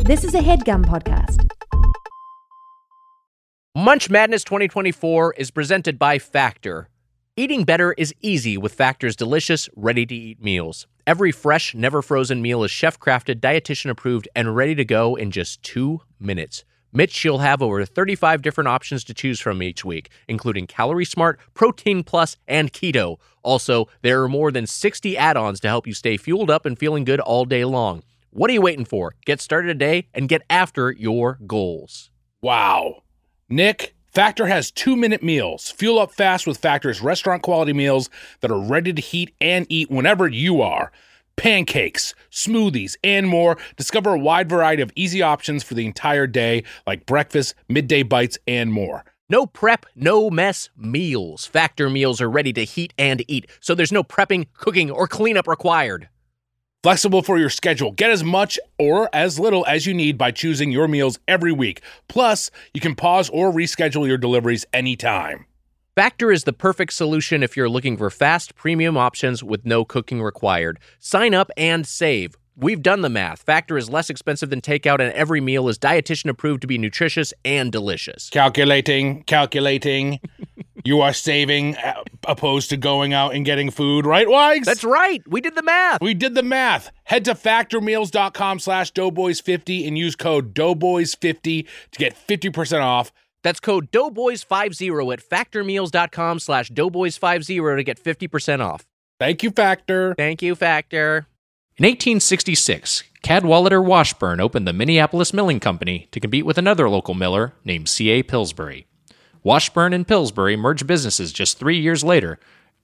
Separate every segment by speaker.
Speaker 1: This is a headgum podcast.
Speaker 2: Munch Madness 2024 is presented by Factor. Eating better is easy with Factor's delicious, ready to eat meals. Every fresh, never frozen meal is chef crafted, dietitian approved, and ready to go in just two minutes. Mitch, you'll have over 35 different options to choose from each week, including Calorie Smart, Protein Plus, and Keto. Also, there are more than 60 add ons to help you stay fueled up and feeling good all day long. What are you waiting for? Get started today and get after your goals.
Speaker 3: Wow. Nick, Factor has two minute meals. Fuel up fast with Factor's restaurant quality meals that are ready to heat and eat whenever you are. Pancakes, smoothies, and more. Discover a wide variety of easy options for the entire day, like breakfast, midday bites, and more.
Speaker 2: No prep, no mess meals. Factor meals are ready to heat and eat, so there's no prepping, cooking, or cleanup required.
Speaker 3: Flexible for your schedule. Get as much or as little as you need by choosing your meals every week. Plus, you can pause or reschedule your deliveries anytime.
Speaker 2: Factor is the perfect solution if you're looking for fast, premium options with no cooking required. Sign up and save. We've done the math. Factor is less expensive than takeout, and every meal is dietitian approved to be nutritious and delicious.
Speaker 3: Calculating, calculating. you are saving uh, opposed to going out and getting food, right, Wags?
Speaker 2: That's right. We did the math.
Speaker 3: We did the math. Head to factormeals.com slash doughboys50 and use code doughboys50 to get 50% off.
Speaker 2: That's code Doughboys50 at factormeals.com slash Doughboys50 to get 50% off.
Speaker 3: Thank you, Factor.
Speaker 2: Thank you, Factor. In 1866, Cadwallader Washburn opened the Minneapolis Milling Company to compete with another local miller named C.A. Pillsbury. Washburn and Pillsbury merged businesses just three years later,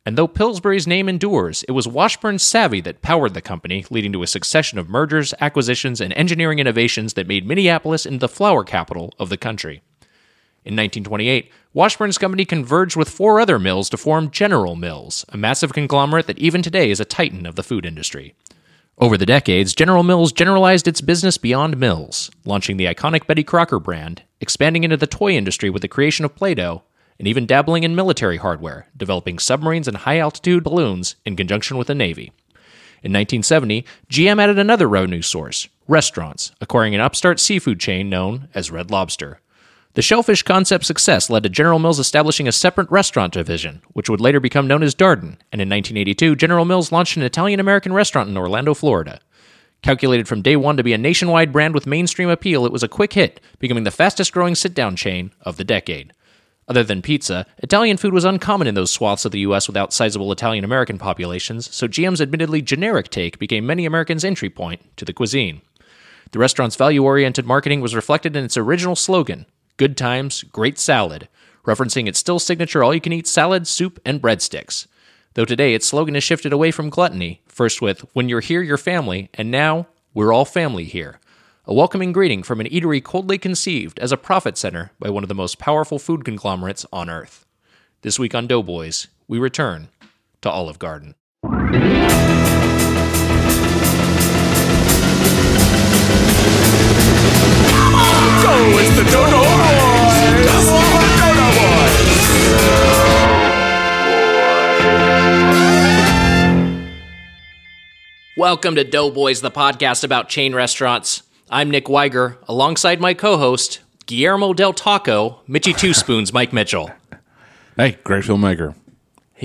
Speaker 2: and though Pillsbury's name endures, it was Washburn's savvy that powered the company, leading to a succession of mergers, acquisitions, and engineering innovations that made Minneapolis into the flour capital of the country. In 1928, Washburn's company converged with four other mills to form General Mills, a massive conglomerate that even today is a titan of the food industry. Over the decades, General Mills generalized its business beyond mills, launching the iconic Betty Crocker brand, expanding into the toy industry with the creation of Play Doh, and even dabbling in military hardware, developing submarines and high altitude balloons in conjunction with the Navy. In 1970, GM added another revenue source restaurants, acquiring an upstart seafood chain known as Red Lobster. The shellfish concept's success led to General Mills establishing a separate restaurant division, which would later become known as Darden, and in 1982, General Mills launched an Italian American restaurant in Orlando, Florida. Calculated from day one to be a nationwide brand with mainstream appeal, it was a quick hit, becoming the fastest growing sit down chain of the decade. Other than pizza, Italian food was uncommon in those swaths of the U.S. without sizable Italian American populations, so GM's admittedly generic take became many Americans' entry point to the cuisine. The restaurant's value oriented marketing was reflected in its original slogan Good Times, Great Salad, referencing its still signature all you can eat salad, soup, and breadsticks. Though today its slogan has shifted away from gluttony, first with When You're Here, You're Family, and now We're All Family Here. A welcoming greeting from an eatery coldly conceived as a profit center by one of the most powerful food conglomerates on earth. This week on Doughboys, we return to Olive Garden. Welcome to Doughboys, the podcast about chain restaurants. I'm Nick Weiger, alongside my co-host Guillermo del Taco, Mitchy Two Spoons, Mike Mitchell,
Speaker 4: Hey, great filmmaker.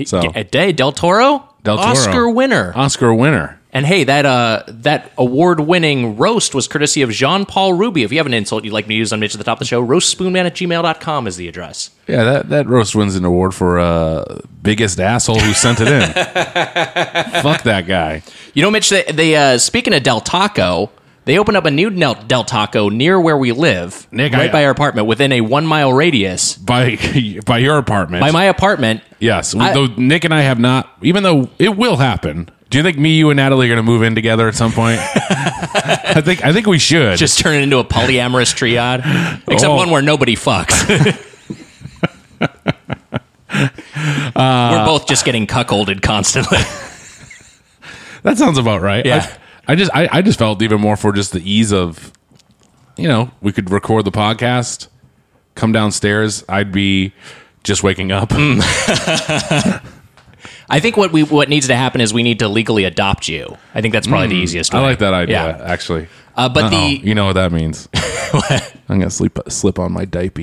Speaker 4: So-
Speaker 2: a day del Toro,
Speaker 4: Del Toro.
Speaker 2: Oscar winner,
Speaker 4: Oscar winner.
Speaker 2: and hey, that uh, that award-winning roast was courtesy of Jean-Paul Ruby. If you have an insult you'd like me to use on Mitch at the top of the show, roastspoonman at gmail.com is the address.
Speaker 4: Yeah, that, that roast wins an award for uh, biggest asshole who sent it in. Fuck that guy.
Speaker 2: You know, Mitch, they, they uh, speaking of Del Taco, they opened up a new Del, Del Taco near where we live,
Speaker 4: Nick,
Speaker 2: right
Speaker 4: I-
Speaker 2: by our apartment, within a one mile radius.
Speaker 4: By by your apartment.
Speaker 2: By my apartment,
Speaker 4: yes.
Speaker 2: I-
Speaker 4: though Nick and I have not, even though it will happen. Do you think me, you, and Natalie are going to move in together at some point? I think I think we should.
Speaker 2: just turn it into a polyamorous triad, except
Speaker 4: Oh.
Speaker 2: one where nobody fucks. We're both just getting cuckolded constantly.
Speaker 4: that sounds about right.
Speaker 2: Yeah.
Speaker 4: I, I just I, I just felt even more for just the ease of, you know, we could record the podcast,
Speaker 2: Mm,
Speaker 4: come downstairs. I'd be just waking up.
Speaker 2: I think what we what needs to happen is we need to legally adopt you. I think that's probably the easiest.
Speaker 3: Hmm. I
Speaker 2: Way.
Speaker 3: like that idea
Speaker 2: Yeah.
Speaker 3: actually.
Speaker 2: Uh, but
Speaker 3: Uh-oh.
Speaker 2: the
Speaker 3: you know what that means. I'm gonna sleep slip on my diaper.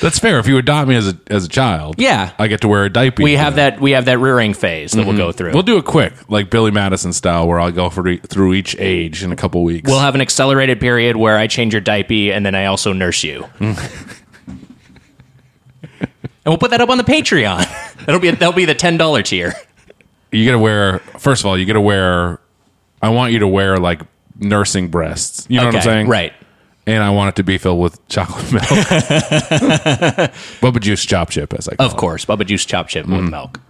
Speaker 3: That's fair. If you adopt me as a as a child,
Speaker 2: Yeah.
Speaker 3: I get to wear a diaper.
Speaker 2: we have that we have that rearing phase that we'll go through.
Speaker 3: Mm-hmm. We'll do it quick, like Billy Madison style, where I'll go for through each age in a couple weeks.
Speaker 2: We'll have an accelerated period where I change your diaper and then I also nurse you. and
Speaker 3: Mm.
Speaker 2: we'll put that up on the Patreon. That'll be that'll be the ten dollar tier.
Speaker 3: you gotta wear. First of all, you gotta wear. I want you to wear like nursing breasts. You know what I'm saying?
Speaker 2: Right.
Speaker 3: and I want it to be filled with chocolate milk. Bubba juice chop chip, as I call
Speaker 2: Of course, Bubba Juice chopped chip
Speaker 3: Mm.
Speaker 2: with milk.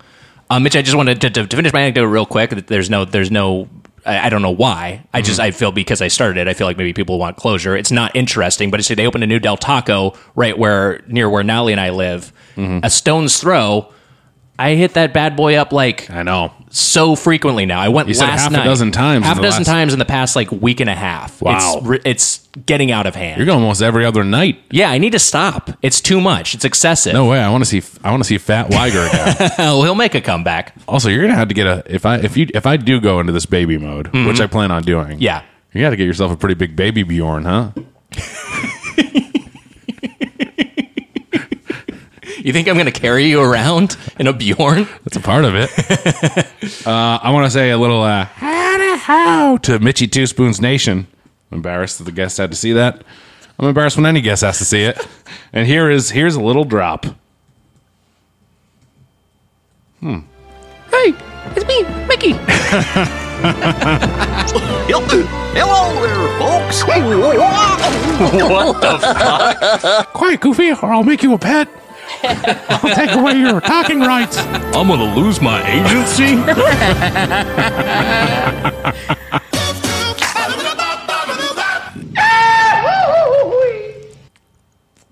Speaker 2: Um, Mitch, I just wanted to, to, to finish my anecdote real quick. that There's no, there's no, I, I don't know why. I just,
Speaker 3: Mm-hmm.
Speaker 2: I feel because I started it, I feel like maybe people want closure. It's not interesting, but it's, they opened a new Del Taco right where, near where Nally and I live,
Speaker 3: Mm-hmm.
Speaker 2: a stone's throw. I hit that bad boy up like
Speaker 3: it. I know.
Speaker 2: so frequently now. I went
Speaker 3: You
Speaker 2: last
Speaker 3: said half a
Speaker 2: night.
Speaker 3: dozen times
Speaker 2: Half
Speaker 3: in
Speaker 2: a
Speaker 3: the
Speaker 2: dozen
Speaker 3: last-
Speaker 2: times in the past like week and a half.
Speaker 3: Wow.
Speaker 2: It's, re- it's getting out of hand.
Speaker 3: You're going almost every other night.
Speaker 2: yeah, I need to stop. It's too much. It's excessive.
Speaker 3: No way. I want to see. I want to see Fat Liger again.
Speaker 2: Oh, he'll make a comeback.
Speaker 3: also, you're gonna have to get a. If I if you if I do go into this baby mode, which I plan on doing,
Speaker 2: Yeah.
Speaker 3: you got to get yourself a pretty big baby Bjorn, huh?
Speaker 2: You think I'm going to carry you around in a Bjorn?
Speaker 3: That's a part of it. uh, I want to say a little uh, howdy how to Mitchy Two Spoons Nation. I'm embarrassed that the guest had to see that. I'm embarrassed when any guest has to see it. And here is here's a little drop. Hmm.
Speaker 5: Hey, it's me, Mickey.
Speaker 6: Hello there, folks.
Speaker 2: What the fuck?
Speaker 3: Quiet, Goofy, or I'll make you a pet. I'll take away your talking rights.
Speaker 2: I'm going to lose my agency.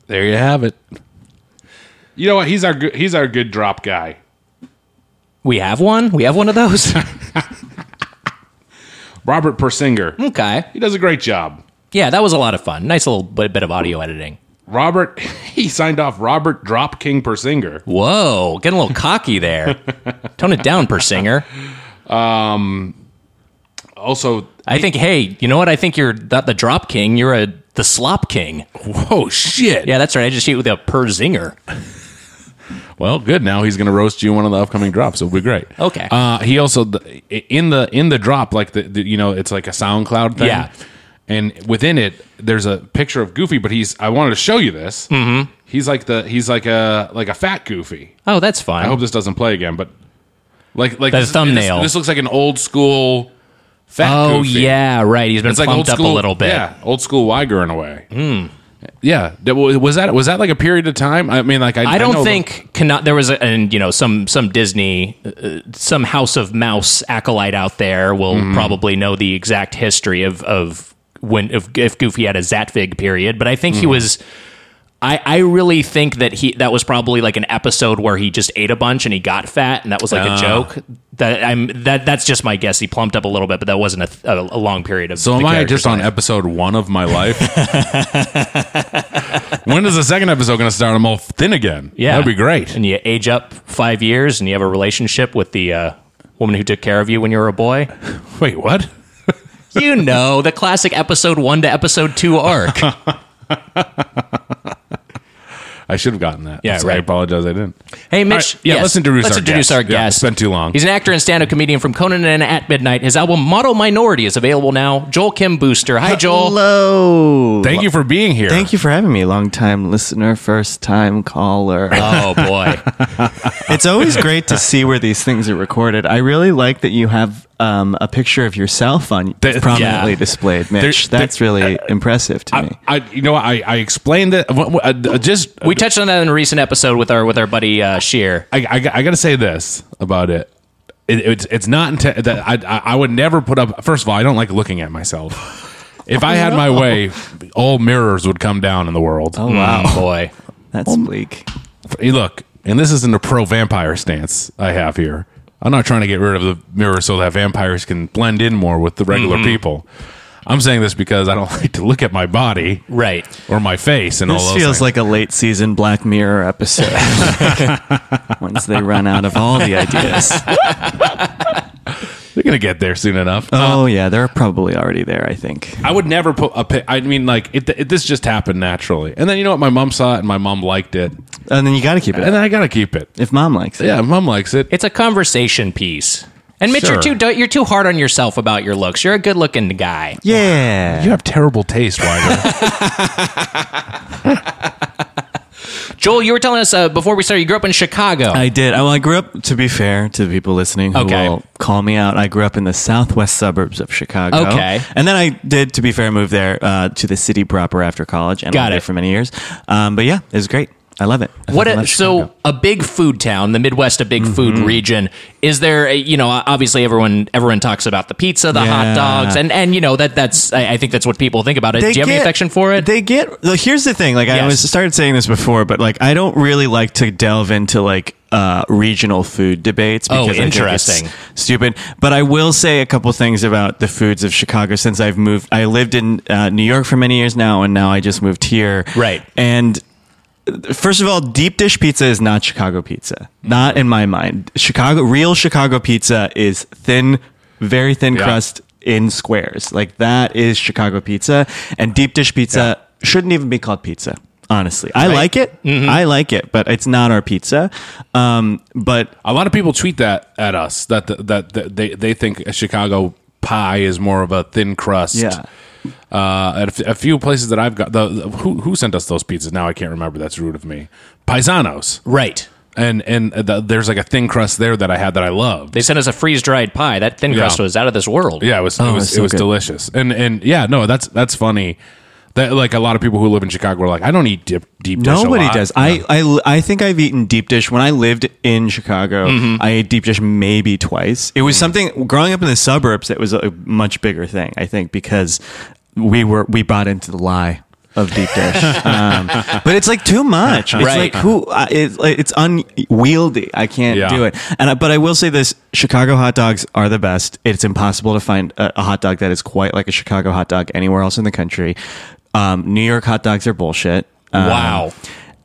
Speaker 3: There you have it. You know what? He's our good, he's our good drop guy.
Speaker 2: We have one. We have one of those.
Speaker 3: Robert Persinger.
Speaker 2: Okay.
Speaker 3: He does a great job.
Speaker 2: Yeah, that was a lot of fun. Nice little bit, bit of audio editing.
Speaker 3: Robert, he signed off Robert Drop King Persinger.
Speaker 2: Whoa, getting a little cocky there. Tone it down, Persinger.
Speaker 3: Also,
Speaker 2: I think. Hey, you know what? I think you're not the drop king. You're a the slop king.
Speaker 3: whoa, shit.
Speaker 2: Yeah, that's right. I just hit you with a Persinger.
Speaker 3: Well, good. Now he's going to roast you in one of the upcoming drops. It'll be great.
Speaker 2: Okay.
Speaker 3: Uh, he also in the in the drop, like the, the you know, it's like a SoundCloud thing.
Speaker 2: Yeah.
Speaker 3: And within it, there's a picture of Goofy, but he's. I wanted to show you this. Mm-hmm. He's like the he's like a like a fat Goofy.
Speaker 2: Oh, that's fun.
Speaker 3: I hope this doesn't play again, but like like
Speaker 2: The
Speaker 3: this,
Speaker 2: thumbnail.
Speaker 3: This, this looks like an old school fat.
Speaker 2: oh
Speaker 3: Goofy.
Speaker 2: yeah, right. He's been
Speaker 3: It's like old
Speaker 2: plumped
Speaker 3: school,
Speaker 2: up a little bit. Hmm.
Speaker 3: Yeah, old school Weiger in a way. Yeah, That- was that was that like a period of time? I mean, like I,
Speaker 2: I
Speaker 3: know
Speaker 2: don't
Speaker 3: the-
Speaker 2: think cannot, there was a, and you know some some Disney uh, some House of Mouse acolyte out there will
Speaker 3: Mm-hmm.
Speaker 2: probably know the exact history of of when if, if Goofy had a Zatfig period, but I think
Speaker 3: Mm-hmm.
Speaker 2: he was. I, I really think that he that was probably like an episode where he just ate a bunch and he got fat and that was
Speaker 3: Uh.
Speaker 2: like a joke. That I'm that that's just my guess. He plumped up a little bit, but that wasn't a, th- a, a long period of.
Speaker 3: So
Speaker 2: the
Speaker 3: am I
Speaker 2: character's
Speaker 3: just on
Speaker 2: life.
Speaker 3: episode one of my life? when is the second episode going to start? I'm all thin again.
Speaker 2: Yeah,
Speaker 3: that'd be great.
Speaker 2: And you age up five years, and you have a relationship with the uh, woman who took care of you when you were a boy.
Speaker 3: Wait, what?
Speaker 2: you know the classic episode one to episode two arc.
Speaker 3: I should have gotten that.
Speaker 2: Yeah,
Speaker 3: So I
Speaker 2: right.
Speaker 3: apologize. I didn't.
Speaker 2: Hey,
Speaker 3: All
Speaker 2: Mitch.
Speaker 3: right, yeah,
Speaker 2: yes.
Speaker 3: let's introduce
Speaker 2: let's
Speaker 3: our
Speaker 2: introduce
Speaker 3: guest.
Speaker 2: our
Speaker 3: Yeah,
Speaker 2: guest.
Speaker 3: it's been too long.
Speaker 2: He's an actor and stand-up comedian from Conan and At Midnight. His album Model Minority is available now. Joel Kim Booster. Hi, Joel.
Speaker 7: Hello.
Speaker 3: Thank you for being here.
Speaker 7: Thank you for having me. Long time listener, first time caller.
Speaker 2: Oh boy.
Speaker 7: it's always great to see where these things are recorded. I really like that you have um, a picture of yourself on
Speaker 3: Th-
Speaker 7: prominently
Speaker 3: yeah.
Speaker 7: displayed, Mitch.
Speaker 3: there- uh,
Speaker 7: That's really impressive to me.
Speaker 3: I, you know, I, I explained that. what- what- uh, Just
Speaker 2: we touched on that in a recent episode with our with our buddy uh, Sheer.
Speaker 3: I, I, I got to say this about it. It- it's it's not inte- that I I- I would never put up. First of all, I don't like looking at myself. If I had
Speaker 2: Oh.
Speaker 3: my way, all mirrors would come down in the world.
Speaker 7: Oh, wow.
Speaker 2: Mm, Boy.
Speaker 7: That's
Speaker 3: um,
Speaker 7: bleak.
Speaker 3: Hey, look, and this isn't a pro vampire stance I have here. Mm-hmm. I'm not trying to get rid of the mirror so that vampires can blend in more with the regular people. I'm saying this because I don't like to look at my body
Speaker 8: Right.
Speaker 3: or my face and all
Speaker 7: This
Speaker 3: those
Speaker 7: feels
Speaker 3: things.
Speaker 7: like a late season Black Mirror episode. Once they run out of all the ideas.
Speaker 3: They're gonna get there soon enough.
Speaker 7: Oh yeah, they're probably already there. I think.
Speaker 3: I would never put a pic. I mean, like it, it. This just happened naturally, and then you know what? My mom saw it, and my mom liked it, and
Speaker 7: And then you got to keep it.
Speaker 3: then
Speaker 7: up.
Speaker 3: I gotta keep it.
Speaker 7: if mom likes it,
Speaker 3: Yeah, mom likes it.
Speaker 8: It's a conversation piece. And Mitch,
Speaker 3: Sure.
Speaker 8: you're too do- you're too hard on yourself about your looks. You're a good looking guy.
Speaker 7: yeah.
Speaker 3: You have terrible taste, Wyler.
Speaker 8: Joel, you were telling us uh, before we started, you grew up in Chicago.
Speaker 7: I did. I- Well, I grew up, to be fair to the people listening who
Speaker 8: Okay.
Speaker 7: will call me out, I grew up in the southwest suburbs of Chicago.
Speaker 8: Okay.
Speaker 7: And then I did, to be fair, move there uh, to the city proper after college and
Speaker 8: Got
Speaker 7: lived
Speaker 8: it.
Speaker 7: there for many years. Um, but yeah, it was great. I love it. I
Speaker 8: what
Speaker 7: fucking
Speaker 8: a,
Speaker 7: love
Speaker 8: so
Speaker 7: Chicago.
Speaker 8: a big food town, the Midwest, a big food region. Is there, a, you know, obviously everyone everyone talks about the pizza, the hot
Speaker 7: Yeah.
Speaker 8: dogs, and and you know that that's I, I think that's what people think about it.
Speaker 7: They
Speaker 8: Do you have any
Speaker 7: get-
Speaker 8: affection for it?
Speaker 7: They get. Look, here's the thing. Like I
Speaker 8: Yes.
Speaker 7: was started saying this before, but like I don't really like to delve into like uh, regional food debates.
Speaker 8: Oh,
Speaker 7: Because I think it's
Speaker 8: interesting.
Speaker 7: stupid. But I will say a couple things about the foods of Chicago since I've moved. I lived in uh, New York for many years now, and now I just moved here.
Speaker 8: Right.
Speaker 7: And first of all, deep dish pizza is not Chicago pizza. Not in my mind. Chicago real Chicago pizza is thin, very thin
Speaker 3: Yeah.
Speaker 7: crust in squares. Like that is Chicago pizza, and deep dish pizza shouldn't even be called pizza. Honestly, I like it. I like it, but it's not our pizza. Um, but
Speaker 3: a lot of people tweet that at us that the, that the, they they think a Chicago pie is more of a thin crust.
Speaker 7: Yeah.
Speaker 3: Uh, at a f- a, few places that I've got, the, the- who who sent us those pizzas? Now I can't remember. That's rude of me. Paisanos,
Speaker 8: right.
Speaker 3: and and the, there's like a thin crust there that I had that I loved.
Speaker 8: They sent us a freeze dried pie. That thin
Speaker 3: Yeah.
Speaker 8: crust was out of this world.
Speaker 3: Yeah, it was it was
Speaker 7: that's Oh, so
Speaker 3: it was
Speaker 7: good.
Speaker 3: delicious. And and yeah, no, that's that's funny. That like a lot of people who live in Chicago are like, I don't eat dip, deep dish. a
Speaker 7: Nobody
Speaker 3: lot."
Speaker 7: does. I, I, I think I've eaten deep dish when I lived in Chicago.
Speaker 3: Mm-hmm.
Speaker 7: I ate deep dish maybe twice. It
Speaker 3: Mm.
Speaker 7: was something growing up in the suburbs. It was a much bigger thing, I think, because we were we bought into the lie of deep dish. um, but it's like too much. It's
Speaker 8: Right.
Speaker 7: like who I- it's like, it's unwieldy. I can't
Speaker 3: Yeah.
Speaker 7: do it. And I, but I will say this: Chicago hot dogs are the best. It's impossible to find a, a hot dog that is quite like a Chicago hot dog anywhere else in the country. Um, New York hot dogs are bullshit. Um,
Speaker 8: Wow.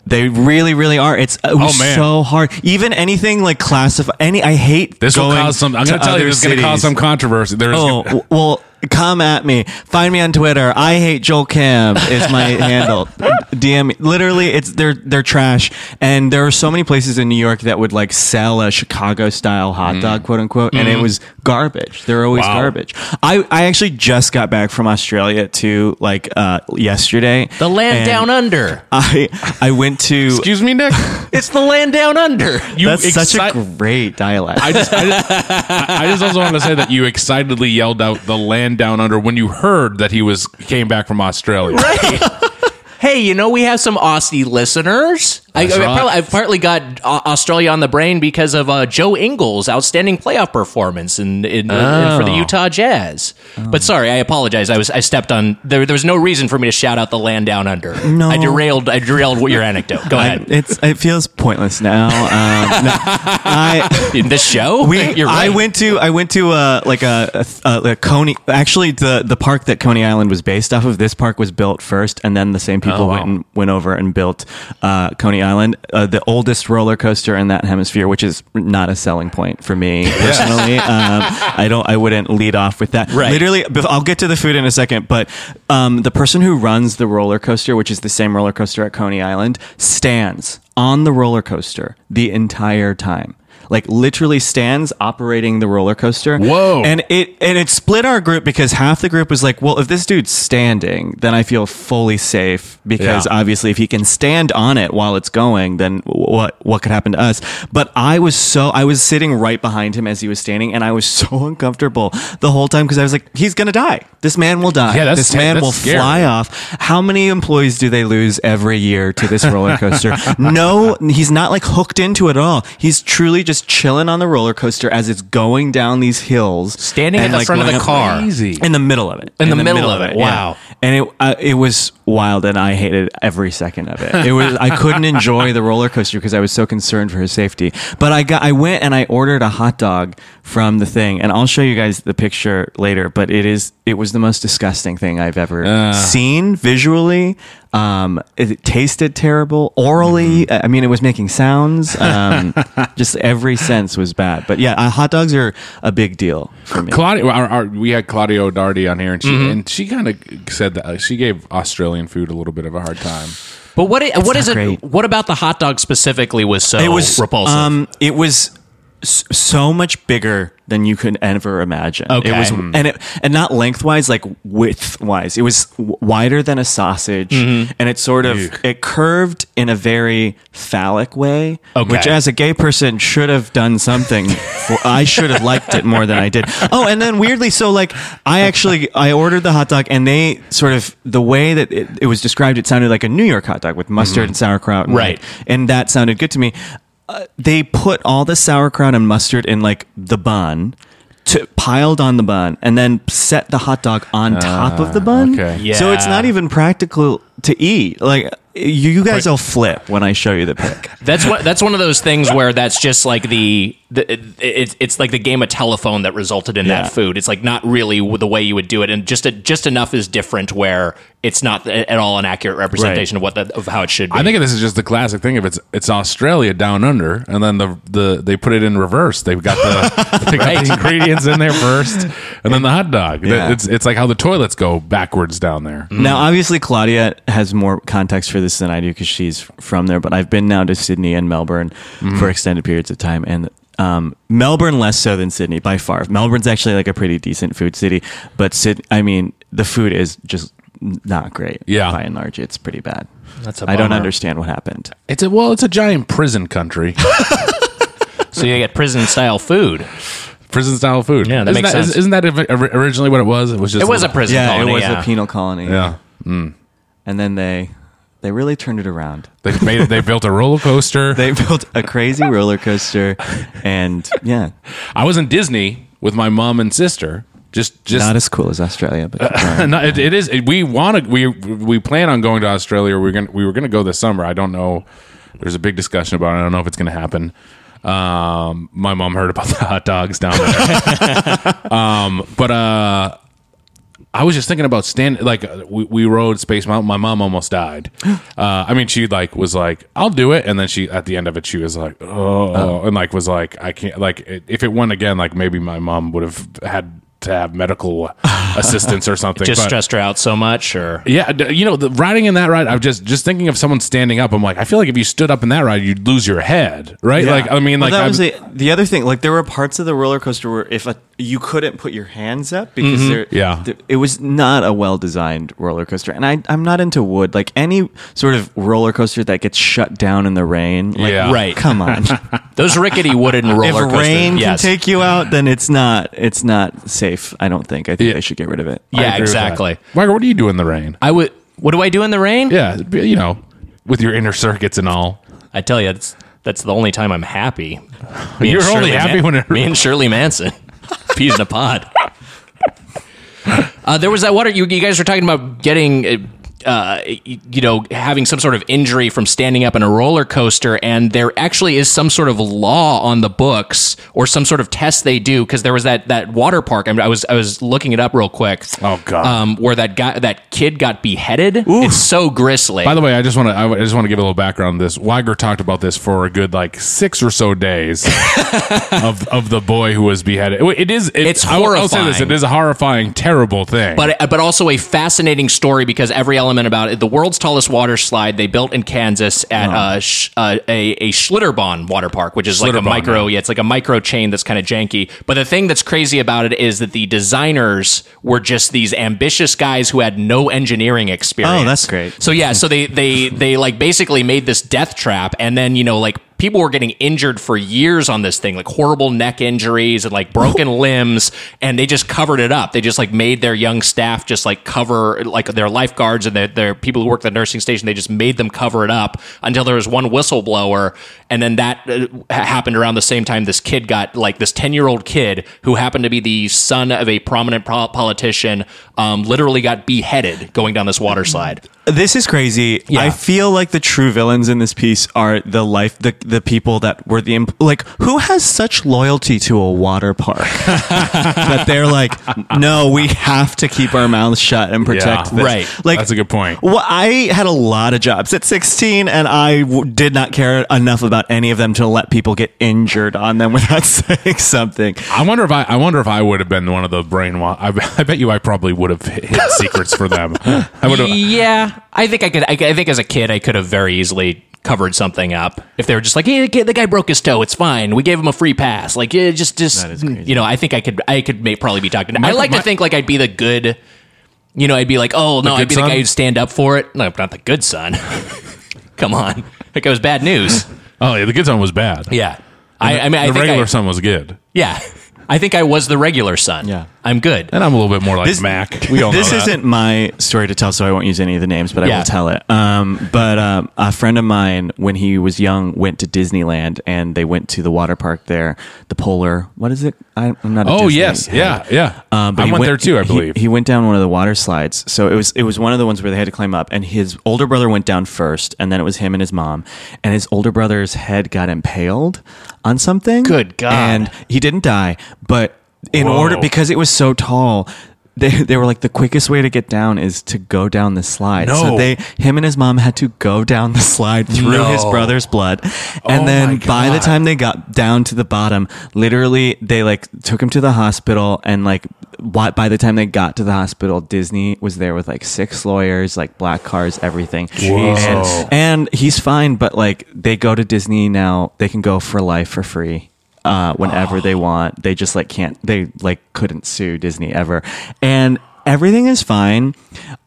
Speaker 7: they really, really are. It's uh, it was
Speaker 3: Oh, man.
Speaker 7: so hard. Even anything like classify any. I hate
Speaker 3: This will
Speaker 7: going
Speaker 3: cause some. I'm going to tell you,
Speaker 7: other
Speaker 3: this is going to cause
Speaker 7: cities.
Speaker 3: some controversy. There's
Speaker 7: Oh w- well, come at me. Find me on Twitter. I hate Joel Kim is my handle. DM me. Literally, it's they're they're trash. And there are so many places in New York that would like sell a Chicago style hot dog, quote unquote, and it was garbage. They're always
Speaker 3: Mm-hmm. Wow.
Speaker 7: garbage. I I actually just got back from Australia too, like uh, yesterday.
Speaker 8: The land
Speaker 7: And
Speaker 8: down under.
Speaker 7: I I went to.
Speaker 3: excuse me, Nick.
Speaker 8: It's the land down under.
Speaker 3: You
Speaker 7: That's such
Speaker 3: excite-
Speaker 7: a great dialect.
Speaker 3: I just, I just, I- I just also want to say that you excitedly yelled out the land down under when you heard that he was came back from Australia.
Speaker 8: hey, you know, we have some Aussie listeners. I, I,
Speaker 3: That's right.
Speaker 8: probably, I've partly got uh, Australia on the brain because of uh, Joe Ingles' outstanding playoff performance in, in, in-
Speaker 7: Oh.
Speaker 8: for the Utah Jazz. But sorry, I apologize. I was I stepped on. There, there was no reason for me to shout out the land down under.
Speaker 7: No.
Speaker 8: I derailed. I derailed what your anecdote. Go
Speaker 7: I-
Speaker 8: ahead.
Speaker 7: it's it feels pointless now. Um, no, I
Speaker 8: In this show,
Speaker 7: we
Speaker 8: You're
Speaker 7: I
Speaker 8: right.
Speaker 7: went to I went to uh, like a, a, a Coney actually the the park that Coney Island was based off of. This park was built first, and then the same
Speaker 3: Oh,
Speaker 7: people went and went over and built uh, Coney Island, uh, the oldest roller coaster in that hemisphere, which is not a selling point for me personally. um, I don't I wouldn't lead off with that.
Speaker 8: Right.
Speaker 7: Literally, bef- I'll get to the food in a second, but um, the person who runs the roller coaster, which is the same roller coaster at Coney Island, stands on the roller coaster the entire time. Like literally stands operating the roller coaster.
Speaker 3: Whoa.
Speaker 7: And it and it split our group because half the group was like, well, if this dude's standing, then I feel fully safe because
Speaker 3: Yeah.
Speaker 7: obviously if he can stand on it while it's going, then what what could happen to us? But I was so I was sitting right behind him as he was standing, and I was so uncomfortable the whole time because I was like, he's gonna die. This man will die.
Speaker 3: Yeah, that's
Speaker 7: this
Speaker 3: ter-
Speaker 7: man
Speaker 3: that's
Speaker 7: will
Speaker 3: scary.
Speaker 7: fly off. How many employees do they lose every year to this roller coaster? no, he's not like hooked into it at all. He's truly just just chilling on the roller coaster as it's going down these hills,
Speaker 2: Standing at
Speaker 7: and,
Speaker 2: the front of
Speaker 7: going
Speaker 2: the
Speaker 7: up-
Speaker 2: car.
Speaker 3: Crazy.
Speaker 7: in the middle of it.
Speaker 2: In the middle of it, wow.
Speaker 7: yeah. And it uh, it was wild, and I hated every second of it. It was I couldn't enjoy the roller coaster because I was so concerned for his safety. But I got I went and I ordered a hot dog from the thing, and I'll show you guys the picture later. But it is it was the most disgusting thing I've ever seen visually. Um, it, it tasted terrible orally. I mean, it was making sounds. Um, just every sense was bad. But yeah, uh, hot dogs are a big deal for me.
Speaker 3: Claudia, our, our, we had Claudio Dardi on here, and she and she kind of said that like, she gave Australian food a little bit of a hard time.
Speaker 2: But what i- what
Speaker 7: not
Speaker 2: is it?
Speaker 7: great.
Speaker 2: What about the hot dog specifically was so repulsive?
Speaker 7: Um, it was s- so much bigger than you could ever imagine.
Speaker 2: Okay. Hmm.
Speaker 7: It was, and it, and not lengthwise, like width wise. It was w- wider than a sausage,
Speaker 2: Mm-hmm.
Speaker 7: and it sort of it curved in a very phallic way,
Speaker 2: Okay.
Speaker 7: which as a gay person should have done something. for, I should have liked it more than I did. Oh, and then weirdly, so like I actually I ordered the hot dog, and they sort of the way that it, it was described, it sounded like a New York hot dog with mustard and sauerkraut, and,
Speaker 2: Mm-hmm. Right.
Speaker 7: like, and that sounded good to me. Uh, they put all the sauerkraut and mustard in like the bun, to, piled on the bun, and then set the hot dog on top of the bun.
Speaker 3: okay.
Speaker 7: So it's
Speaker 2: Ah, Yeah.
Speaker 7: not even practical to eat. Like you, you guys will flip when I show you the pic.
Speaker 2: That's what. That's one of those things where that's just like the, the it, it, it's like the game of telephone that resulted in
Speaker 7: Yeah.
Speaker 2: that food. It's like not really the way you would do it, and just just enough is different where it's not at all an accurate representation of what that of how it should be.
Speaker 3: I think this is just the classic thing of it's it's Australia down under, and then the the they put it in reverse. They've got the, they got the ingredients in there first, and then the hot dog.
Speaker 7: Yeah.
Speaker 3: It's it's like how the toilets go backwards down there.
Speaker 7: Now, obviously, Claudia has more context for this than I do because she's from there. But I've been now to Sydney and Melbourne for extended periods of time, and um, Melbourne less so than Sydney by far. Melbourne's actually like a pretty decent food city, but Syd- I mean, the food is just not great.
Speaker 3: Yeah.
Speaker 7: by and large, it's pretty bad.
Speaker 2: That's a
Speaker 7: I don't
Speaker 2: bummer.
Speaker 7: understand what happened.
Speaker 3: It's a well, it's a giant prison country,
Speaker 2: so. You get prison style food.
Speaker 3: prison style food.
Speaker 2: Yeah, that
Speaker 3: isn't
Speaker 2: makes
Speaker 3: that,
Speaker 2: sense.
Speaker 3: Isn't that ori- originally what it was? It was just
Speaker 2: It was a prison.
Speaker 7: yeah,
Speaker 2: colony,
Speaker 7: it was
Speaker 2: yeah.
Speaker 7: a penal colony.
Speaker 3: Yeah,
Speaker 7: and then they they really turned it around.
Speaker 3: they made it. They built a roller coaster.
Speaker 7: They built a crazy roller coaster, and yeah,
Speaker 3: I was in Disney with my mom and sister. Just just
Speaker 7: not as cool as Australia, but
Speaker 3: No, it, it is. It, we want to. We we plan on going to Australia. We're gonna. We were gonna go this summer. I don't know. There's a big discussion about it. I don't know if it's gonna happen. Um, my mom heard about the hot dogs down there. um, but uh, I was just thinking about stand. Like uh, we, we rode Space Mountain. My mom almost died. Uh, I mean, she like was like, "I'll do it," and then she at the end of it, she was like, "Oh,", and like was like, "I can't." Like it- if it went again, like maybe my mom would have had to have medical assistance or something.
Speaker 2: Just
Speaker 3: but-
Speaker 2: stressed her out so much, or
Speaker 3: yeah, d- you know, the riding in that ride, I'm just just thinking of someone standing up. I'm like, I feel like if you stood up in that ride, you'd lose your head, right? Like, I mean,
Speaker 7: Well,
Speaker 3: like,
Speaker 7: that
Speaker 3: I'm-
Speaker 7: was the, the other thing. Like there were parts of the roller coaster where if a, you couldn't put your hands up because there,
Speaker 3: Mm-hmm. Yeah.
Speaker 7: th- it was not a well designed roller coaster. And I, I'm not into wood. Like any sort of roller coaster that gets shut down in the rain. Like,
Speaker 3: Yeah.
Speaker 2: Right.
Speaker 7: Come on.
Speaker 2: those rickety wooden
Speaker 7: if
Speaker 2: roller coasters.
Speaker 7: rain
Speaker 2: yes.
Speaker 7: can take you out, then it's not. It's not safe. I don't think. I think
Speaker 3: Yeah.
Speaker 7: they should get rid of it.
Speaker 2: yeah,
Speaker 3: I agree with that.
Speaker 2: exactly.
Speaker 3: Margaret, what do you do in the rain?
Speaker 2: I would. What do I do in the rain?
Speaker 3: Yeah, it'd be- you know, with your inner circuits and all.
Speaker 2: I tell you, that's that's the only time I'm happy. Me and
Speaker 3: You're only
Speaker 2: Shirley
Speaker 3: happy when it-
Speaker 2: me and Shirley Manson peas in a pod. Uh, there was that water. You, you guys were talking about getting, uh, uh, you, you know, having some sort of injury from standing up in a roller coaster, and there actually is some sort of law on the books or some sort of test they do because there was that that water park. I, mean, I was I was looking it up real quick.
Speaker 3: Oh, God.
Speaker 2: Um, where that guy that kid got beheaded. It's so grisly.
Speaker 3: By the way, I just want to I just want to give a little background on this. Weiger talked about this for a good like six or so days of of the boy who was beheaded. It is it-
Speaker 2: It's
Speaker 3: I will- I'll say this:
Speaker 2: horrifying.
Speaker 3: it is a horrifying, terrible thing.
Speaker 2: but but also a fascinating story because every element about it. The world's tallest water slide they built in Kansas at uh, sh- uh, a a Schlitterbahn water park, which is like a
Speaker 3: Schlitterbahn,
Speaker 2: micro. Yeah, it's like a micro chain that's kind of janky. But the thing that's crazy about it is that the designers were just these ambitious guys who had no engineering experience.
Speaker 7: Oh, that's great.
Speaker 2: So yeah, so they they they like basically made this death trap, and then you know like people were getting injured for years on this thing, like horrible neck injuries and like broken limbs, and they just covered it up. They just like made their young staff just like cover like their lifeguards and their, their people who work at the nursing station. They just made them cover it up until there was one whistleblower, and then that uh, ha- happened around the same time this kid got like this ten year old kid who happened to be the son of a prominent pro- politician, um, literally got beheaded going down this water slide.
Speaker 7: This is crazy.
Speaker 2: Yeah.
Speaker 7: I feel like the true villains in this piece are the life, the, the people that were the, imp- like, who has such loyalty to a water park that they're like, no, we have to keep our mouths shut and protect
Speaker 3: Yeah.
Speaker 7: this.
Speaker 2: Right.
Speaker 7: Like,
Speaker 3: That's a good point.
Speaker 7: Well, I had a lot of jobs at 16 and I w- did not care enough about any of them to let people get injured on them without saying something.
Speaker 3: I wonder if I, I wonder if I would have been one of the brainwash. I, I bet you I probably would have hit, hit secrets for them. I would have.
Speaker 2: Yeah, I think I could. I, I think as a kid, I could have very easily covered something up if they were just like, "Hey, the, kid, the guy broke his toe. It's fine. We gave him a free pass." Like, yeah, just, just you know, I think I could, I could may, probably be talking. I like to think like I'd be the good. You know, I'd be like, "Oh no,
Speaker 3: good
Speaker 2: I'd be
Speaker 3: son?
Speaker 2: the guy who'd stand up for it." No, not the good son. Come on, that guy was bad news.
Speaker 3: Oh yeah, the good son was bad.
Speaker 2: yeah, I, I mean, I
Speaker 3: the
Speaker 2: think
Speaker 3: regular
Speaker 2: I,
Speaker 3: son was good,
Speaker 2: Yeah, I think I was the regular son.
Speaker 7: Yeah.
Speaker 2: I'm good.
Speaker 3: and I'm a little bit more like
Speaker 7: This-
Speaker 3: Mac. We all
Speaker 7: this
Speaker 3: know that.
Speaker 7: isn't my story to tell, so I won't use any of the names, but I
Speaker 2: Yeah.
Speaker 7: will tell it. Um, but um, a friend of mine, when he was young, went to Disneyland and they went to the water park there, the polar. What is it? I, I'm not. A
Speaker 3: Oh
Speaker 7: Disney
Speaker 3: yes,
Speaker 7: head.
Speaker 3: yeah, yeah.
Speaker 7: Um, but
Speaker 3: I
Speaker 7: he
Speaker 3: went, there too, I
Speaker 7: he-
Speaker 3: believe.
Speaker 7: He, went down one of the water slides. So it was it was one of the ones where they had to climb up, and his older brother went down first, and then it was him and his mom. And his older brother's head got impaled on something.
Speaker 2: Good God.
Speaker 7: And he didn't die, but in
Speaker 3: Whoa.
Speaker 7: order because it was so tall. They, they were like the quickest way to get down is to go down the slide.
Speaker 3: No.
Speaker 7: So they him and his mom had to go down the slide through his
Speaker 3: No.
Speaker 7: brother's blood. And
Speaker 3: Oh my
Speaker 7: then by the
Speaker 3: God.
Speaker 7: time they got down to the bottom, literally they like took him to the hospital and like wh- by the time they got to the hospital, Disney was there with like six lawyers, like black cars, everything.
Speaker 3: Jesus.
Speaker 7: And, and he's fine, but like they go to Disney now, they can go for life for free. Uh, whenever they want, they just like can't. They like couldn't sue Disney ever, and everything is fine.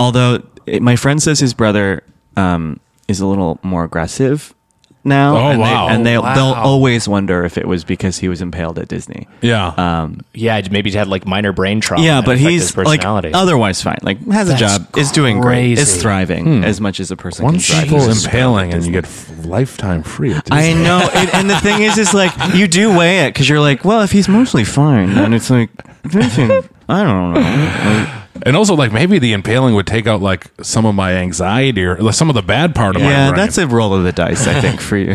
Speaker 7: Although it, my friend says his brother um, is a little more aggressive now.
Speaker 3: Oh,
Speaker 7: and
Speaker 3: wow.
Speaker 7: They, and they
Speaker 3: Wow.
Speaker 7: they'll always wonder if it was because he was impaled at Disney.
Speaker 3: yeah.
Speaker 7: um,
Speaker 2: yeah, I'd maybe had like minor brain trauma.
Speaker 7: yeah,
Speaker 2: that
Speaker 7: but
Speaker 2: Oh, affected
Speaker 7: he's
Speaker 2: his
Speaker 7: like
Speaker 2: personality.
Speaker 7: otherwise fine. Like has a job, is doing great, is thriving
Speaker 2: Hmm.
Speaker 7: as much as a person
Speaker 3: One
Speaker 7: can
Speaker 3: people
Speaker 7: thrive.
Speaker 3: impaling, and you get f- lifetime free. At
Speaker 7: I
Speaker 3: Disney.
Speaker 7: know, and, and the thing is, is like you do weigh it because you're like, well, if he's mostly fine, and it's like, I don't know.
Speaker 3: and also like maybe the impaling would take out like some of my anxiety or like, some of the bad part of my
Speaker 7: yeah,
Speaker 3: brain.
Speaker 7: that's a roll of the dice, I think, for you.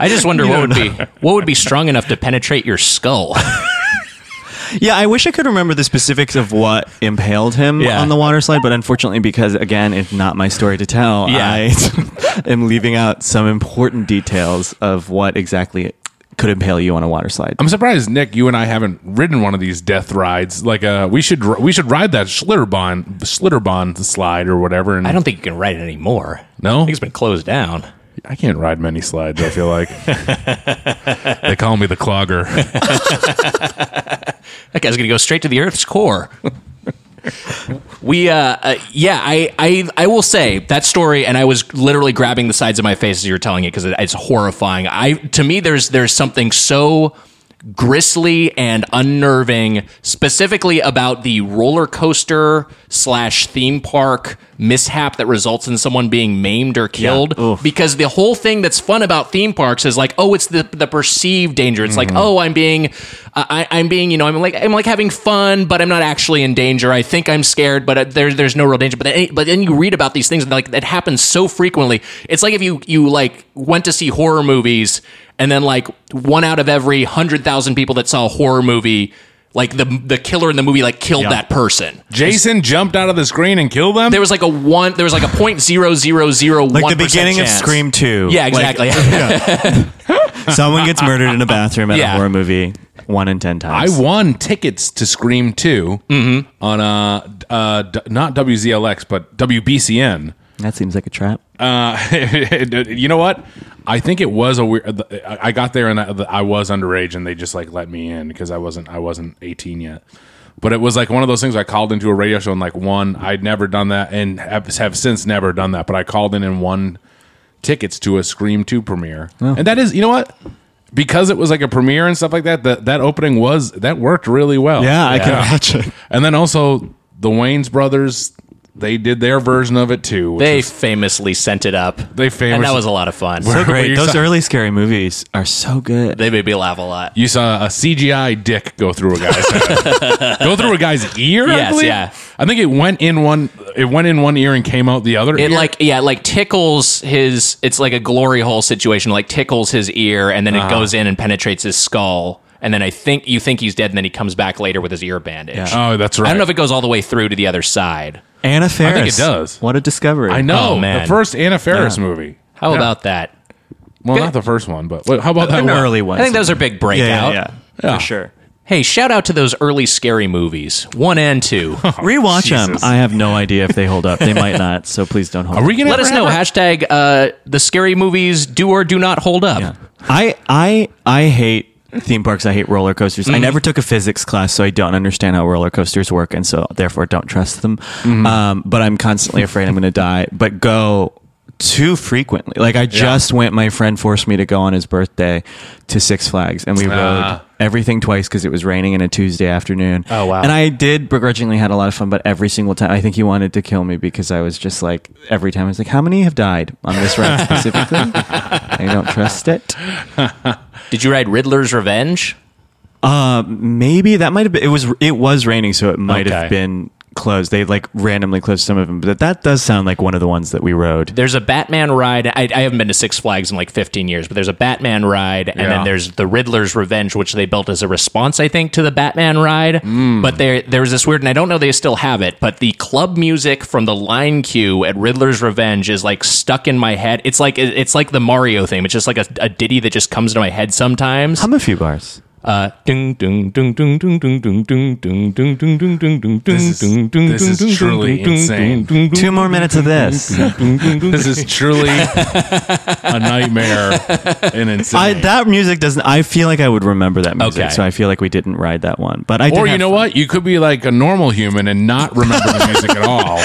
Speaker 2: I just wonder what would be what would be strong enough to penetrate your skull.
Speaker 7: Yeah, I wish I could remember the specifics of what impaled him
Speaker 2: Yeah.
Speaker 7: on the water slide, but unfortunately, because again, it's not my story to tell,
Speaker 2: Yeah.
Speaker 7: I am leaving out some important details of what exactly could impale you on a water slide.
Speaker 3: I'm surprised, Nick. You and I haven't ridden one of these death rides. Like, uh, we should r- we should ride that Schlitterbahn Schlitterbahn slide or whatever. And
Speaker 2: I don't think you can ride it anymore. I
Speaker 3: No,
Speaker 2: think it's been closed down.
Speaker 3: I can't ride many slides. I feel like they call me the clogger.
Speaker 2: That guy's gonna go straight to the Earth's core. we, uh, uh, yeah, I, I, I will say that story, and I was literally grabbing the sides of my face as you were telling it because it, it's horrifying. I, to me, there's there's something so grisly and unnerving, specifically about the roller coaster slash theme park mishap that results in someone being maimed or killed because the whole thing that's fun about theme parks is like oh it's the the perceived danger it's
Speaker 7: Mm-hmm.
Speaker 2: like oh i'm being I, I- i'm being you know i'm like i'm like having fun but i'm not actually in danger i think i'm scared but uh, there, there's no real danger but then, but then you read about these things and like that happens so frequently it's like if you you like went to see horror movies and then like one out of every 100,000 people that saw a horror movie like the the killer in the movie like killed that person
Speaker 3: Jason jumped out of the screen and killed them.
Speaker 2: there was like a one. There was like a point zero zero zero one.
Speaker 7: like the beginning
Speaker 2: chance.
Speaker 7: of Scream 2.
Speaker 2: Yeah,
Speaker 7: Like,
Speaker 2: exactly.
Speaker 7: someone gets murdered in a bathroom at
Speaker 2: Yeah.
Speaker 7: a horror movie one in 10
Speaker 3: I
Speaker 7: times.
Speaker 3: won tickets to Scream 2 on uh, d- uh, d- not WZLX but WBCN.
Speaker 7: that seems like a trap.
Speaker 3: Uh, you know what? I think it was a weird. I I got there and I, I was underage, and they just like let me in because I wasn't I wasn't eighteen yet. But it was like one of those things. I called into a radio show and like one I'd never done that, and have, have since never done that. But I called in and won tickets to a Scream 2 premiere.
Speaker 7: Oh.
Speaker 3: And that is, you know what? Because it was like a premiere and stuff like that, that, that opening was, that worked really well.
Speaker 7: Yeah, I can imagine.
Speaker 3: And then also the Waynes brothers, they did their version of it too. which
Speaker 2: They
Speaker 3: was-
Speaker 2: famously sent it up.
Speaker 3: they
Speaker 2: and
Speaker 3: famous.
Speaker 2: that was a lot of fun.
Speaker 7: So great.
Speaker 3: you
Speaker 7: Those
Speaker 3: saw-
Speaker 7: early scary movies are so good.
Speaker 2: They made me laugh a lot.
Speaker 3: You saw a CGI dick go through a guy's head. go through a guy's ear. I
Speaker 2: Yes,
Speaker 3: believe?
Speaker 2: yeah.
Speaker 3: I think it went in one. It went in one ear and came out the other.
Speaker 2: It
Speaker 3: ear.
Speaker 2: like yeah, it like tickles his. It's like a glory hole situation. Like tickles his ear, and then
Speaker 3: Uh-huh.
Speaker 2: it goes in and penetrates his skull. And then I think you think he's dead, and then he comes back later with his ear bandage.
Speaker 3: Oh, that's right.
Speaker 2: I don't know if it goes all the way through to the other side.
Speaker 7: Anna Faris.
Speaker 3: does.
Speaker 7: What a discovery.
Speaker 3: I know
Speaker 2: Oh, man.
Speaker 3: the first Anna Faris movie.
Speaker 2: How about that?
Speaker 3: Well, not the first one, but wait, how about that
Speaker 7: An
Speaker 3: one?
Speaker 7: early one.
Speaker 2: I think those are big breakout.
Speaker 7: yeah, yeah, yeah.
Speaker 3: Yeah.
Speaker 7: For sure.
Speaker 2: Hey, shout out to those early scary movies, one and two.
Speaker 7: Rewatch them.
Speaker 3: Oh, Jesus.
Speaker 7: I have no idea if they hold up. They might not, so please don't hold
Speaker 3: Are we gonna
Speaker 2: Let us
Speaker 3: ever
Speaker 2: know.
Speaker 3: have
Speaker 2: Hashtag uh, the scary movies do or do not hold up.
Speaker 7: I I I hate theme parks. I hate roller coasters.
Speaker 3: Mm-hmm.
Speaker 7: I never took a physics class, so I don't understand how roller coasters work, and so therefore don't trust them.
Speaker 3: Mm-hmm.
Speaker 7: Um, but I'm constantly afraid I'm going to die. But go too frequently. Like I just went. My friend forced me to go on his birthday to Six Flags, and we
Speaker 3: Ah.
Speaker 7: rode everything twice because it was raining in a Tuesday afternoon.
Speaker 2: Oh, wow.
Speaker 7: And I did begrudgingly had a lot of fun, but every single time I think he wanted to kill me because I was just like every time I was like, how many have died on this ride specifically? I don't trust it.
Speaker 2: Did you ride Riddler's Revenge?
Speaker 7: Maybe that might have been. It was it was raining, so it might
Speaker 2: Okay.
Speaker 7: have been closed. They like randomly closed some of them, but that does sound like one of the ones that we rode.
Speaker 2: There's a Batman ride. I, I haven't been to Six Flags in like 15 years, but there's a Batman ride, and then
Speaker 3: Yeah.
Speaker 2: there's the Riddler's Revenge, which they built as a response, I think, to the Batman ride. But there, there was this weird, and I don't know they still have it, but the club music from the line cue at Riddler's Revenge is like stuck in my head. It's like it's like the Mario theme. It's just like a, a ditty that just comes to my head sometimes.
Speaker 7: Hum a few bars.
Speaker 2: Uh, ding, ding, ding, ding, ding, ding, ding, ding, ding, ding, ding, ding, ding, ding,
Speaker 3: This
Speaker 2: ding,
Speaker 3: is-
Speaker 2: ding,
Speaker 3: this is
Speaker 2: ding, ding,
Speaker 3: truly
Speaker 2: ding, ding,
Speaker 3: insane.
Speaker 2: ding, ding,
Speaker 7: Two more minutes of this.
Speaker 3: this is truly a nightmare and insane.
Speaker 7: I, that music doesn't. I feel like I would remember that music,
Speaker 2: Okay.
Speaker 7: so I feel like we didn't ride that one. But I did
Speaker 3: or you
Speaker 7: have
Speaker 3: know
Speaker 7: fun.
Speaker 3: what? You could be like a normal human and not remember the music at all.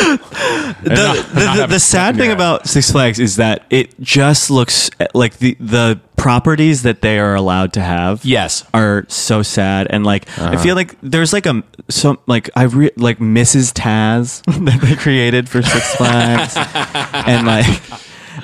Speaker 7: the, the, the, the sad thing about Six Flags is that it just looks like the the properties that they are allowed to have.
Speaker 2: Yes.
Speaker 7: are so sad and like I feel like there's like a some like I re, like Mrs. Taz that they created for Six Flags and like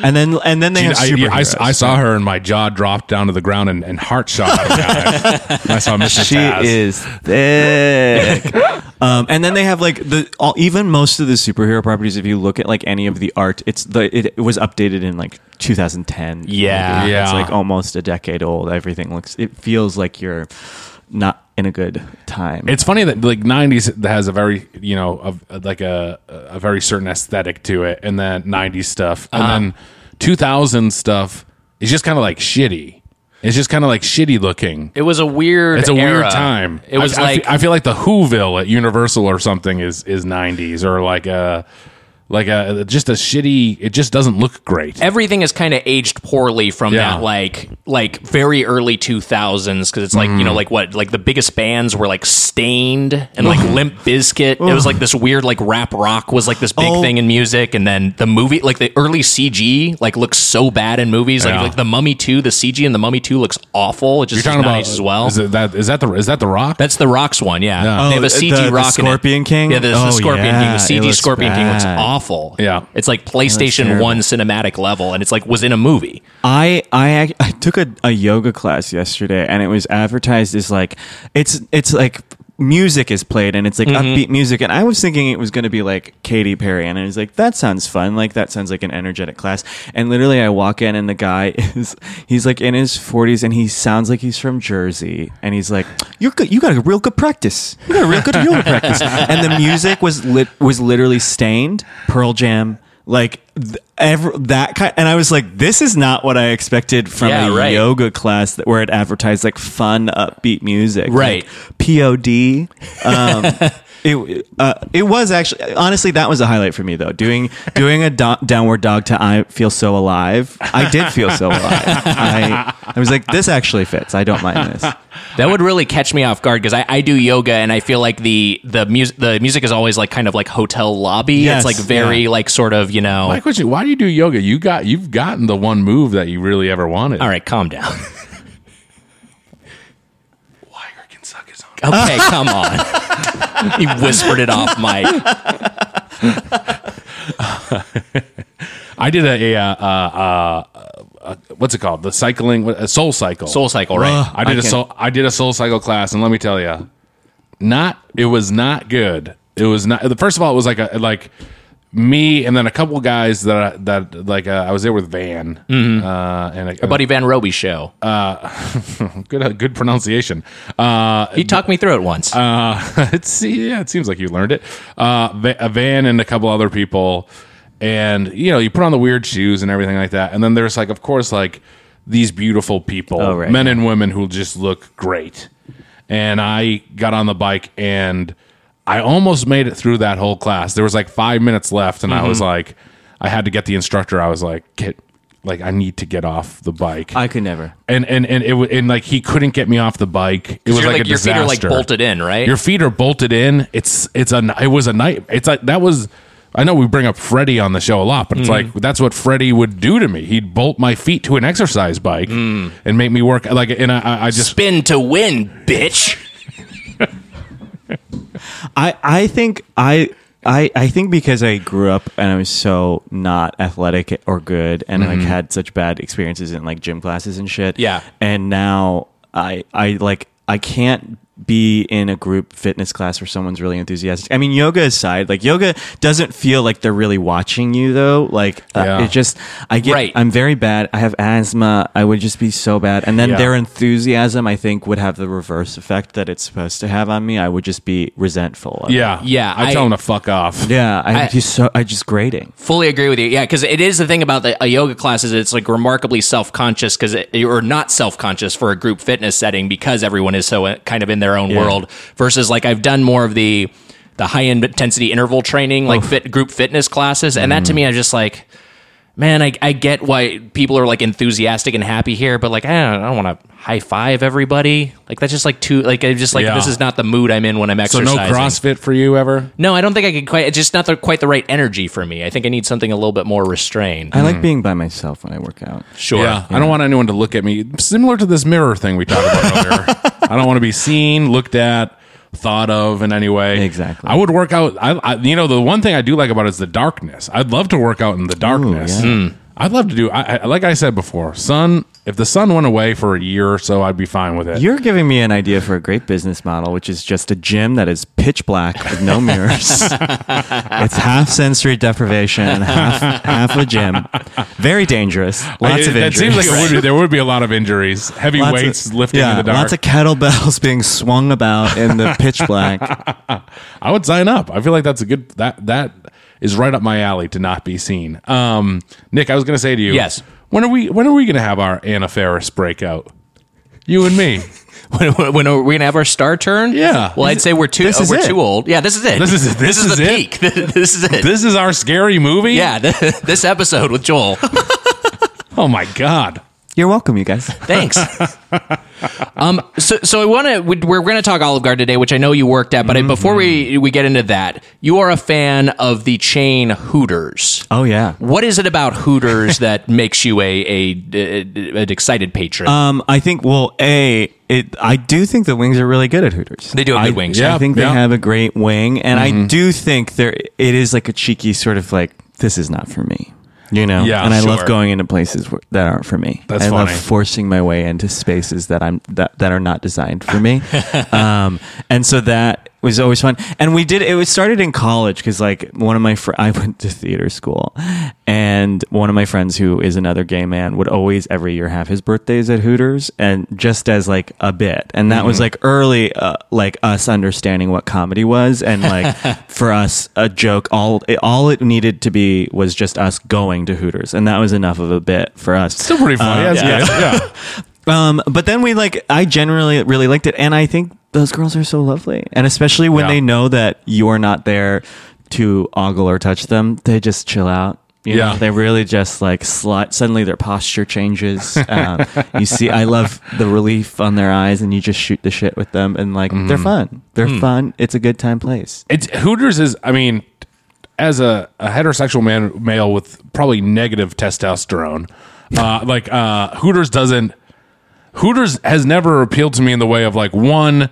Speaker 7: and then and then they have
Speaker 3: I, yeah, I s-
Speaker 7: superheroes.
Speaker 3: I saw her and my jaw dropped down to the ground and, and heart shot. out of my eyes. I saw Mrs.
Speaker 7: she
Speaker 3: Taz.
Speaker 7: is thick. um, and then they have like the all, even most of the superhero properties. If you look at like any of the art, it's the it, it was updated in like 2010.
Speaker 2: Yeah.
Speaker 7: Maybe. it's
Speaker 3: Yeah.
Speaker 7: like almost a decade old. Everything looks. It feels like you're not in a good time.
Speaker 3: It's funny that like '90s has a very you know a, like a a very certain aesthetic to it, and then '90s stuff, and
Speaker 2: Uh-huh.
Speaker 3: then 2000 stuff is just kind of like shitty. It's just kind of like shitty looking.
Speaker 2: It was a weird.
Speaker 3: It's a weird
Speaker 2: era.
Speaker 3: time.
Speaker 2: It was
Speaker 3: I, I fe-
Speaker 2: like
Speaker 3: I feel like the Whoville at Universal or something is is '90s or like a like a just a shitty. It just doesn't look great.
Speaker 2: everything is kind of aged poorly from
Speaker 3: Yeah.
Speaker 2: that like like very early 2000s because it's like
Speaker 3: Mm.
Speaker 2: you know like what like the biggest bands were like stained and like limp bizkit it was like this weird like rap rock was like this big
Speaker 7: Oh.
Speaker 2: thing in music and then the movie like the early cg like looks so bad in movies like,
Speaker 3: Yeah.
Speaker 2: like the mummy 2 the cg in the mummy 2 looks awful it just is not aged as well
Speaker 3: Is it that is that the is that the Rock?
Speaker 2: That's the Rocks one, yeah.
Speaker 3: Yeah.
Speaker 2: They have a
Speaker 7: Oh,
Speaker 2: CG
Speaker 7: the- the
Speaker 2: Rock. in it.
Speaker 7: Scorpion King?
Speaker 2: Yeah, there's
Speaker 7: Oh,
Speaker 2: the Scorpion
Speaker 7: yeah,
Speaker 2: King.
Speaker 7: it
Speaker 2: The CG
Speaker 7: looks
Speaker 2: Scorpion King looks
Speaker 7: bad.
Speaker 2: awful.
Speaker 3: Yeah.
Speaker 2: It's like PlayStation
Speaker 7: terrible.
Speaker 2: 1 cinematic level, and it's like was in a movie.
Speaker 7: I I, ac- I took a, a yoga class yesterday, and it was advertised as like it's it's like music is played and it's like upbeat music and i was thinking it was going to be like katy perry and i was like that sounds fun like that sounds like an energetic class and literally i walk in and the guy is he's like in his 40s and he sounds like he's from jersey and he's like you're good you got a real good practice you got a real good yoga practice and the music was lit was literally stained pearl jam like th- ever that kind and i was like this is not what i expected from
Speaker 2: Yeah,
Speaker 7: a
Speaker 2: right.
Speaker 7: yoga class that where it advertised like fun upbeat music
Speaker 2: Right.
Speaker 7: like pod um It uh, it was actually honestly that was a highlight for me though. Doing doing a do- downward dog to I feel so alive. I did feel so alive. I I was like this actually fits. I don't mind this.
Speaker 2: That would really catch me off guard because I, I do yoga and I feel like the the music the music is always like kind of like hotel lobby.
Speaker 7: Yes,
Speaker 2: it's like very
Speaker 7: yeah.
Speaker 2: like sort of you know.
Speaker 3: My question: Why do you do yoga? You got you've gotten the one move that you really ever wanted.
Speaker 2: all right, calm down.
Speaker 3: Tiger can suck his own.
Speaker 2: Okay, come on. he whispered it off Mike.
Speaker 3: I did a, a, uh uh uh uh what's it called? The cycling, a soul cycle.
Speaker 2: Soul cycle, right?
Speaker 3: I did a
Speaker 7: can-
Speaker 3: soul. I did a soul cycle class, and let me tell you, not it was not good. It was not. The first of all, it was like a like me and then a couple guys that I, that like uh, I was there with Van uh, and a,
Speaker 2: Mm-hmm.
Speaker 3: um,
Speaker 2: Buddy Van Roby show.
Speaker 3: Good good pronunciation. Uh,
Speaker 7: Um,
Speaker 2: he talked me through it once.
Speaker 3: Uh, it's yeah, it seems like you learned it. Uh, Va- a van and a couple other people, and you know, you put on the weird shoes and everything like that. And then there's like, of course, like these beautiful people,
Speaker 7: Oh, right,
Speaker 3: men and women who just look great. And I got on the bike and I almost made it through that whole class. There was like five minutes left, and I
Speaker 2: Mm-hmm.
Speaker 3: was like, I had to get the instructor. I was like, get like I need to get off the bike.
Speaker 7: I could never.
Speaker 3: and and and it wa- and like he couldn't get me off the bike. It was
Speaker 2: You're
Speaker 3: like, a
Speaker 2: your
Speaker 3: disaster.
Speaker 2: feet are like bolted in, right?
Speaker 3: Your feet are bolted in. It's it's a it was a night. It's like that was. I know we bring up Freddie on the show a lot, but it's
Speaker 2: Mm.
Speaker 3: like that's what Freddie would do to me. He'd bolt my feet to an exercise bike
Speaker 2: Mm.
Speaker 3: and make me work like. And I- I, I just
Speaker 2: Spin to win, bitch.
Speaker 7: I I think I. I, I think because I grew up and I was so not athletic or good and like had such bad experiences in like gym classes and shit.
Speaker 2: Yeah.
Speaker 7: And now I I like I can't be in a group fitness class where someone's really enthusiastic. I mean, yoga aside, like yoga doesn't feel like they're really watching you though. Like uh,
Speaker 3: Yeah.
Speaker 7: it just I get
Speaker 2: Right.
Speaker 7: I'm very bad. I have asthma. I would just be so bad. And then
Speaker 3: Yeah.
Speaker 7: their enthusiasm I think would have the reverse effect that it's supposed to have on me. I would just be resentful. of it.
Speaker 3: yeah
Speaker 2: Yeah,
Speaker 3: I,
Speaker 2: I-
Speaker 3: tell him to fuck off.
Speaker 7: Yeah, I,
Speaker 2: I-
Speaker 7: just so I just grating.
Speaker 2: Fully agree with you. Yeah, because it is the thing about the a yoga class is it's like remarkably self conscious because or not self conscious for a group fitness setting because everyone is so uh, kind of in their own world. Versus like I've done more of the the high intensity interval training like fit group fitness classes, and
Speaker 3: Mm-hmm.
Speaker 2: that to me I just like. Man, I, I get why people are like enthusiastic and happy here, but like I don't, I don't want to high five everybody. Like that's just like too like I just like
Speaker 3: Yeah.
Speaker 2: this is not the mood I'm in when I'm
Speaker 3: So
Speaker 2: exercising.
Speaker 3: no CrossFit for you ever?
Speaker 2: No, I don't think I could quite. It's just not the, quite the right energy for me. I think I need something a little bit more restrained.
Speaker 7: I
Speaker 3: Hmm.
Speaker 7: like being by myself when I work out.
Speaker 2: Sure.
Speaker 3: Yeah,
Speaker 7: Mm-hmm.
Speaker 3: I don't want anyone to look at me. Similar to this mirror thing we talked about earlier. I don't want to be seen, looked at, thought of in any way.
Speaker 7: Exactly.
Speaker 3: I would work out. I, I you know the one thing I do like about it is the darkness. I'd love to work out in the darkness. Mm.
Speaker 7: yeah.
Speaker 3: I'd love to do. I, I like I said before, sun. If the sun went away for a year or so, I'd be fine with it.
Speaker 7: You're giving me an idea for a great business model, which is just a gym that is pitch black with no mirrors. it's half sensory deprivation and half half a gym. Very dangerous. Lots
Speaker 3: It-
Speaker 7: of
Speaker 3: that
Speaker 7: injuries.
Speaker 3: seems like it would be, there would be a lot of injuries, heavy
Speaker 7: Lots of-
Speaker 3: weights lifting
Speaker 7: yeah,
Speaker 3: in the dark.
Speaker 7: Lots of kettlebells being swung about in the pitch black.
Speaker 3: I would sign up. I feel like that's a good that that is right up my alley to not be seen. Um, Nick, I was going to say to you,
Speaker 2: Yes.
Speaker 3: When are we when are we going to have our Anna Ferris breakout? You and me.
Speaker 2: when, when are we gonna have our star turn?
Speaker 3: Yeah.
Speaker 2: Well, I'd say we're too.
Speaker 7: This
Speaker 2: uh,
Speaker 7: is
Speaker 2: we're
Speaker 7: it.
Speaker 2: too old. Yeah. This is it.
Speaker 3: This is it. This
Speaker 2: This, is,
Speaker 3: is
Speaker 2: the
Speaker 3: it.
Speaker 2: peak. this is it.
Speaker 3: this is our scary movie.
Speaker 2: yeah. th- this episode with Joel.
Speaker 3: Oh my god.
Speaker 7: You're welcome, you guys.
Speaker 2: Thanks. um. So so I want to. We're going to talk Olive Garden today, which I know you worked at. But I, before we we get into that, you are a fan of the chain Hooters.
Speaker 7: Oh yeah.
Speaker 2: What is it about Hooters that makes you a, a, a- an excited patron?
Speaker 7: Um, I think well, a it. I do think the wings are really good at Hooters.
Speaker 2: They do have good
Speaker 7: I-
Speaker 2: wings.
Speaker 3: Yeah,
Speaker 7: I think
Speaker 3: yeah. Mm-hmm.
Speaker 7: they have a great wing, and I do think there it is like a cheeky sort of like this is not for me. You know,
Speaker 3: Yeah,
Speaker 7: and I
Speaker 3: sure.
Speaker 7: love going into places where, that aren't for me.
Speaker 3: That's
Speaker 7: I
Speaker 3: funny.
Speaker 7: love forcing my way into spaces that I'm that, that are not designed for me, um, and so that was always fun. And we did it was started in college because like one of my fr- I went to theater school, and one of my friends who is another gay man would always every year have his birthdays at Hooters, and just as like a bit, and that was like early uh, like us understanding what comedy was, and like for us a joke all it, all it needed to be was just us going to Hooters, and that was enough of a bit for us.
Speaker 2: Uh,
Speaker 3: Still pretty funny. That's good. yeah.
Speaker 7: Um, but then we like, I generally really liked it, and I think those girls are so lovely, and especially when
Speaker 3: Yeah.
Speaker 7: they know that you are not there to ogle or touch them, they just chill out. You
Speaker 3: Yeah.
Speaker 7: know, they really just like slide. Suddenly, their posture changes. Um, you see, I love the relief on their eyes, and you just shoot the shit with them, and like
Speaker 3: Mm-hmm.
Speaker 7: they're fun. They're
Speaker 3: Hmm.
Speaker 7: fun. It's a good time place.
Speaker 3: It's Hooters is. I mean, as a, a heterosexual man male with probably negative testosterone, uh, like uh, Hooters doesn't. Hooters has never appealed to me in the way of like one.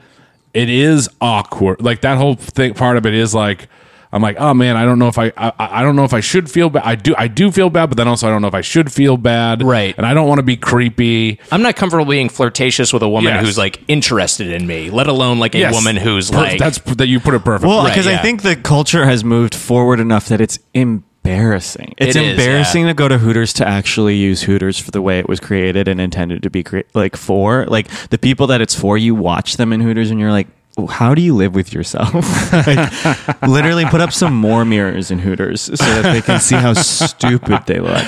Speaker 3: It is awkward. Like that whole thing, part of it is like. I'm like, oh man, I don't know if I, I, I don't know if I should feel bad. I do, I do feel bad, but then also I don't know if I should feel bad,
Speaker 2: Right.
Speaker 3: And I don't want to be creepy.
Speaker 2: I'm not comfortable being flirtatious with a woman
Speaker 3: Yes.
Speaker 2: who's like interested in me, let alone like a
Speaker 3: Yes.
Speaker 2: woman who's
Speaker 3: Per-
Speaker 2: like
Speaker 3: that's that you put it perfect.
Speaker 7: Well,
Speaker 2: Right,
Speaker 7: because
Speaker 2: yeah.
Speaker 7: I think the culture has moved forward enough that it's embarrassing. It's
Speaker 2: It is,
Speaker 7: embarrassing to go to Hooters to actually use Hooters for the way it was created and intended to be cre- like for. Like the people that it's for, you watch them in Hooters and you're like, how do you live with yourself? like, literally, put up some more mirrors in Hooters so that they can see how stupid they look.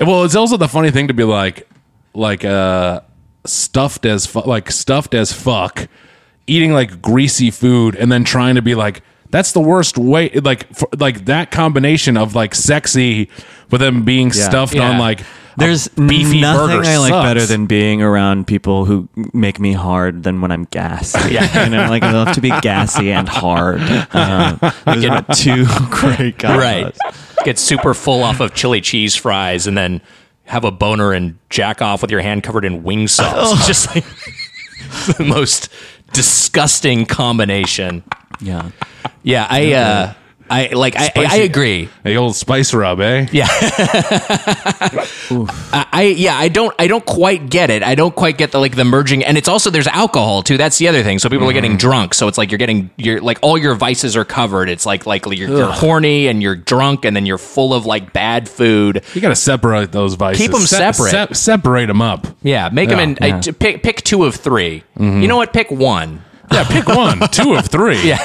Speaker 3: Well, it's also the funny thing to be like, like uh, stuffed as fu- like stuffed as fuck, eating like greasy food, and then trying to be like that's the worst way. Like for, like that combination of like sexy, but then being stuffed
Speaker 2: Yeah.
Speaker 3: on like a
Speaker 7: There's
Speaker 3: beefy
Speaker 7: nothing
Speaker 3: burger
Speaker 7: I like
Speaker 3: sucks.
Speaker 7: better than being around people who make me hard than when I'm gassy. Yeah. you know, like I love to be gassy and hard. Um, those are two great guys.
Speaker 2: right. Get super full off of chili cheese fries and then have a boner and jack off with your hand covered in wing sauce. It's just like the most disgusting combination.
Speaker 7: Yeah.
Speaker 2: Yeah, I uh I like I, I, I
Speaker 3: Spicy.
Speaker 2: agree.
Speaker 3: the old spice rub, eh? Yeah,
Speaker 2: I, I yeah, I don't I don't quite get it. I don't quite get the like the merging and it's also there's alcohol too. That's the other thing. So people are getting drunk. So it's like you're getting you're like all your vices are covered. It's like like you're, you're horny and you're drunk and then you're full of like bad food.
Speaker 3: you got to separate those vices.
Speaker 2: 'em separate.
Speaker 3: separate them up.
Speaker 2: Yeah, Mm-hmm. make them in I, pick pick two of 3 You know what? Pick one.
Speaker 3: Yeah, pick one, two of three. Yeah,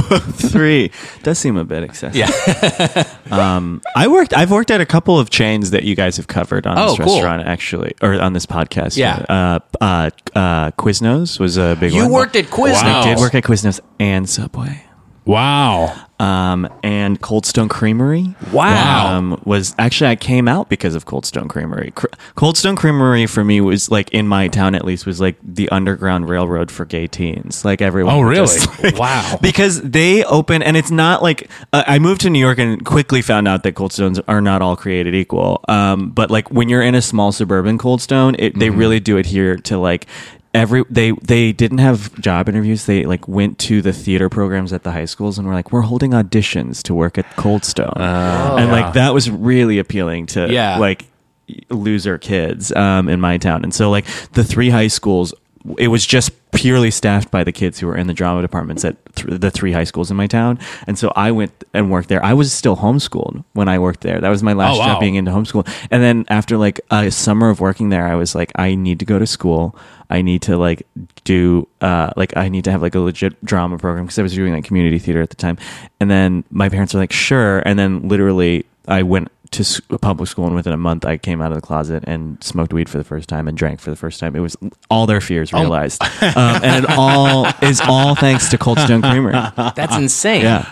Speaker 7: Three does seem a bit excessive. Yeah. um, I worked. I've worked at a couple of chains that you guys have covered on
Speaker 2: Oh,
Speaker 7: this
Speaker 2: cool.
Speaker 7: restaurant, actually, or on this podcast.
Speaker 2: Yeah.
Speaker 7: Uh, uh, uh, Quiznos was a big
Speaker 2: You
Speaker 7: one.
Speaker 2: worked at Quiznos.
Speaker 7: I did work at Quiznos and Subway.
Speaker 3: Wow.
Speaker 7: um, and Cold Stone Creamery.
Speaker 2: Wow.
Speaker 7: Um, was actually I came out because of Cold Stone Creamery. Cr- Cold Stone Creamery for me was like in my town at least was like the underground railroad for gay teens. Like everyone.
Speaker 3: Oh,
Speaker 7: would
Speaker 3: really?
Speaker 7: just, like-
Speaker 3: wow.
Speaker 7: because they open and it's not like uh, I moved to New York and quickly found out that cold stones are not all created equal. Um, but like when you're in a small suburban cold stone, it, they really do adhere to like every they they didn't have job interviews. They like went to the theater programs at the high schools and were like, we're holding auditions to work at Cold Stone, and like that was really appealing to
Speaker 2: Yeah.
Speaker 7: like loser kids um, in my town. And so, like, the three high schools, it was just purely staffed by the kids who were in the drama departments at th- the three high schools in my town. And so I went and worked there. I was still homeschooled when I worked there. That was my last
Speaker 3: Oh, wow.
Speaker 7: job being into homeschool. And then after like a summer of working there, I was like, I need to go to school. I need to like do uh like I need to have like a legit drama program because I was doing like community theater at the time. And then my parents were like, sure. And then literally I went to s- public school and within a month I came out of the closet and smoked weed for the first time and drank for the first time. It was all their fears realized, um, and it all is all thanks to Cold Stone Creamery.
Speaker 2: That's insane.
Speaker 7: Yeah,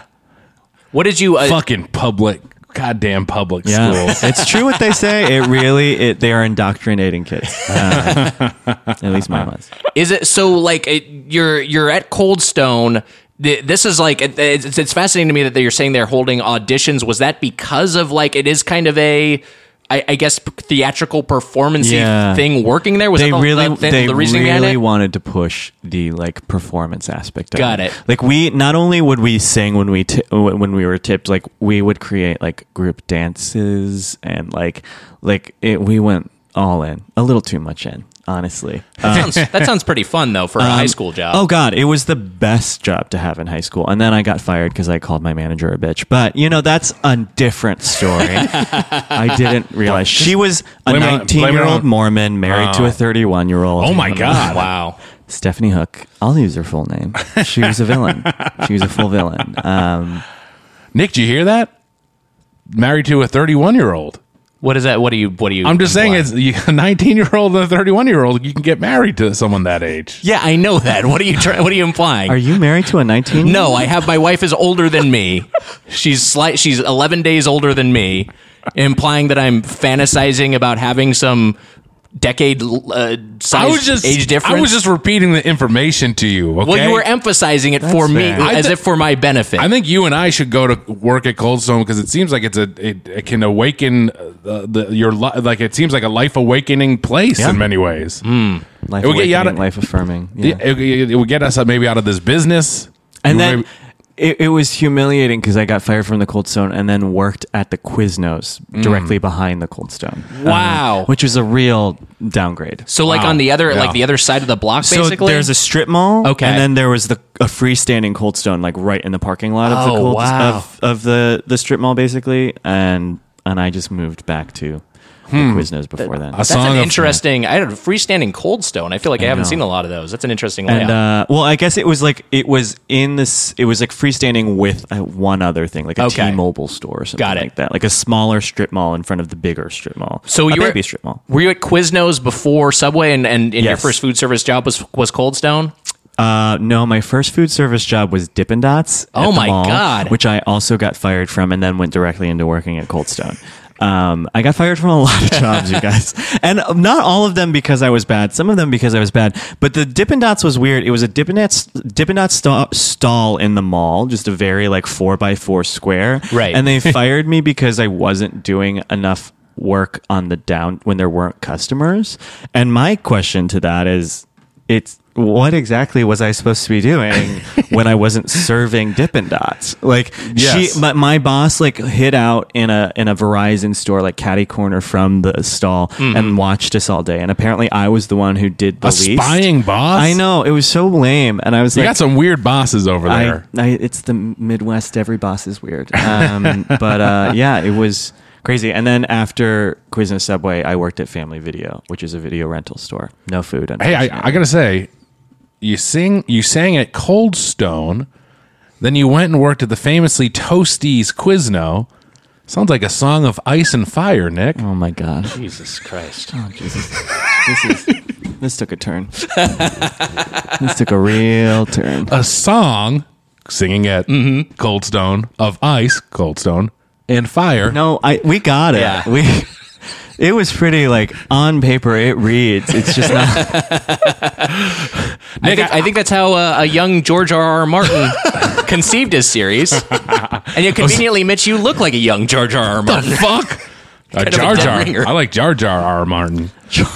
Speaker 2: What did you? Uh,
Speaker 3: Fucking public, goddamn public
Speaker 7: yeah,
Speaker 3: school.
Speaker 7: it's true what they say. It really it, they are indoctrinating kids. Uh, at least mine was.
Speaker 2: Is it so? Like it, you're you're at Cold Stone. Th- This is like it- it's, it's fascinating to me that you're saying they're holding auditions. Was that because of like it is kind of a I, I guess theatrical performancey
Speaker 7: Yeah.
Speaker 2: thing working there? Was
Speaker 7: they
Speaker 2: that the,
Speaker 7: really
Speaker 2: the, thing-
Speaker 7: they
Speaker 2: the reasoning behind
Speaker 7: really
Speaker 2: it?
Speaker 7: wanted to push the like performance aspect of
Speaker 2: Got it.
Speaker 7: like we not only would we sing when we ti- when when we were tipped like we would create like group dances and like like it, we went all in a little too much in honestly
Speaker 2: that, sounds, that sounds pretty fun though for a high
Speaker 7: um,
Speaker 2: school job.
Speaker 7: Oh God, it was the best job to have in high school, and then I got fired because I called my manager a bitch. But you know that's a different story. I didn't realize she was a
Speaker 3: Blame it on- blame it
Speaker 7: nineteen-year-old
Speaker 3: on-
Speaker 7: Mormon married to a thirty-one-year-old.
Speaker 3: Oh my god.
Speaker 2: wow.
Speaker 7: Stephanie Hook. I'll use her full name. She was a villain. she was a full villain. Um,
Speaker 3: Nick, do you hear that? Married to a 31 year old.
Speaker 2: What is that? What do you? What do you?
Speaker 3: I'm just saying,
Speaker 2: imply?
Speaker 3: it's you- a 19 year old and a 31 year old. You can get married to someone that age.
Speaker 2: Yeah, I know that. What are you? Try- what are you implying?
Speaker 7: Are you married to a 19?
Speaker 2: no, I have. My wife is older than me. She's slight. She's 11 days older than me, implying that I'm fantasizing about having some decade uh, size
Speaker 3: I was just
Speaker 2: age difference.
Speaker 3: I was just repeating the information to you. Okay?
Speaker 2: well, you were emphasizing it for me
Speaker 7: fair.
Speaker 3: I
Speaker 2: as
Speaker 3: thi-
Speaker 2: if for my benefit.
Speaker 3: I think you and I should go to work at Coldstone because it seems like it's a it, it can awaken uh, the, the your li- like it seems like a life awakening place
Speaker 7: Yeah.
Speaker 3: in many ways.
Speaker 7: Life
Speaker 3: It would get you
Speaker 7: awakening,
Speaker 3: out of-
Speaker 7: life affirming. Yeah.
Speaker 3: It, it- it would get us uh, maybe out of this business.
Speaker 7: and
Speaker 3: You
Speaker 7: then
Speaker 3: maybe-
Speaker 7: it, it was humiliating because I got fired from the Cold Stone and then worked at the Quiznos directly behind the Cold Stone.
Speaker 2: Mm. Uh-huh. Wow.
Speaker 7: which was a real downgrade.
Speaker 2: so, like on the other,
Speaker 3: Yeah.
Speaker 2: like the other side of the block,
Speaker 7: So
Speaker 2: basically.
Speaker 7: there's a strip mall,
Speaker 2: Okay.
Speaker 7: and then there was the a freestanding Cold Stone, like right in the parking lot of the
Speaker 2: Oh,
Speaker 7: cold,
Speaker 2: wow.
Speaker 7: of, of the the strip mall, basically, and and I just moved back to
Speaker 2: Hmm.
Speaker 7: the Quiznos before then.
Speaker 3: a
Speaker 2: that's
Speaker 3: song
Speaker 2: an
Speaker 3: of-
Speaker 2: interesting. I had a freestanding cold stone. I feel like I, haven't
Speaker 7: know.
Speaker 2: seen a lot of those. That's an interesting layout.
Speaker 7: and uh, well, I guess it was like it was in this. It was like freestanding with uh, one other thing, like a
Speaker 2: Okay.
Speaker 7: mobile store or something
Speaker 2: Got it.
Speaker 7: like that, like a smaller strip mall in front of the bigger strip mall.
Speaker 2: So
Speaker 7: a
Speaker 2: you were-
Speaker 7: baby strip mall.
Speaker 2: Were you at Quiznos before Subway, and and, and your
Speaker 7: Yes.
Speaker 2: first food service job was was Cold Stone?
Speaker 7: Uh, no, my first food service job was Dippin' Dots. at
Speaker 2: Oh
Speaker 7: the
Speaker 2: my
Speaker 7: mall,
Speaker 2: God.
Speaker 7: Which I also got fired from, and then went directly into working at Cold Stone. Um, I got fired from a lot of jobs, you guys, and not all of them because I was bad. Some of them because I was bad. But the Dippin' Dots was weird. It was a Dippin' Dots Dippin' Dots sta- stall in the mall, just a very like four by four square.
Speaker 2: Right.
Speaker 7: And they fired me because I wasn't doing enough work on the down when there weren't customers. And my question to that is it's what exactly was I supposed to be doing when I wasn't serving Dippin' Dots? Like
Speaker 3: Yes.
Speaker 7: she, my, my boss, like hid out in a in a Verizon store, like catty corner from the stall, and watched us all day. And apparently, I was the one who did the
Speaker 3: Mm-hmm. a
Speaker 7: least.
Speaker 3: spying boss.
Speaker 7: I know it was so lame, and I was
Speaker 3: You
Speaker 7: like,
Speaker 3: got some weird bosses over there.
Speaker 7: I, I, it's the Midwest. Every boss is weird. Um, but uh, yeah, it was crazy. And then after Quiznos Subway, I worked at Family Video, which is a video rental store. No food.
Speaker 3: hey, I, I
Speaker 7: unfortunately.
Speaker 3: gotta say, you sing, you sang at Cold Stone, then you went and worked at the famously Toasties Quizno. Sounds like a song of ice and fire, Nick.
Speaker 7: oh my god, Oh,
Speaker 2: Jesus Christ!
Speaker 7: this is this took a turn. this took a real turn.
Speaker 2: Uh,
Speaker 3: A song singing at Cold Stone of ice, Cold Stone and fire.
Speaker 7: No, I we got it.
Speaker 2: Yeah.
Speaker 7: We. It was pretty like on paper. It reads. It's just not.
Speaker 2: I think, I think that's how uh, a young George R. R. Martin conceived his series. And yet, conveniently, Mitch, you look like a young George R. R. Martin.
Speaker 3: fuck. A
Speaker 2: of a
Speaker 3: Jar
Speaker 2: dead
Speaker 3: Jar.
Speaker 2: ringer.
Speaker 3: I like Jar Jar R. Martin.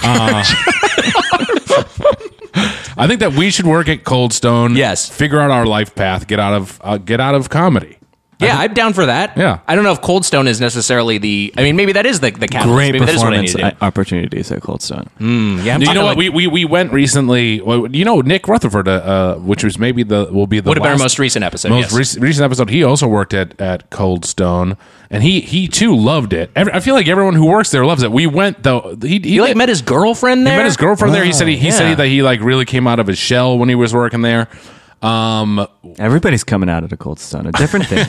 Speaker 3: Uh, I think that we should work at Cold Stone.
Speaker 2: Yes.
Speaker 3: Figure out our life path. Get out of uh, get out of comedy.
Speaker 2: Yeah, I'm down for that.
Speaker 3: Yeah.
Speaker 2: I don't know if Cold Stone is necessarily the. I mean, maybe that is the the catalyst.
Speaker 7: Great
Speaker 2: maybe that is what I need
Speaker 7: performance
Speaker 2: to do. Mm.
Speaker 7: uh, opportunities at Cold Stone.
Speaker 2: yeah, I'm
Speaker 3: You
Speaker 2: talking
Speaker 3: know
Speaker 2: like-
Speaker 3: what? We, we we went recently. well, You know Nick Rutherford, uh, uh, which was maybe the will be the
Speaker 2: would have been our
Speaker 3: last-
Speaker 2: most recent episode.
Speaker 3: most
Speaker 2: yes.
Speaker 3: rec- recent episode. He also worked at at Cold Stone, and he he too loved it. Every, I feel like everyone who works there loves it. We went though. He he
Speaker 2: you like met his girlfriend there. Oh,
Speaker 3: He met his girlfriend there. He said he, he
Speaker 2: yeah.
Speaker 3: said that he like really came out of his shell when he was working there. Um,
Speaker 7: Everybody's coming out at a Cold Stone. A different thing.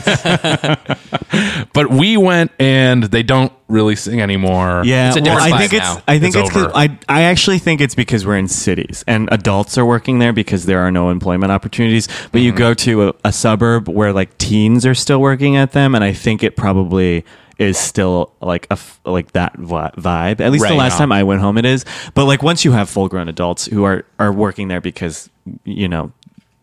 Speaker 3: but we went and they don't really sing anymore.
Speaker 7: Yeah,
Speaker 2: It's a different
Speaker 7: I
Speaker 2: vibe
Speaker 7: think it's
Speaker 2: now.
Speaker 7: I think
Speaker 3: It's
Speaker 7: it's, 'cause-
Speaker 3: over.
Speaker 7: I I actually think it's because we're in cities and adults are working there because there are no employment opportunities. But you go to a, a suburb where like teens are still working at them, and I think it probably is still like a f- like that vi- vibe. At least the
Speaker 2: Right.
Speaker 7: last
Speaker 2: Yeah.
Speaker 7: time I went home, it is. But like once you have full grown adults who are are working there because you know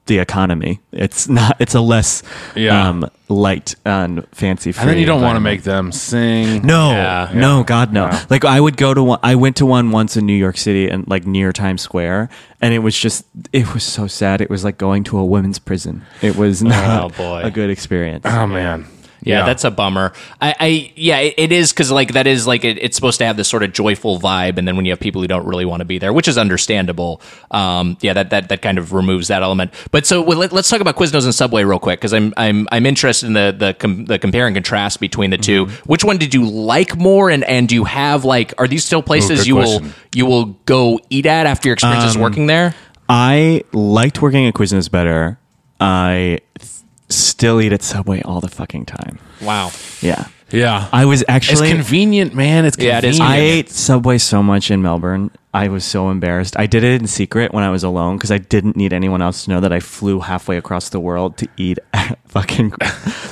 Speaker 7: the economy, it's not it's a less
Speaker 3: Yeah.
Speaker 7: um, light and fancy.
Speaker 3: and then you don't want to
Speaker 7: environment.
Speaker 3: make them sing.
Speaker 7: No,
Speaker 2: Yeah.
Speaker 7: no, God, no. Like I would go to one. I went to one once in New York City and like near Times Square, and it was just it was so sad. It was like going to a women's prison. It was not
Speaker 2: Oh, boy.
Speaker 7: a good experience.
Speaker 3: oh man,
Speaker 2: Yeah, that's a bummer. I, I yeah, it, it is because like that is like it, it's supposed to have this sort of joyful vibe, and then when you have people who don't really want to be there, which is understandable. Um, yeah, that that that kind of removes that element. But so well, let, us talk about Quiznos and Subway real quick because I'm I'm I'm interested in the the com- the compare and contrast between the 2
Speaker 3: Mm-hmm.
Speaker 2: Which one did you like more, and and do you have like are these still places
Speaker 3: good
Speaker 2: you
Speaker 3: question. Um,
Speaker 2: will you will go eat at after your experiences working there?
Speaker 7: I liked working at Quiznos better. I th- still eat at Subway all the fucking time.
Speaker 2: Wow.
Speaker 7: Yeah.
Speaker 3: Yeah.
Speaker 7: I was
Speaker 3: it's
Speaker 7: actually
Speaker 3: convenient, man. It's
Speaker 2: Yeah,
Speaker 3: convenient.
Speaker 2: it is
Speaker 7: I ate Subway so much in Melbourne. I was so embarrassed. I did it in secret when I was alone because I didn't need anyone else to know that I flew halfway across the world to eat at fucking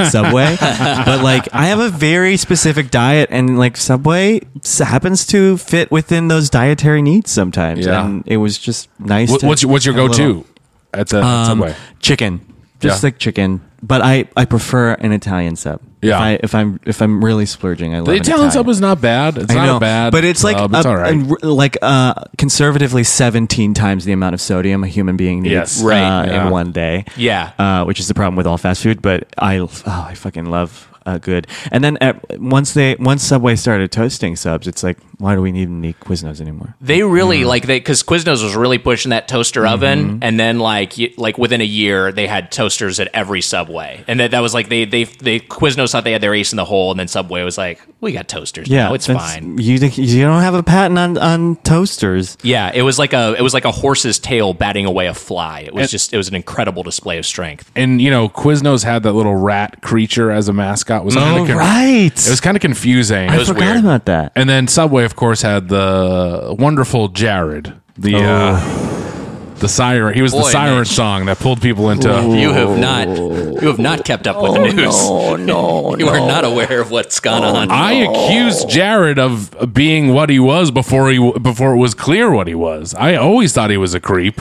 Speaker 7: Subway. but like, I have a very specific diet, and like Subway s- happens to fit within those dietary needs sometimes.
Speaker 3: Yeah.
Speaker 7: And it was just nice.
Speaker 3: What-
Speaker 7: to
Speaker 3: what's your, what's your
Speaker 7: have a little-
Speaker 3: go-to at the at
Speaker 7: um,
Speaker 3: Subway?
Speaker 7: chicken, just
Speaker 3: Yeah.
Speaker 7: like chicken. But I, I prefer an Italian sub.
Speaker 3: Yeah.
Speaker 7: If, I, if I'm if I'm really splurging, I love
Speaker 3: The
Speaker 7: an
Speaker 3: Italian sub is not bad. It's
Speaker 7: I
Speaker 3: not
Speaker 7: know,
Speaker 3: a bad,
Speaker 7: but it's like
Speaker 3: sub.
Speaker 7: a-
Speaker 3: it's all right.
Speaker 7: and r- like uh, conservatively seventeen times the amount of sodium a human being needs
Speaker 3: Yes.
Speaker 2: Right,
Speaker 7: uh,
Speaker 3: yeah.
Speaker 7: in one day.
Speaker 2: Yeah.
Speaker 7: uh, which is the problem with all fast food. But I, oh, I fucking love uh, good. And then at, once they once Subway started toasting subs, it's like why do we need any Quiznos anymore?
Speaker 2: They really like they because Quiznos was really pushing that toaster oven, and then like you, like within a year they had toasters at every Subway, and that that was like they they they Quiznos thought they had their ace in the hole, and then Subway was like, we got toasters yeah, now, it's
Speaker 7: that's-
Speaker 2: fine.
Speaker 7: You think- you don't have a patent on on toasters.
Speaker 2: Yeah, it was like a it was like a horse's tail batting away a fly. It was just it was an incredible display of strength.
Speaker 3: and you know, Quiznos had that little rat creature as a mascot. Was kinda con-
Speaker 7: Oh, right.
Speaker 3: It was kind of confusing.
Speaker 7: I forgot
Speaker 2: weird.
Speaker 7: about that.
Speaker 3: and then Subway, of course, had the wonderful Jared. The
Speaker 7: Oh.
Speaker 3: uh, the siren. He was the
Speaker 2: Boy,
Speaker 3: siren
Speaker 2: Mitch.
Speaker 3: song that pulled people into.
Speaker 2: You have not you have not kept up with the news. No, no, you are not aware of what's gone on.
Speaker 3: I accused Jared of being what he was before he before it was clear what he was. I always thought he was a creep.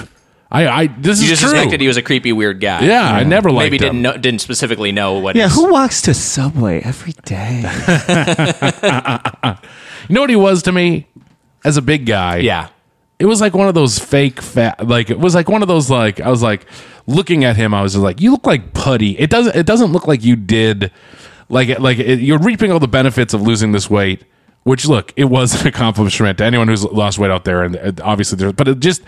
Speaker 3: I, I this
Speaker 2: you
Speaker 3: is
Speaker 2: just
Speaker 3: true.
Speaker 2: suspected he was a creepy weird guy.
Speaker 3: yeah, I never liked
Speaker 2: Maybe
Speaker 3: him.
Speaker 2: didn't know, didn't specifically know what.
Speaker 7: Yeah,
Speaker 2: his-
Speaker 7: who walks to Subway every day?
Speaker 3: You know what he was to me as a big guy?
Speaker 2: Yeah.
Speaker 3: It was like one of those fake fat like it was like one of those like I was like looking at him I was just like you look like putty. It doesn't it doesn't look like you did like like it, you're reaping all the benefits of losing this weight. Which look, it was an accomplishment to anyone who's lost weight out there, and uh, obviously there. But it just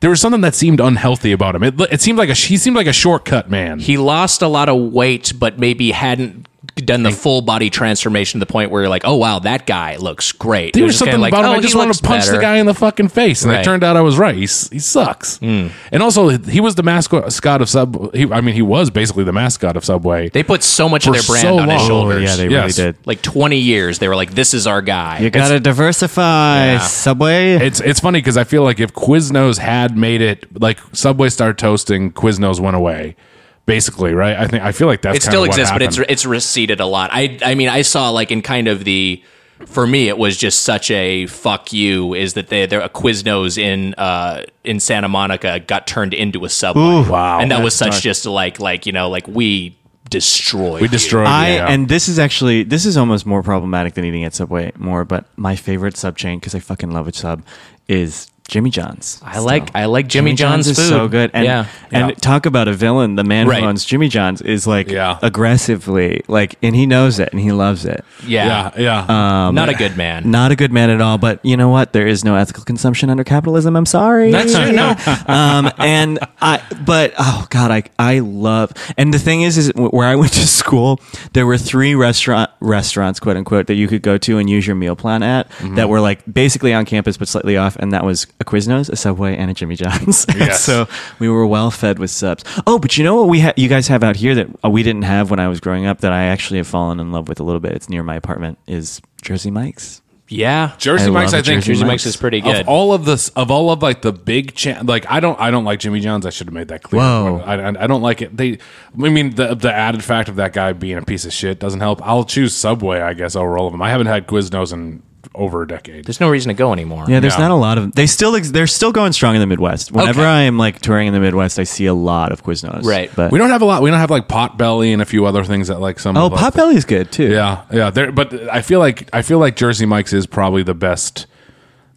Speaker 3: there was something that seemed unhealthy about him. It, it seemed like a he seemed like a shortcut man.
Speaker 2: he lost a lot of weight, but maybe hadn't done the full body transformation to the point where you're like, oh wow, that guy looks great. It
Speaker 3: there
Speaker 2: was
Speaker 3: was
Speaker 2: just kinda "Oh,
Speaker 3: something about him. I
Speaker 2: he
Speaker 3: just want
Speaker 2: looks
Speaker 3: to punch the
Speaker 2: better.
Speaker 3: guy in the fucking face, and it
Speaker 2: Right. Hmm.
Speaker 3: turned out I was right. He's, he sucks. And also, he was the mascot of Sub. He, I mean, he was basically the mascot of Subway.
Speaker 2: They put so much
Speaker 3: For
Speaker 2: of their brand
Speaker 3: so
Speaker 2: on his
Speaker 3: long.
Speaker 2: shoulders.
Speaker 7: Oh, yeah, they
Speaker 3: Yes.
Speaker 7: really did.
Speaker 2: like 20 years, they were like, this is our guy.
Speaker 7: You gotta diversify, Subway.
Speaker 3: it's it's funny because I feel like if Quiznos had made it, like Subway started toasting, Quiznos went away. Basically, right? I think I feel like that's
Speaker 2: it
Speaker 3: kinda
Speaker 2: still
Speaker 3: what
Speaker 2: exists, but it's
Speaker 3: happened.
Speaker 2: it's receded a lot. I I mean, I saw like in kind of the for me, it was just such a fuck you. Is that they they're a Quiznos in uh in Santa Monica got turned into a subway?
Speaker 3: Wow.
Speaker 2: and that was
Speaker 3: That's
Speaker 2: such just a like like you know like we destroyed
Speaker 3: we
Speaker 2: you.
Speaker 3: destroyed.
Speaker 7: I
Speaker 3: yeah.
Speaker 7: and this is actually this is almost more problematic than eating at Subway more, but my favorite sub chain because I fucking love a sub is Jimmy John's.
Speaker 2: I like I like Jimmy, John's, food.
Speaker 7: is so good, and
Speaker 2: yeah,
Speaker 7: and talk about a villain. The man
Speaker 2: Right.
Speaker 7: who owns Jimmy John's is like
Speaker 3: Yeah.
Speaker 7: aggressively like, and he knows it and he loves it.
Speaker 2: yeah,
Speaker 3: yeah,
Speaker 7: Um,
Speaker 3: yeah.
Speaker 2: not a good man.
Speaker 7: Not a good man at all, but you know what? There is no ethical consumption under capitalism. I'm sorry.
Speaker 2: That's true, no.
Speaker 7: um, and I, but oh god, I I love. And the thing is, is where I went to school, there were three restaurant restaurants, quote unquote, that you could go to and use your meal plan at
Speaker 2: Mm-hmm.
Speaker 7: that were like basically on campus but slightly off, and that was a Quiznos, a Subway, and a Jimmy John's. And
Speaker 3: Yes.
Speaker 7: so we were well fed with subs. Oh, but you know what we ha- you guys have out here that uh, we didn't have when I was growing up that I actually have fallen in love with a little bit. It's near my apartment. Is Jersey Mike's.
Speaker 2: Yeah,
Speaker 3: Jersey
Speaker 7: I
Speaker 3: Mike's,
Speaker 7: love
Speaker 3: I think
Speaker 7: Jersey Jersey
Speaker 2: Mike's is pretty good.
Speaker 3: Of all of this, of all of like the big, cha- like I don't, I don't like Jimmy John's. I should have made that clear.
Speaker 7: Whoa.
Speaker 3: I, I, I don't like it. They, I mean, the the added fact of that guy being a piece of shit doesn't help. I'll choose Subway, I guess, over all of them. I haven't had Quiznos in over a decade.
Speaker 2: there's no reason to go anymore.
Speaker 7: Yeah, there's
Speaker 3: Yeah.
Speaker 7: not a lot of. They still ex- they're still going strong in the Midwest. Whenever
Speaker 2: Okay.
Speaker 7: I am like touring in the Midwest, I see a lot of Quiznos.
Speaker 2: Right.
Speaker 7: But
Speaker 3: We don't have a lot. We don't have like Potbelly and a few other things that like some.
Speaker 7: oh,
Speaker 3: of us-
Speaker 7: Potbelly's good too.
Speaker 3: Yeah, yeah. There, but I feel like I feel like Jersey Mike's is probably the best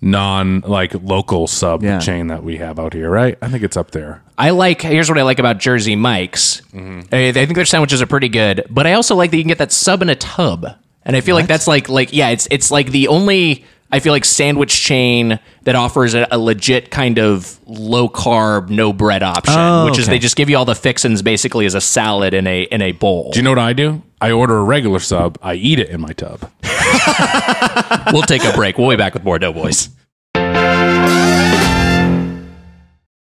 Speaker 3: non like local sub
Speaker 7: Yeah.
Speaker 3: chain that we have out here. Right? I think it's up there.
Speaker 2: I like. Here's what I like about Jersey Mike's. I, I think their sandwiches are pretty good, but I also like that you can get that sub in a tub, and I feel like that's like like yeah, it's it's like the only I feel like sandwich chain that offers a, a legit kind of low carb, no bread option,
Speaker 7: Oh,
Speaker 2: which is
Speaker 7: okay.
Speaker 2: they just give you all the fixins basically as a salad in a in a bowl.
Speaker 3: Do you know what I do? I order a regular sub. I eat it in my tub.
Speaker 2: we'll take a break. We'll be back with more Doughboys.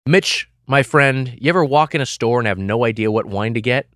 Speaker 2: Mitch, my friend, you ever walk in a store and have no idea what wine to get?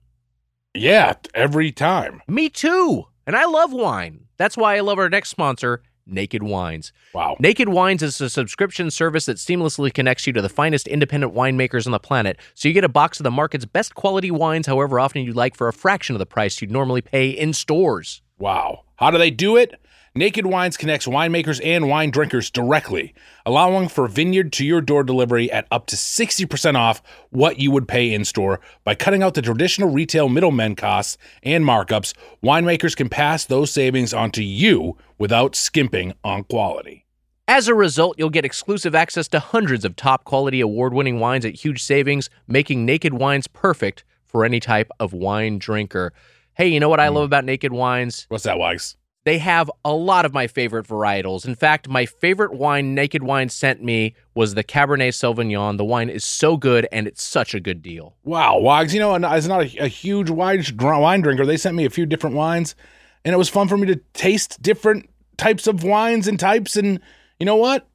Speaker 9: Yeah, every time.
Speaker 2: Me too. And I love wine. That's why I love our next sponsor, Naked Wines.
Speaker 3: Wow.
Speaker 2: Naked Wines is a subscription service that seamlessly connects you to the finest independent winemakers on the planet. So you get a box of the market's best quality wines however often you like for a fraction of the price you'd normally pay in stores.
Speaker 3: Wow. How do they do it? Naked Wines connects winemakers and wine drinkers directly, allowing for vineyard to your door delivery at up to 60% off what you would pay in store. By cutting out the traditional retail middlemen costs and markups, winemakers can pass those savings onto you without skimping on quality.
Speaker 2: As a result, you'll get exclusive access to hundreds of top quality award winning wines at huge savings, making Naked Wines perfect for any type of wine drinker. Hey, you know what I love about Naked Wines?
Speaker 3: What's that, Wags?
Speaker 2: They have a lot of my favorite varietals. In fact, my favorite wine Naked Wine sent me was the Cabernet Sauvignon. The wine is so good and it's such a good deal.
Speaker 3: Wow, Wags, you know, and I was not a, a huge wine, dr- wine drinker. They sent me a few different wines, and it was fun for me to taste different types of wines and types. And you know what?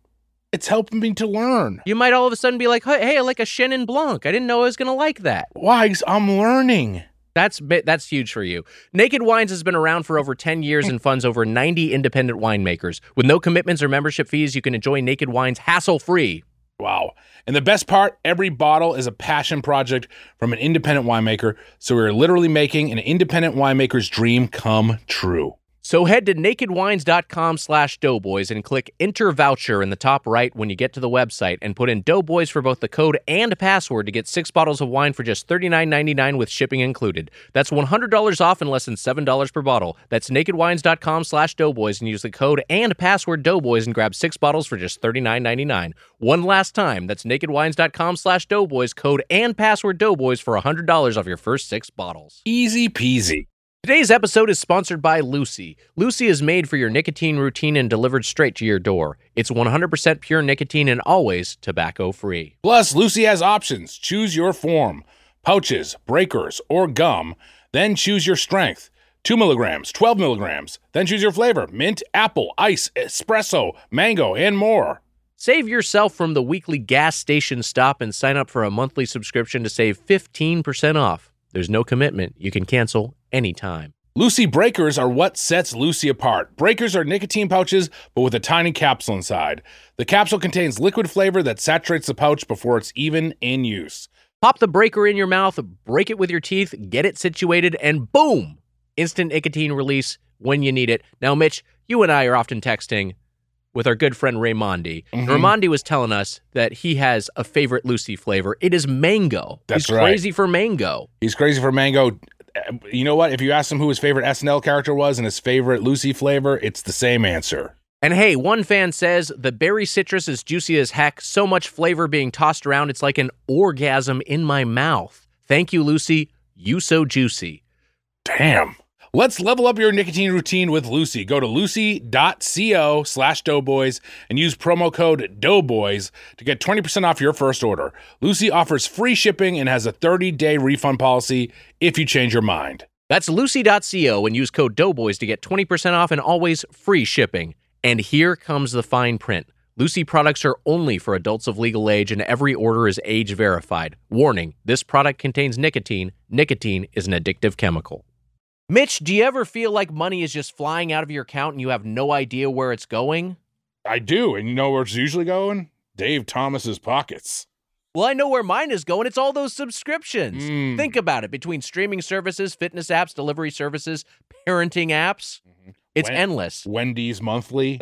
Speaker 3: It's helping me to learn.
Speaker 2: You might all of a sudden be like, hey, hey, I like a Chenin Blanc. I didn't know I was going to like that.
Speaker 3: Wags, I'm learning.
Speaker 2: That's bi- that's huge for you. Naked Wines has been around for over 10 years and funds over 90 independent winemakers. With no commitments or membership fees, you can enjoy Naked Wines hassle-free.
Speaker 3: Wow. And the best part every bottle is a passion project from an independent winemaker. So we're literally making an independent winemaker's dream come true.
Speaker 2: So head to nakedwines.com slash doughboys and click enter voucher in the top right when you get to the website and put in doughboys for both the code and password to get six bottles of wine for just $39.99 with shipping included. That's $100 off and less than $7 per bottle. That's nakedwines.com slash doughboys and use the code and password doughboys and grab six bottles for just $39.99. One last time, that's nakedwines.com slash doughboys, code and password doughboys for $100 off your first six bottles.
Speaker 3: Easy peasy.
Speaker 2: Today's episode is sponsored by Lucy. Lucy is made for your nicotine routine and delivered straight to your door. It's 100% pure nicotine and always tobacco free.
Speaker 3: Plus, Lucy has options. Choose your form pouches, breakers, or gum. Then choose your strength 2 milligrams, 12 milligrams. Then choose your flavor mint, apple, ice, espresso, mango, and more.
Speaker 2: Save yourself from the weekly gas station stop and sign up for a monthly subscription to save 15% off. There's no commitment, you can cancel anytime.
Speaker 3: Lucy Breakers are what sets Lucy apart. Breakers are nicotine pouches, but with a tiny capsule inside. The capsule contains liquid flavor that saturates the pouch before it's even in use.
Speaker 2: Pop the breaker in your mouth, break it with your teeth, get it situated, and boom! Instant nicotine release when you need it. Now, Mitch, you and I are often texting with our good friend Raimondi.
Speaker 3: Mm-hmm.
Speaker 2: Raimondi was telling us that he has a favorite Lucy flavor. It is mango.
Speaker 3: That's
Speaker 2: He's
Speaker 3: right.
Speaker 2: crazy for mango.
Speaker 3: He's crazy for mango. You know what? If you asked him who his favorite SNL character was and his favorite Lucy flavor, it's the same answer.
Speaker 2: And hey, one fan says the berry citrus is juicy as heck. So much flavor being tossed around, it's like an orgasm in my mouth. Thank you, Lucy. You so juicy.
Speaker 3: Damn. Let's level up your nicotine routine with Lucy. Go to lucy.co slash doughboys and use promo code doughboys to get 20% off your first order. Lucy offers free shipping and has a 30 day refund policy if you change your mind.
Speaker 2: That's lucy.co and use code Doughboys to get 20% off and always free shipping. And here comes the fine print. Lucy products are only for adults of legal age and every order is age verified. Warning this product contains nicotine. Nicotine is an addictive chemical. Mitch, do you ever feel like money is just flying out of your account and you have no idea where it's going?
Speaker 3: I do. And you know where it's usually going? Dave Thomas's pockets.
Speaker 2: Well, I know where mine is going. It's all those subscriptions.
Speaker 3: Mm.
Speaker 2: Think about it between streaming services, fitness apps, delivery services, parenting apps. It's
Speaker 3: When-
Speaker 2: endless.
Speaker 3: Wendy's monthly.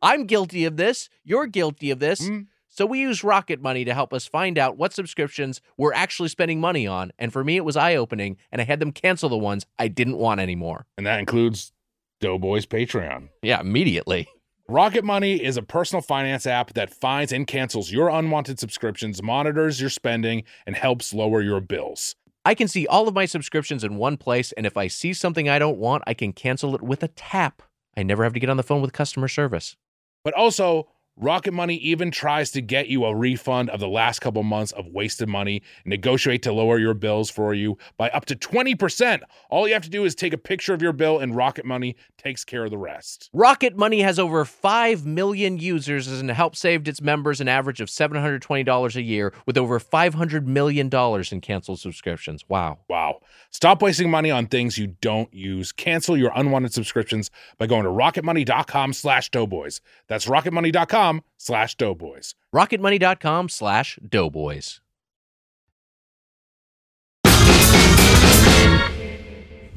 Speaker 2: I'm guilty of this. You're guilty of this.
Speaker 3: Mm.
Speaker 2: So we use Rocket Money to help us find out what subscriptions we're actually spending money on. And for me, it was eye opening, and I had them cancel the ones I didn't want anymore.
Speaker 3: And that includes Doughboys Patreon.
Speaker 2: Yeah, immediately.
Speaker 3: Rocket Money is a personal finance app that finds and cancels your unwanted subscriptions, monitors your spending, and helps lower your bills.
Speaker 2: I can see all of my subscriptions in one place, and if I see something I don't want, I can cancel it with a tap. I never have to get on the phone with customer service.
Speaker 3: But also,
Speaker 9: Rocket Money even tries to get you a refund of the last couple months of wasted money and negotiate to lower your bills for you by up to 20%. All you have to do is take a picture of your bill, and Rocket Money takes care of the rest.
Speaker 10: Rocket Money has over 5 million users and helps save its members an average of $720 a year with over $500 million in canceled subscriptions. Wow.
Speaker 9: Wow. Stop wasting money on things you don't use. Cancel your unwanted subscriptions by going to rocketmoney.com slash doughboys. That's rocketmoney.com slash doughboys.
Speaker 10: RocketMoney.com slash doughboys.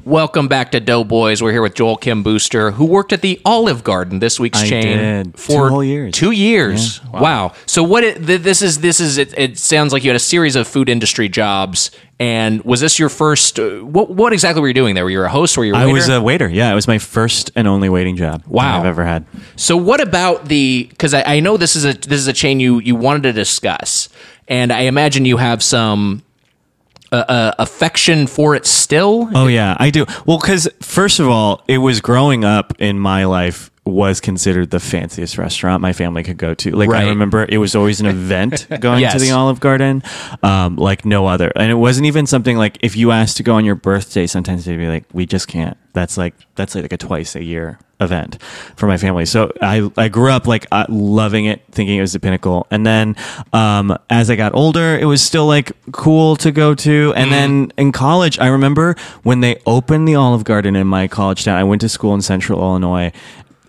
Speaker 2: Welcome back to Doughboys. We're here with Joel Kim Booster, who worked at the Olive Garden this week's
Speaker 7: I
Speaker 2: chain
Speaker 7: did.
Speaker 2: for
Speaker 7: Two whole years.
Speaker 2: Two years. Wow. So what? It, th- this is this is it, it. sounds like you had a series of food industry jobs, and was this your first? Uh, what what exactly were you doing there? Were you a host? Were you? A
Speaker 7: I was
Speaker 2: waiter?
Speaker 7: a waiter. Yeah, it was my first and only waiting job
Speaker 2: Wow.
Speaker 7: I've ever had.
Speaker 2: So what about the? Because I, I know this is a this is a chain you you wanted to discuss, and I imagine you have some uh, uh, affection for it still.
Speaker 7: Oh yeah, I do. Well, because first of all, it was growing up in my life was considered the fanciest restaurant my family could go to. Like
Speaker 2: Right.
Speaker 7: I remember, it was always an event going to
Speaker 2: Yes.
Speaker 7: the Olive Garden, um, like no other. And it wasn't even something like if you asked to go on your birthday, sometimes they'd be like, "We just can't." That's like that's like a twice a year event for my family. So I I grew up like uh, loving it, thinking it was the pinnacle. And then um, as I got older, it was still like cool to go to. And then in college, I remember when they opened the Olive Garden in my college town. I went to school in Central Illinois.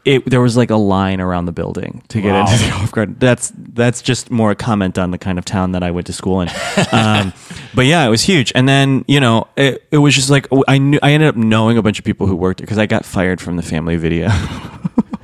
Speaker 7: It, there was like a line around the building to get into the Olive Garden. That's that's just more a comment on the kind of town that I went to school in. Um, but yeah, it was huge. And then you know, it, it was just like I knew I ended up knowing a bunch of people who worked because I got fired from the family video.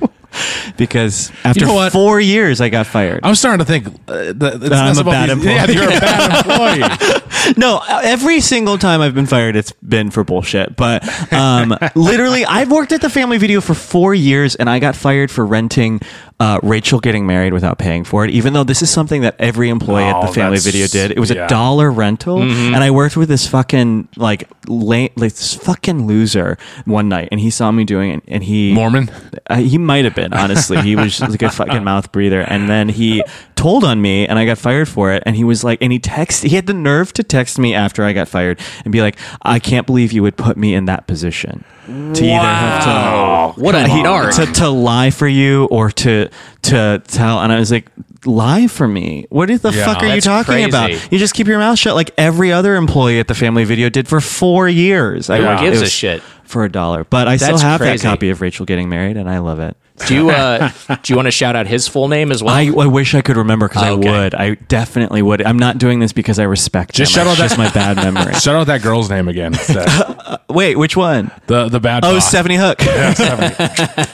Speaker 7: because after
Speaker 3: know what?
Speaker 7: four years, I got fired.
Speaker 3: I'm starting to think uh, that, it's
Speaker 7: I'm
Speaker 3: less
Speaker 7: a
Speaker 3: about
Speaker 7: bad
Speaker 3: these-
Speaker 7: employee.
Speaker 3: Yeah, you're a bad employee.
Speaker 7: no, every single time I've been fired, it's been for bullshit. But um, literally, I've worked at the Family Video for four years, and I got fired for renting uh, Rachel getting married without paying for it. Even though this is something that every employee at the
Speaker 9: Oh,
Speaker 7: Family
Speaker 9: that's-
Speaker 7: Video did, it was
Speaker 9: yeah.
Speaker 7: a dollar rental, and I worked with this fucking like, la- like this fucking loser one night, and he saw me doing it, and he
Speaker 3: Mormon?
Speaker 7: uh, he might have been honestly he was just like a fucking mouth breather and then he told on me and i got fired for it and he was like and he text he had the nerve to text me after i got fired and be like i can't believe you would put me in that position to either have to
Speaker 2: What a narc.
Speaker 7: to, to lie for you or to to tell and i was like lie for me what is the fuck are you
Speaker 10: that's
Speaker 7: talking
Speaker 10: crazy.
Speaker 7: about you just keep your mouth shut like every other employee at the family video did for four years i worked- it
Speaker 10: gives a
Speaker 7: was
Speaker 10: shit?
Speaker 7: for a dollar but i still
Speaker 10: That's
Speaker 7: have
Speaker 10: crazy. Oh.
Speaker 7: that copy of rachel getting married and i love it
Speaker 2: Do you uh, do you want to shout out his full name as well?
Speaker 7: I, I wish I could remember because
Speaker 2: Okay.
Speaker 7: I would. I definitely would. I'm not doing this because I respect.
Speaker 3: Just
Speaker 7: them.
Speaker 3: shut
Speaker 7: It's
Speaker 3: all that-
Speaker 7: Just my bad memory.
Speaker 3: Shout out that girl's name again. It's that-
Speaker 7: Wait, which one?
Speaker 3: the the bad.
Speaker 7: Oh,
Speaker 3: boss.
Speaker 7: Stephanie Hook.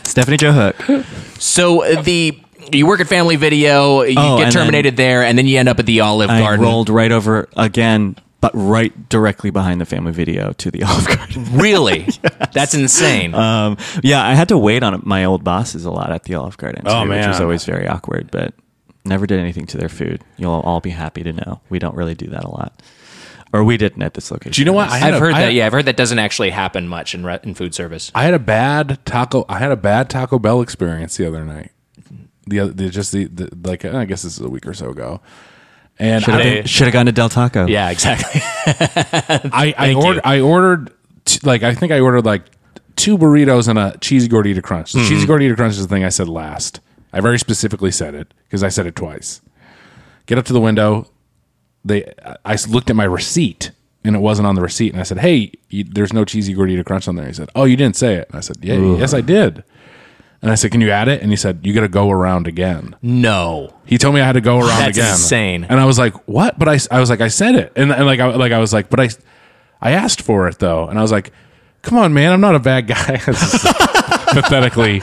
Speaker 7: Stephanie Joe Hook.
Speaker 2: so uh, the you work at Family Video, you
Speaker 7: Oh,
Speaker 2: get
Speaker 7: and
Speaker 2: terminated there, and then you end up at the Olive
Speaker 7: I
Speaker 2: Garden.
Speaker 7: rolled right over again, but right directly behind the family video to the Olive Garden.
Speaker 2: Really, that's insane.
Speaker 7: Um, yeah, I had to wait on my old bosses a lot at the Olive Garden,
Speaker 3: Oh,
Speaker 7: too, which
Speaker 3: man.
Speaker 7: was always very awkward, but never did anything to their food. You'll all be happy to know we don't really do that a lot, or we didn't at this location.
Speaker 3: Do you know what? I had
Speaker 2: I've
Speaker 3: a-
Speaker 2: heard
Speaker 3: I
Speaker 2: that.
Speaker 3: had-
Speaker 2: Yeah, I've heard that doesn't actually happen much in re- in food service.
Speaker 3: I had a bad taco. I had a bad Taco Bell experience the other night. The other, the, just the, the like. I guess this is a week or so ago. And
Speaker 7: Should have
Speaker 3: I,
Speaker 7: been- should have gone to Del Taco.
Speaker 2: Yeah, exactly.
Speaker 3: I, I, ordered, I ordered t- like I think I ordered like two burritos and a cheesy gordita crunch. The cheesy gordita crunch is the thing I said last. I very specifically said it because I said it twice. Get up to the window. They I- I s- looked at my receipt and it wasn't on the receipt and I said, "Hey, you, there's no cheesy gordita crunch on there." He said, "Oh, you didn't say it." And I said, "Yeah, yes I did." And I said, "Can you add it?" And he said, "You got to go around again."
Speaker 2: no.
Speaker 3: He told me I had to go around
Speaker 2: That's
Speaker 3: again.
Speaker 2: insane.
Speaker 3: And I was like, "What?" But I, I was like, "I said it," and, and like, I, like I was like, "But I, I asked for it though," and I was like, "Come on, man, I'm not a bad guy." Pathetically,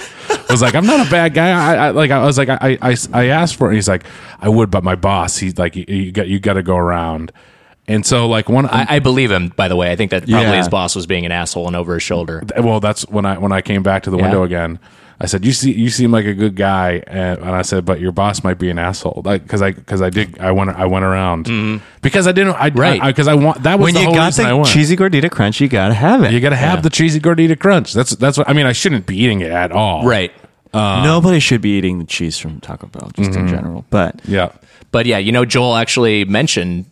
Speaker 3: was like, "I'm not a bad guy." I, I like, I was like, I, I, I asked for it. And he's like, "I would, but my boss, he's like, you, you got, you got to go around." And so, like, one,
Speaker 2: I, I believe him. By the way, I think that probably
Speaker 7: Yeah.
Speaker 2: his boss was being an asshole and over his shoulder.
Speaker 3: well that's when i when i came back to the window again i said you see you seem like a good guy and, and i said but your boss might be an asshole like because i because i did i went i went around because i didn't i
Speaker 2: Right.
Speaker 3: right because I, want that was
Speaker 7: Mm-hmm. when
Speaker 3: the
Speaker 7: you
Speaker 3: whole
Speaker 7: got
Speaker 3: reason i
Speaker 7: the
Speaker 3: went
Speaker 7: cheesy gordita crunch, you gotta have it.
Speaker 3: you gotta have the cheesy gordita crunch that's that's what i mean i shouldn't be eating it at all
Speaker 2: Right.
Speaker 3: uh,
Speaker 7: Nobody should be eating the cheese from Taco Bell, just
Speaker 3: Mm-hmm.
Speaker 7: in general. But
Speaker 3: Yeah.
Speaker 2: But yeah, you know, Joel actually mentioned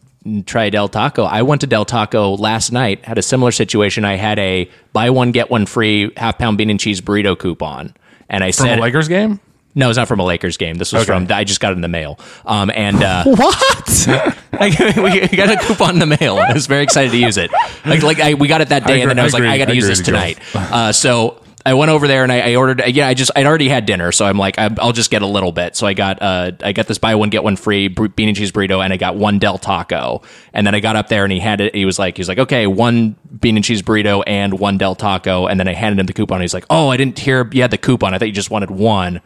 Speaker 2: try Del Taco. I went to Del Taco last night, had a similar situation. I had a buy one, get one free half pound bean and cheese burrito coupon. And I
Speaker 3: From
Speaker 2: said,
Speaker 3: a Lakers game?
Speaker 2: no, it's not from a Lakers game. This was from, I just got it in the mail. Um, and, uh,
Speaker 7: what?
Speaker 2: like, we got a coupon in the mail. I was very excited to use it. Like, like I, we got it that day,
Speaker 3: I
Speaker 2: and then
Speaker 3: agree-
Speaker 2: I was
Speaker 3: I
Speaker 2: like,
Speaker 3: agree-
Speaker 2: I got to
Speaker 3: I
Speaker 2: use
Speaker 3: agree
Speaker 2: this
Speaker 3: to go.
Speaker 2: tonight. Uh, so I went over there and I, I ordered. Yeah, I just I'd already had dinner, so I'm like, I, I'll just get a little bit. So I got uh, I got this buy one get one free br- bean and cheese burrito, and I got one Del Taco. And then I got up there and he had it. He was like, he was like, okay, one bean and cheese burrito and one Del Taco. And then I handed him the coupon. He's like, oh, I didn't hear you had the coupon. I thought you just wanted one.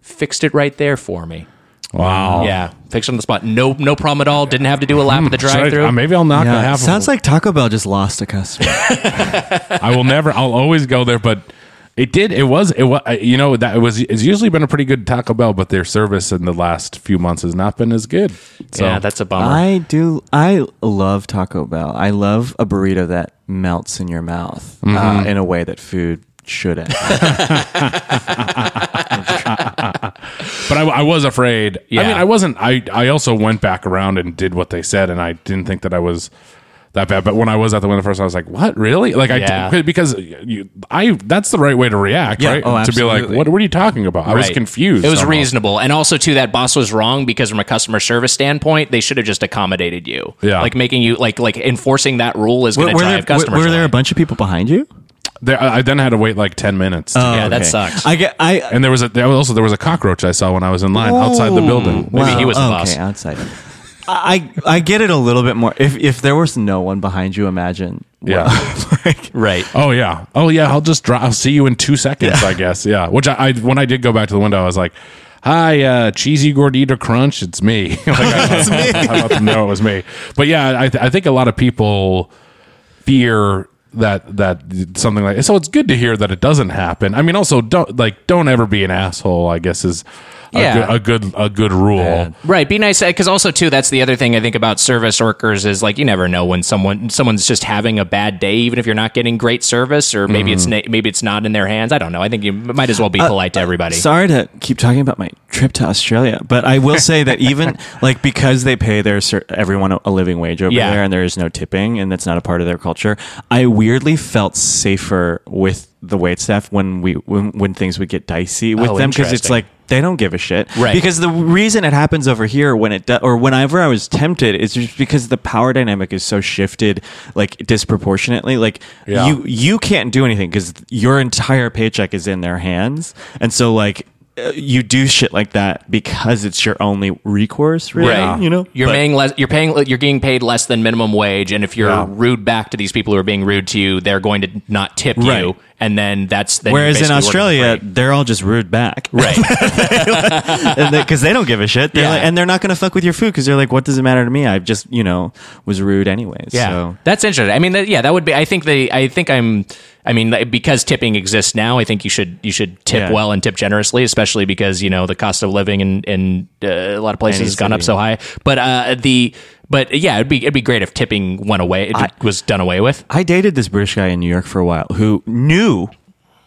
Speaker 2: Fixed it right there for me.
Speaker 3: Wow.
Speaker 2: Yeah, fixed on the spot. No, no problem at all. Didn't have to do a lap at the
Speaker 3: Should I-
Speaker 2: drive-through.
Speaker 3: uh, maybe I'll knock a
Speaker 7: Yeah,
Speaker 3: half.
Speaker 7: sounds like Taco Bell just lost a customer.
Speaker 3: I will never. I'll always go there. But it did. It was. It was. You know that it was. It's usually been a pretty good Taco Bell, but their service in the last few months has not been as good. So
Speaker 2: yeah, that's a bummer.
Speaker 7: I do. I love Taco Bell. I love a burrito that melts in your mouth
Speaker 2: Mm-hmm.
Speaker 7: uh, in a way that food shouldn't.
Speaker 3: But I, I was afraid. I
Speaker 2: Yeah.
Speaker 3: mean, I wasn't. I I also went back around and did what they said, and I didn't think that I was that bad. But when I was at the window first, I was like, "What, really?" Like I
Speaker 2: Yeah.
Speaker 3: did, because you, I that's the right way to react,
Speaker 7: Yeah.
Speaker 3: right?
Speaker 7: Oh,
Speaker 3: to be like,
Speaker 7: absolutely.
Speaker 3: "What? What are you talking about?" I was
Speaker 2: Right.
Speaker 3: confused.
Speaker 2: It was
Speaker 3: almost.
Speaker 2: reasonable, and also too that boss was wrong because from a customer service standpoint, they should have just accommodated you.
Speaker 3: Yeah.
Speaker 2: like making you like like enforcing that rule is going to
Speaker 7: were, there,
Speaker 2: drive customers.
Speaker 7: were there a
Speaker 2: away.
Speaker 7: bunch of people behind you?
Speaker 3: There, I I then had to wait like ten minutes. to
Speaker 2: Oh. yeah,
Speaker 3: get-
Speaker 2: that sucks.
Speaker 7: I get. I
Speaker 3: And there was a there was also there was a cockroach I saw when I was in line outside the building.
Speaker 2: Maybe he was
Speaker 3: Uh,
Speaker 2: the
Speaker 7: okay,
Speaker 2: boss.
Speaker 7: outside. I I I get it a little bit more. If if there was no one behind you, imagine. what-
Speaker 3: Yeah.
Speaker 7: like,
Speaker 2: right.
Speaker 3: Oh yeah. Oh yeah. I'll just drop. I'll see you in two seconds. I guess. Yeah. Which I, I when I did go back to the window, I was like, "Hi, uh, cheesy gordita crunch. It's me." like, I, it's me. I let them know it was me. But yeah, I, th- I think a lot of people fear that that something like so. It's good to hear that it doesn't happen. I mean, also don't like don't ever be an asshole. I guess is a,
Speaker 2: Yeah.
Speaker 3: good, a good a good rule.
Speaker 2: Right, be nice because also too. That's the other thing I think about service workers is like you never know when someone someone's just having a bad day, even if you're not getting great service, or
Speaker 3: Mm-hmm.
Speaker 2: maybe it's na- maybe it's not in their hands. I don't know. I think you might as well be
Speaker 7: Uh,
Speaker 2: polite to everybody.
Speaker 7: Sorry to keep talking about my trip to Australia, but I will say that even like because they pay their cer- everyone a- a living wage over
Speaker 2: Yeah.
Speaker 7: there, and there is no tipping, and that's not a part of their culture. I weirdly felt safer with the wait staff when we when, when things would get dicey with
Speaker 2: Oh,
Speaker 7: them because it's
Speaker 2: interesting.
Speaker 7: like they don't give a shit,
Speaker 2: Right.
Speaker 7: Because the reason it happens over here when it do- or whenever I was tempted is just because the power dynamic is so shifted like disproportionately. Like
Speaker 3: Yeah.
Speaker 7: you you can't do anything because your entire paycheck is in their hands, and so like uh, you do shit like that because it's your only recourse, really.
Speaker 2: Right.
Speaker 7: You know,
Speaker 2: you're
Speaker 7: But-
Speaker 2: paying less. You're paying. You're getting paid less than minimum wage, and if you're
Speaker 3: Yeah.
Speaker 2: rude back to these people who are being rude to you, they're going to not tip
Speaker 7: Right.
Speaker 2: you, and then that's then you're
Speaker 7: Whereas in
Speaker 2: basically working for
Speaker 7: Australia,
Speaker 2: free.
Speaker 7: they're all just rude back,
Speaker 2: Right.
Speaker 7: Because they don't give a shit, They're
Speaker 2: Yeah.
Speaker 7: like- and they're not going to fuck with your food because they're like, "What does it matter to me? I just, you know, was rude anyways."
Speaker 2: Yeah,
Speaker 7: So.
Speaker 2: that's interesting. I mean, that, yeah, that would be. I think they. I think I'm. I mean, like, because tipping exists now, I think you should you should tip
Speaker 7: Yeah.
Speaker 2: well and tip generously, especially because you know the cost of living in in uh, a lot of places
Speaker 7: Any
Speaker 2: has gone up
Speaker 7: city.
Speaker 2: so high. But uh, the but yeah, it'd be it'd be great if tipping went away. It was done away with.
Speaker 7: I dated this British guy in New York for a while who knew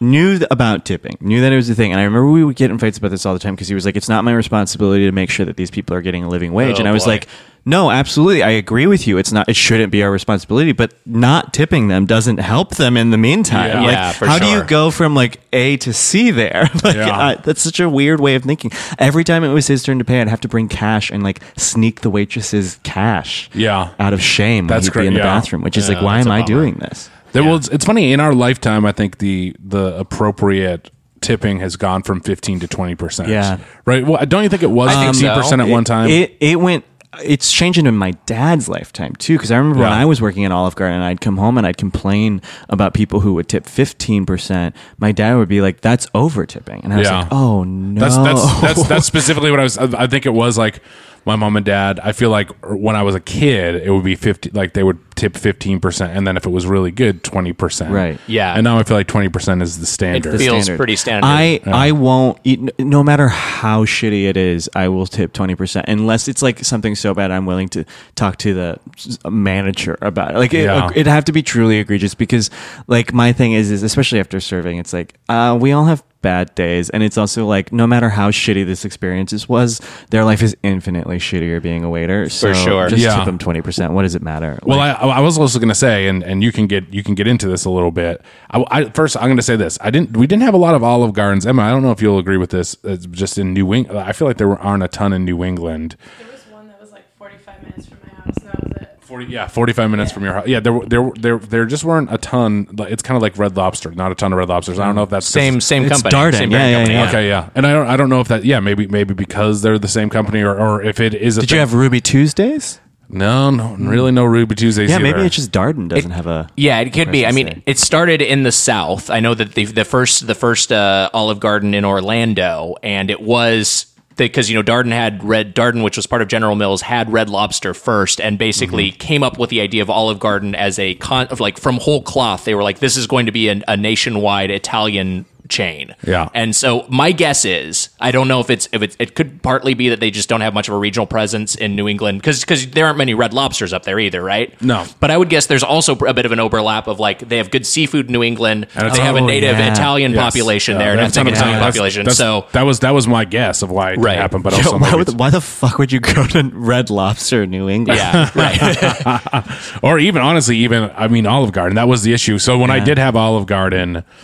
Speaker 7: knew th- about tipping, knew that it was a thing. And I remember we would get in fights about this all the time because he was like, "It's not my responsibility to make sure that these people are getting a living wage."
Speaker 2: Oh,
Speaker 7: and I was
Speaker 2: boy.
Speaker 7: like, "No, absolutely, I agree with you. It's not. It shouldn't be our responsibility, but not tipping them doesn't help them in the meantime.
Speaker 2: Yeah.
Speaker 7: like,
Speaker 2: Yeah, for
Speaker 7: how do
Speaker 2: sure.
Speaker 7: you go from like A to C there? like,
Speaker 3: Yeah.
Speaker 7: I- that's such a weird way of thinking. Every time it was his turn to pay, I'd have to bring cash and like sneak the waitress's cash.
Speaker 3: Yeah.
Speaker 7: out of shame.
Speaker 3: That's
Speaker 7: That's
Speaker 3: cra-
Speaker 7: great. In the
Speaker 3: yeah.
Speaker 7: bathroom, which is like, why
Speaker 2: that's
Speaker 7: am
Speaker 2: a
Speaker 7: I
Speaker 2: bummer.
Speaker 7: doing this?
Speaker 3: There, well, it's, it's funny in our lifetime. I think the the appropriate tipping has gone from fifteen to twenty percent.
Speaker 7: Yeah.
Speaker 3: right. Well, don't you think it was
Speaker 2: think
Speaker 3: fifteen
Speaker 2: so.
Speaker 3: percent at one time?
Speaker 7: It it went. It's changing in my dad's lifetime too, because I remember when
Speaker 3: Yeah.
Speaker 7: I was working in Olive Garden, and I'd come home and I'd complain about people who would tip fifteen percent. My dad would be like, "That's over tipping," and I was
Speaker 3: Yeah.
Speaker 7: like, "Oh no,
Speaker 3: that's, that's that's that's specifically what I was. I I think it was like my mom and dad. I feel like when I was a kid, it would be fifty. Like they would tip fifteen percent, and then if it was really good, twenty percent.
Speaker 7: Right.
Speaker 2: Yeah.
Speaker 3: And now I feel like twenty percent is the standard.
Speaker 2: It feels pretty standard.
Speaker 7: I I won't eat no matter how shitty it is. I will tip twenty percent unless it's like something so bad I'm willing to talk to the s- manager about it. Like it,
Speaker 3: Yeah.
Speaker 7: it'd have to be truly egregious because like my thing is is especially after serving, it's like uh, we all have bad days. And it's also like, no matter how shitty this experience is- was, their life is infinitely shittier being a waiter. So
Speaker 2: For sure.
Speaker 7: Just
Speaker 3: Yeah.
Speaker 7: tip them 20%. What does it matter?
Speaker 3: Well, I, I was also going to say, and, and you can get you can get into this a little bit. I, I- first, I'm going to say this. I didn't. We didn't have a lot of Olive Gardens. Emma, I don't know if you'll agree with this. It's just in New England, I feel like there aren't a ton in New England.
Speaker 11: There was one that was like 45 minutes from my house, and that was it.
Speaker 3: 40, yeah, 45 minutes from your house. Yeah, there there there there just weren't a ton. like, It's kind of like Red Lobster. Not a ton of Red Lobsters. I don't know if that's 'cause-
Speaker 2: Same same
Speaker 7: It's
Speaker 2: company.
Speaker 7: Darden.
Speaker 2: Same
Speaker 7: Yeah,
Speaker 2: parent
Speaker 7: yeah,
Speaker 2: company,
Speaker 7: yeah.
Speaker 3: Okay, yeah, and I don't I don't know if that. Yeah, maybe maybe because they're the same company, or, or if it is. A
Speaker 7: Did you have Ruby Tuesdays?
Speaker 3: no no really no Ruby Tuesdays?
Speaker 7: Yeah, maybe
Speaker 3: either.
Speaker 7: it's just Darden doesn't have a.
Speaker 2: Yeah, it could be. I
Speaker 7: Christmas
Speaker 2: mean,
Speaker 7: Day.
Speaker 2: it started in the South. I know that the the first the first uh, Olive Garden in Orlando, and it was because you know Darden had Red Darden, which was part of General Mills, had Red Lobster first, and basically came up with the idea of Olive Garden as a con of like from whole cloth. They were like, this is going to be an, a nationwide Italian chain.
Speaker 3: Yeah.
Speaker 2: And so my guess is I don't know if it's if it's, it could partly be that they just don't have much of a regional presence in New England because because there aren't many Red Lobsters up there either, right?
Speaker 3: No.
Speaker 2: But I would guess there's also a bit of an overlap of like they have good seafood in New England.
Speaker 3: And it's-
Speaker 2: they have a
Speaker 3: Oh,
Speaker 2: native
Speaker 7: yeah.
Speaker 2: Italian
Speaker 3: Yes.
Speaker 2: population
Speaker 3: Yeah,
Speaker 2: there, and
Speaker 3: they
Speaker 2: I
Speaker 3: have a ton
Speaker 2: think
Speaker 3: of
Speaker 2: Italian
Speaker 3: Italians.
Speaker 2: population.
Speaker 3: That's-
Speaker 2: so
Speaker 3: that was that was my guess of why it
Speaker 2: Right.
Speaker 3: happened. But
Speaker 7: Yo,
Speaker 3: also,
Speaker 7: why,
Speaker 3: maybe
Speaker 7: would,
Speaker 3: it's-
Speaker 7: why the fuck would you go to Red Lobster, in New England?
Speaker 2: yeah, right.
Speaker 3: or even honestly, even I mean Olive Garden. That was the issue. So when I did have Olive Garden,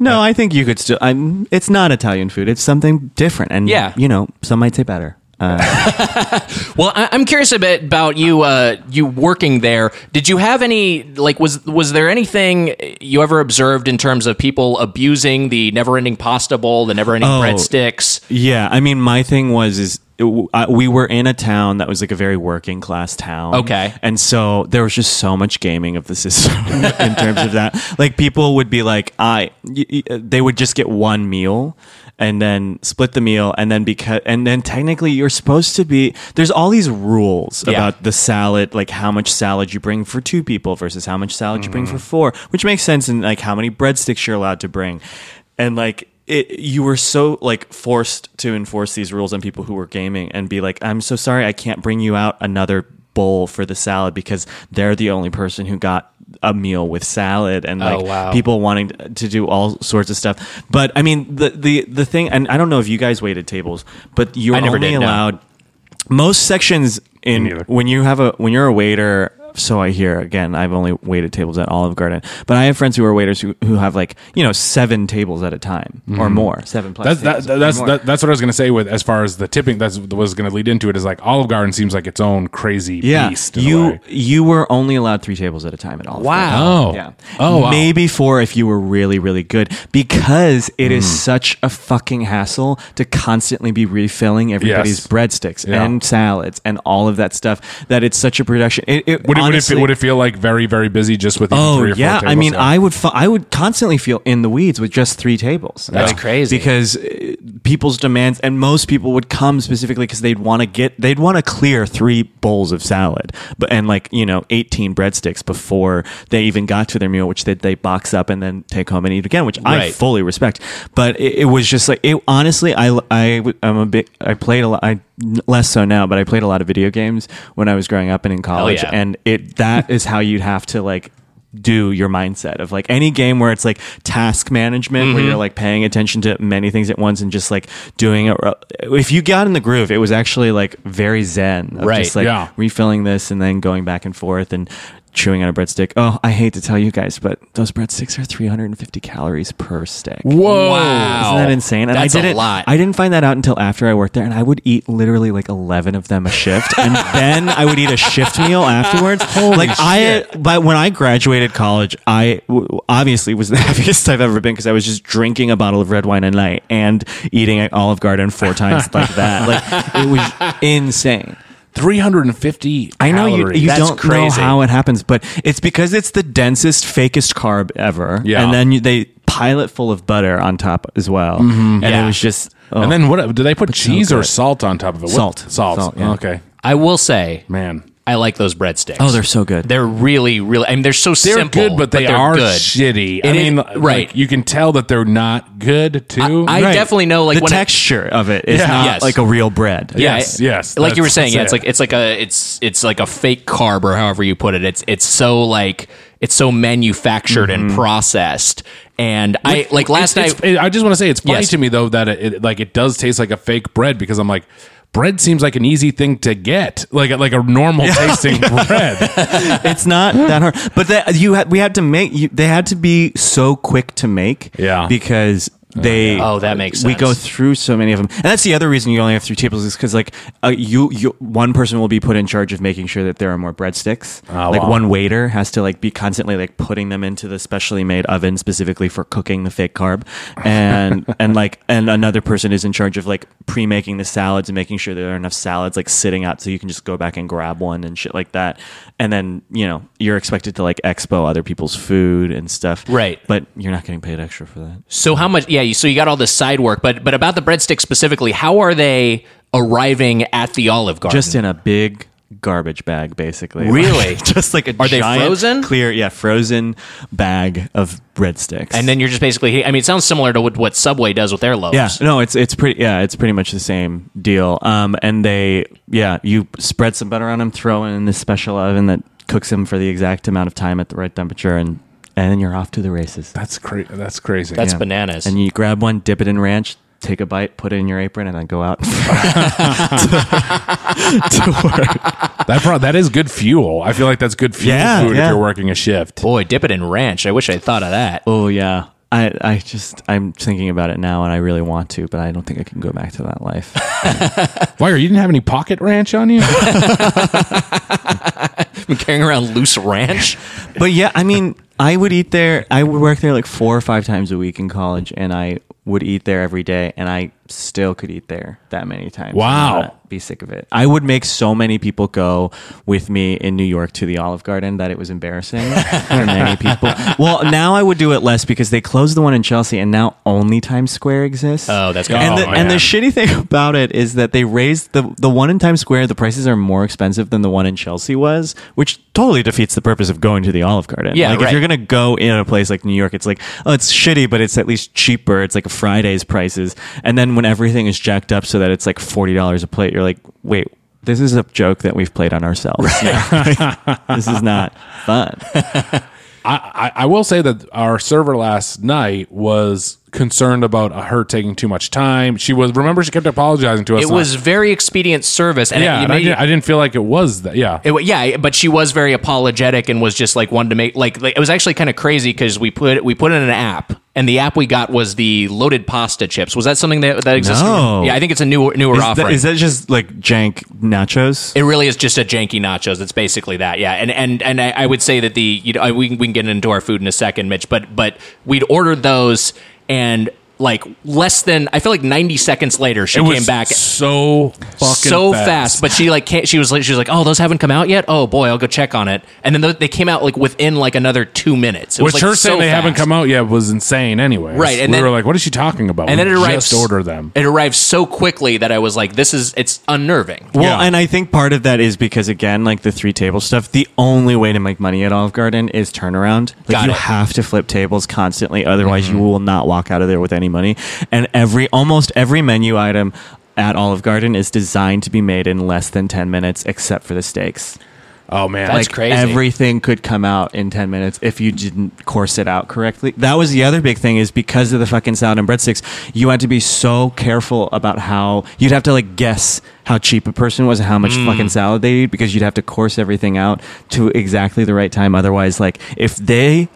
Speaker 7: No, I think you could still. I'm. It's not Italian food. It's something different, and
Speaker 2: Yeah.
Speaker 7: you know, some might say better. Uh,
Speaker 2: well, I, I'm curious a bit about you. Uh, you working there? Did you have any like was was there anything you ever observed in terms of people abusing the never-ending pasta bowl, the never-ending
Speaker 7: Oh.
Speaker 2: breadsticks?
Speaker 7: yeah, I mean, my thing was is it w- I- we were in a town that was like a very working class town.
Speaker 2: Okay.
Speaker 7: and so there was just so much gaming of the system in terms of that. Like people would be like, I. y- y- uh, They would just get one meal. And then split the meal, and then because, and then technically you're supposed to be. There's all these rules
Speaker 2: Yeah.
Speaker 7: about the salad, like how much salad you bring for two people versus how much salad you bring
Speaker 2: Mm-hmm.
Speaker 7: for four, which makes sense in like how many breadsticks you're allowed to bring. And like it you were so like forced to enforce these rules on people who were gaming and be like, I'm so sorry I can't bring you out another bowl for the salad because they're the only person who got a meal with salad
Speaker 2: Oh,
Speaker 7: and like people wanting to do all sorts of stuff. But I mean the the the thing and I don't know if you guys waited tables, but you're
Speaker 2: I never
Speaker 7: only
Speaker 2: did, no.
Speaker 7: allowed most sections in when you have a when you're a waiter so i hear again i've only waited tables at olive garden but i have friends who are waiters who, who have like you know seven tables at a time or more seven plus
Speaker 3: Mm-hmm. that's that,
Speaker 7: tables or
Speaker 3: that's
Speaker 7: more.
Speaker 3: that, that's what I was going to say. With as far as the tipping, that's what was going to lead into it. Is like Olive Garden seems like its own crazy
Speaker 7: yeah
Speaker 3: beast. in a
Speaker 7: you
Speaker 3: way.
Speaker 7: you were only allowed three tables at a time at olive wow garden.
Speaker 3: Oh.
Speaker 7: yeah
Speaker 3: Oh, wow.
Speaker 7: maybe four if you were really really good because it
Speaker 3: Mm.
Speaker 7: is such a fucking hassle to constantly be refilling everybody's
Speaker 3: Yes.
Speaker 7: breadsticks
Speaker 3: Yeah.
Speaker 7: and salads and all of that stuff that it's such a production it, it
Speaker 3: Would it,
Speaker 7: honestly,
Speaker 3: would, it, would it feel like very very busy just with even
Speaker 7: Oh
Speaker 3: three or
Speaker 7: yeah,
Speaker 3: four
Speaker 7: I mean,
Speaker 3: tables?
Speaker 7: I would fi- I would constantly feel in the weeds with just three tables. That's
Speaker 2: crazy.
Speaker 7: because uh, people's demands and most people would come specifically because they'd want to get they'd want to clear three bowls of salad, but and like you know eighteen breadsticks before they even got to their meal, which they they box up and then take home and eat again, which I
Speaker 2: Right.
Speaker 7: fully respect. But it, it was just like it, honestly, I I w- I'm a bit I played a lot I less so now, but I played a lot of video games when I was growing up and in college,
Speaker 2: yeah.
Speaker 7: and it that is how you'd have to like do your mindset of like any game where it's like task management where
Speaker 2: Mm-hmm.
Speaker 7: you're like paying attention to many things at once and just like doing it uh, if you got in the groove it was actually like very zen of
Speaker 2: Right,
Speaker 7: just like
Speaker 3: yeah.
Speaker 7: refilling this and then going back and forth and chewing on a breadstick oh i hate to tell you guys but those breadsticks are 350 calories per stick
Speaker 3: Whoa.
Speaker 2: Wow,
Speaker 7: isn't that insane? And
Speaker 2: That's
Speaker 7: I didn't.
Speaker 2: a lot.
Speaker 7: I didn't find that out until after I worked there, and I would eat literally like eleven of them a shift, and then I would eat a shift meal afterwards. like I, but when I graduated college, I w- obviously was the happiest I've ever been because I was just drinking a bottle of red wine a night and eating at Olive Garden four times like that. Like it was insane.
Speaker 3: 350
Speaker 7: I know you,
Speaker 3: calories.
Speaker 7: you
Speaker 2: That's
Speaker 7: don't know
Speaker 2: crazy.
Speaker 7: how it happens, but it's because it's the densest, fakest carb ever.
Speaker 3: Yeah.
Speaker 7: And then you, they pile it full of butter on top as well. And it was just. oh.
Speaker 3: Mm-hmm. And then what? Do they put cheese or
Speaker 7: good.
Speaker 3: salt on top of it? What-
Speaker 7: Salt.
Speaker 3: Salt.
Speaker 7: Salt, yeah.
Speaker 3: Okay.
Speaker 2: I will say,
Speaker 3: Man.
Speaker 2: I like those breadsticks.
Speaker 7: Oh, they're so good.
Speaker 2: They're really, really. I mean, they're so
Speaker 3: They're
Speaker 2: simple.
Speaker 3: good, but they
Speaker 2: they're
Speaker 3: are
Speaker 2: good.
Speaker 3: shitty. I
Speaker 2: It is-
Speaker 3: mean,
Speaker 2: right.
Speaker 3: Like, you can tell that they're not good too.
Speaker 2: I definitely know, like
Speaker 7: the
Speaker 2: when I-
Speaker 7: texture of it is not
Speaker 2: Yes.
Speaker 7: like a real bread.
Speaker 2: Yeah,
Speaker 3: Yes,
Speaker 2: it-
Speaker 3: yes,
Speaker 2: Like you were
Speaker 3: that's-
Speaker 2: saying, yeah, it's
Speaker 3: that's it.
Speaker 2: like it's like a it's it's like a fake carb or however you put it. It's it's so like it's so manufactured and processed. And I like last
Speaker 3: Mm-hmm. It's-
Speaker 2: night.
Speaker 3: it's- I just want to say it's funny
Speaker 2: Yes.
Speaker 3: to me though that it, it- like it does taste like a fake bread because I'm like. Bread seems like an easy thing to get, like a- like a normal tasting bread.
Speaker 7: it's not that hard. But that you had, we had to make you, they had to be so quick to make.
Speaker 3: Yeah.
Speaker 7: Because they
Speaker 2: Oh, that makes
Speaker 7: we go
Speaker 2: sense.
Speaker 7: through so many of them, and that's the other reason you only have three tables is because like uh, you you one person will be put in charge of making sure that there are more breadsticks. like one waiter has to like be constantly like putting them into the specially made oven specifically for cooking the fake carb, and and like and another person is in charge of like pre making the salads and making sure there are enough salads like sitting out so you can just go back and grab one and shit like that, and then you know you're expected to like expo other people's food and stuff,
Speaker 2: Right.
Speaker 7: But you're not getting paid extra for that.
Speaker 2: So how much? Yeah, you- so you got all this side work, but but about the breadsticks specifically, how are they arriving at the Olive Garden?
Speaker 7: just in a big garbage bag, basically.
Speaker 2: Really?
Speaker 7: just like a
Speaker 2: Are they
Speaker 7: giant,
Speaker 2: frozen?
Speaker 7: Clear, yeah, frozen bag of breadsticks.
Speaker 2: and then you're just basically. I mean, it sounds similar to what, what Subway does with their loaves.
Speaker 7: yeah, no, it's it's pretty yeah, it's pretty much the same deal. Um, and they yeah, you spread some butter on them, throw in this special oven that cooks them for the exact amount of time at the right temperature, and and then you're off to the races.
Speaker 3: That's crazy. That's crazy.
Speaker 2: that's bananas.
Speaker 7: And you grab one, dip it in ranch. Take a bite, put it in your apron, and then go out.
Speaker 3: that pro- that is good fuel. I feel like that's good fuel
Speaker 7: Yeah,
Speaker 3: food
Speaker 7: yeah.
Speaker 3: if you're working a shift.
Speaker 2: Boy, dip it in ranch. I wish I thought of that.
Speaker 7: oh yeah, I, I just I'm thinking about it now, and I really want to, but I don't think I can go back to that life.
Speaker 3: Wire, you didn't have any pocket ranch on you?
Speaker 2: I'm carrying around loose ranch.
Speaker 7: but yeah, I mean, I would eat there. I would work there like four or five times a week in college, and I would eat there every day, and I still could eat there that many times. and
Speaker 3: Wow.
Speaker 7: not Be sick of it. I would make so many people go with me in New York to the Olive Garden that it was embarrassing for many people. Well, now I would do it less because they closed the one in Chelsea, and now only Times Square exists.
Speaker 2: Oh, that's
Speaker 7: And, the,
Speaker 3: Oh,
Speaker 7: and the
Speaker 3: yeah.
Speaker 7: shitty thing about it is that they raised the the one in Times Square. The prices are more expensive than the one in Chelsea was, which totally defeats the purpose of going to the Olive Garden.
Speaker 2: Yeah,
Speaker 7: like
Speaker 2: right.
Speaker 7: if you're gonna go in a place like New York, it's like oh, it's shitty, but it's at least cheaper. It's like a Friday's prices, and then when everything is jacked up so that it's like forty dollars a plate, you're like, wait. This is a joke that we've played on ourselves. this is not fun.
Speaker 3: I, I, I will say that our server last night was concerned about her taking too much time. She was remember she kept apologizing to us.
Speaker 2: It was very expedient service, and
Speaker 3: yeah.
Speaker 2: it, you
Speaker 3: and I,
Speaker 2: made-
Speaker 3: didn't, I didn't feel like it was that. Yeah,
Speaker 2: It, wa- yeah, but she was very apologetic and was just like wanted to make like, like it was actually kind of crazy because we put we put in an app and the app we got was the loaded pasta chips. Was that something that that exists?
Speaker 7: No.
Speaker 2: Yeah, I think it's a new newer
Speaker 7: Is
Speaker 2: offering.
Speaker 7: that, is that just like jank nachos?
Speaker 2: it really is just a janky nachos. It's basically that, yeah. And and and I, I would say that the you know I, we can, we can get into our food in a second, Mitch. But but we'd ordered those and like less than I feel like ninety seconds later she
Speaker 3: It was
Speaker 2: came back
Speaker 3: so fucking
Speaker 2: so fast. But she like can't, she was like she was like, oh, those haven't come out yet. Oh boy, I'll go check on it. And then th- they came out like within like another two minutes. It
Speaker 3: Which
Speaker 2: was, like,
Speaker 3: her saying
Speaker 2: so
Speaker 3: they haven't
Speaker 2: fast.
Speaker 3: come out yet was insane. Anyway,
Speaker 2: Right, and
Speaker 3: we
Speaker 2: then-
Speaker 3: were like, "What is she talking about?"
Speaker 2: And
Speaker 3: We
Speaker 2: then it arrived.
Speaker 3: Just order them.
Speaker 2: It arrived so quickly that I was like, this is it's unnerving.
Speaker 7: Well,
Speaker 3: Yeah.
Speaker 7: and I think part of that is because again, like the three table stuff, the only way to make money at Olive Garden is turnaround. Like
Speaker 2: Got
Speaker 7: you
Speaker 2: it. Mm-hmm.
Speaker 7: have to flip tables constantly, otherwise you will not walk out of there with any money. And every almost every menu item at Olive Garden is designed to be made in less than ten minutes, except for the steaks.
Speaker 3: Oh man,
Speaker 2: That's
Speaker 3: Like,
Speaker 2: crazy.
Speaker 7: Everything could come out in 10 minutes if you didn't course it out correctly. That was the other big thing is because of the fucking salad and breadsticks, you had to be so careful about how you'd have to like guess how cheap a person was and how
Speaker 2: Mm.
Speaker 7: much fucking salad they eat because you'd have to course everything out to exactly the right time. Otherwise, like if they,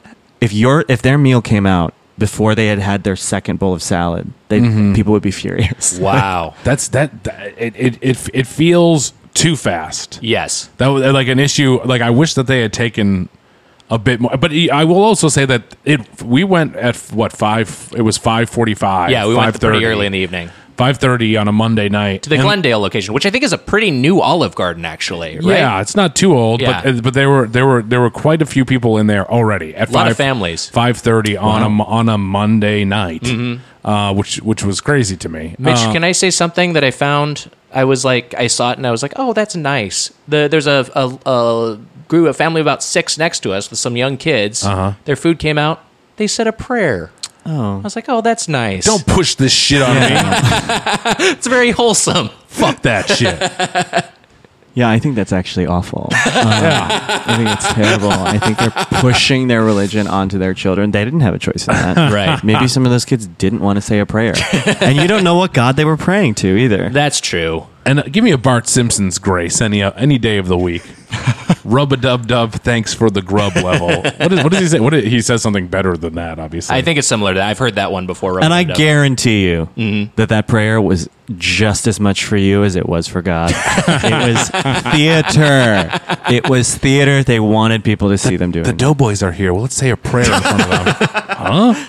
Speaker 7: if your, if their meal came out before they had had their second bowl of salad, they,
Speaker 2: Mm-hmm.
Speaker 7: people would be furious.
Speaker 2: Wow.
Speaker 3: that's that. that- it, it it it feels too fast.
Speaker 2: yes.
Speaker 3: That was like an issue. Like I wish that they had taken a bit more. But I will also say that it we went at what five? It was five forty five.
Speaker 2: Yeah, we went pretty early in the evening
Speaker 3: Five thirty on a Monday night
Speaker 2: to the
Speaker 3: And-
Speaker 2: Glendale location, which I think is a pretty new Olive Garden actually. Right?
Speaker 3: Yeah, it's not too old,
Speaker 2: Yeah.
Speaker 3: but but there were there were there were quite a few people in there already at
Speaker 2: Lot of families.
Speaker 3: five thirty on a on a Monday night,
Speaker 2: Mm-hmm.
Speaker 3: uh, which which was crazy to me.
Speaker 2: Mitch, can I say something that I found? I was like, I saw it and I was like, oh, that's nice. The, there's a, a, a group, a family of about six next to us with some young kids. Uh-huh. Their food came out. They said a prayer. Oh. I was like, oh, that's nice.
Speaker 3: Don't push this shit on me.
Speaker 2: It's very wholesome.
Speaker 3: Fuck that shit.
Speaker 7: Yeah, I think that's actually awful. Uh, I think it's terrible. I think they're pushing their religion onto their children. They didn't have a choice in that.
Speaker 2: Right.
Speaker 7: Maybe some of those kids didn't want to say a prayer. and you don't know what God they were praying to either.
Speaker 2: That's true.
Speaker 3: And uh, give me a Bart Simpson's grace any uh, any day of the week. Rub a dub dub. Thanks for the grub level. What, is, what does he say? What is, he says something better than that. Obviously,
Speaker 2: I think it's similar to that. I've heard that one before.
Speaker 7: and I
Speaker 2: Rub-a-dub.
Speaker 7: guarantee you that that prayer was just as much for you as it was for God. it was theater. It was theater. They wanted people to see them doing
Speaker 3: the
Speaker 7: it.
Speaker 3: Doughboys are here. Well, let's say a prayer in front of them. huh?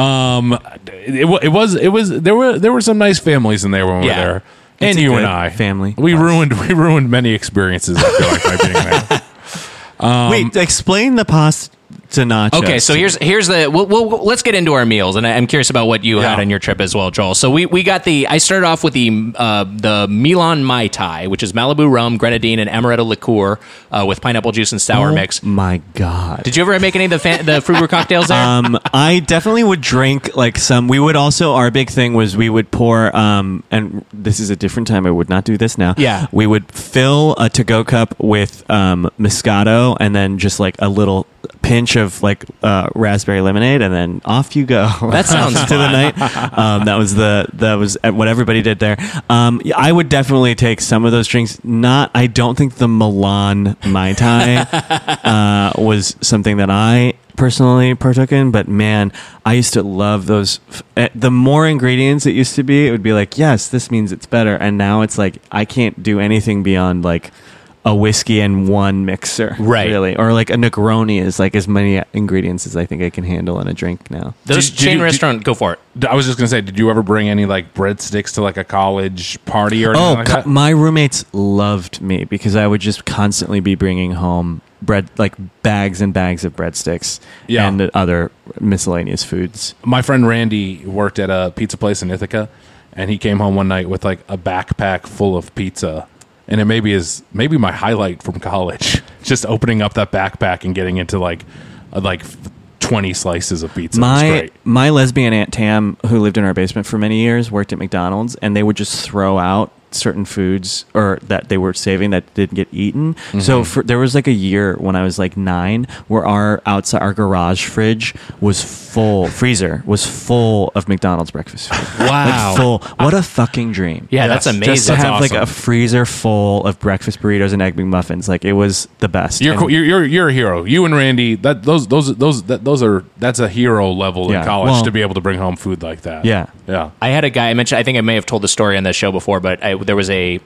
Speaker 3: Um, it, wa- it was it was there were there were some nice families in there when we
Speaker 2: Yeah.
Speaker 3: were there.
Speaker 7: It's
Speaker 3: and
Speaker 7: a
Speaker 3: you and
Speaker 7: good
Speaker 3: I,
Speaker 7: family.
Speaker 3: we ruined we ruined many experiences. I feel like by being there.
Speaker 7: Wait, explain the pasta nachos.
Speaker 2: Okay, so
Speaker 7: to
Speaker 2: here's here's the we'll, we'll, we'll- let's get into our meals, and I, I'm curious about what you had
Speaker 3: Yeah.
Speaker 2: on your trip as well, Joel. So we, we got the I started off with the uh, the Milan Mai Tai, which is Malibu rum, grenadine, and amaretto liqueur uh, with pineapple juice and sour
Speaker 3: Mm-hmm.
Speaker 2: mix.
Speaker 7: Oh My God.
Speaker 2: Did you ever make any of the fan, the fruit brew cocktails there?
Speaker 3: Uh,
Speaker 7: um, I definitely would drink like some. We would also our big thing was we would pour. Um, and this is a different time. I would not do this now.
Speaker 2: Yeah.
Speaker 7: we would fill a to-go cup with um, Moscato and then just like a little pinch of like uh, raspberry lemonade, and then off you go.
Speaker 2: That sounds
Speaker 7: to the night. Um, that was the that was what everybody did there. Um, yeah, I would definitely take some of those drinks. Not, I don't think the Milan mai tai uh, was something that I personally partook in, but man, I used to love those. f- eh, The more ingredients it used to be, it would be like, yes, this means it's better. And now it's like, I can't do anything beyond like a whiskey and one mixer.
Speaker 2: Right.
Speaker 7: Really. Or like a Negroni is like as many ingredients as I think I can handle in a drink now.
Speaker 2: Those
Speaker 3: did- did
Speaker 2: chain
Speaker 3: you- did-
Speaker 2: restaurant, go for it.
Speaker 3: I was just gonna say, did you ever bring any like breadsticks to like a college party or anything
Speaker 7: Oh,
Speaker 3: like
Speaker 7: co-
Speaker 3: that?
Speaker 7: my roommates loved me because I would just constantly be bringing home bread, like bags and bags of breadsticks
Speaker 3: Yeah.
Speaker 7: and other miscellaneous foods.
Speaker 3: my friend Randy worked at a pizza place in Ithaca, and he came home one night with like a backpack full of pizza, and it maybe is maybe my highlight from college. Just opening up that backpack and getting into like uh, like twenty slices of pizza. It was
Speaker 7: My
Speaker 3: great.
Speaker 7: my lesbian aunt Tam, who lived in our basement for many years, worked at McDonald's, and they would just throw out certain foods or that they were saving that didn't get eaten.
Speaker 2: Mm-hmm.
Speaker 7: So for, there was like a year when I was like nine, where our outside our garage fridge was full, freezer was full of McDonald's breakfast food.
Speaker 2: Wow.
Speaker 7: like full. What a fucking dream.
Speaker 2: Yeah, that's
Speaker 3: Yes,
Speaker 2: amazing.
Speaker 7: Just to
Speaker 2: That's
Speaker 7: have like
Speaker 3: awesome.
Speaker 7: a freezer full of breakfast burritos and egg McMuffins, like it was the best.
Speaker 3: You're,
Speaker 7: And-
Speaker 3: cool- you're you're you're a hero. You and Randy. That those those those that, those are that's a hero level
Speaker 7: Yeah.
Speaker 3: in college
Speaker 7: Well-
Speaker 3: to be able to bring home food like that.
Speaker 7: Yeah.
Speaker 3: yeah.
Speaker 2: I had a guy. I mentioned. I think I may have told the story on the show before, but I, there was a,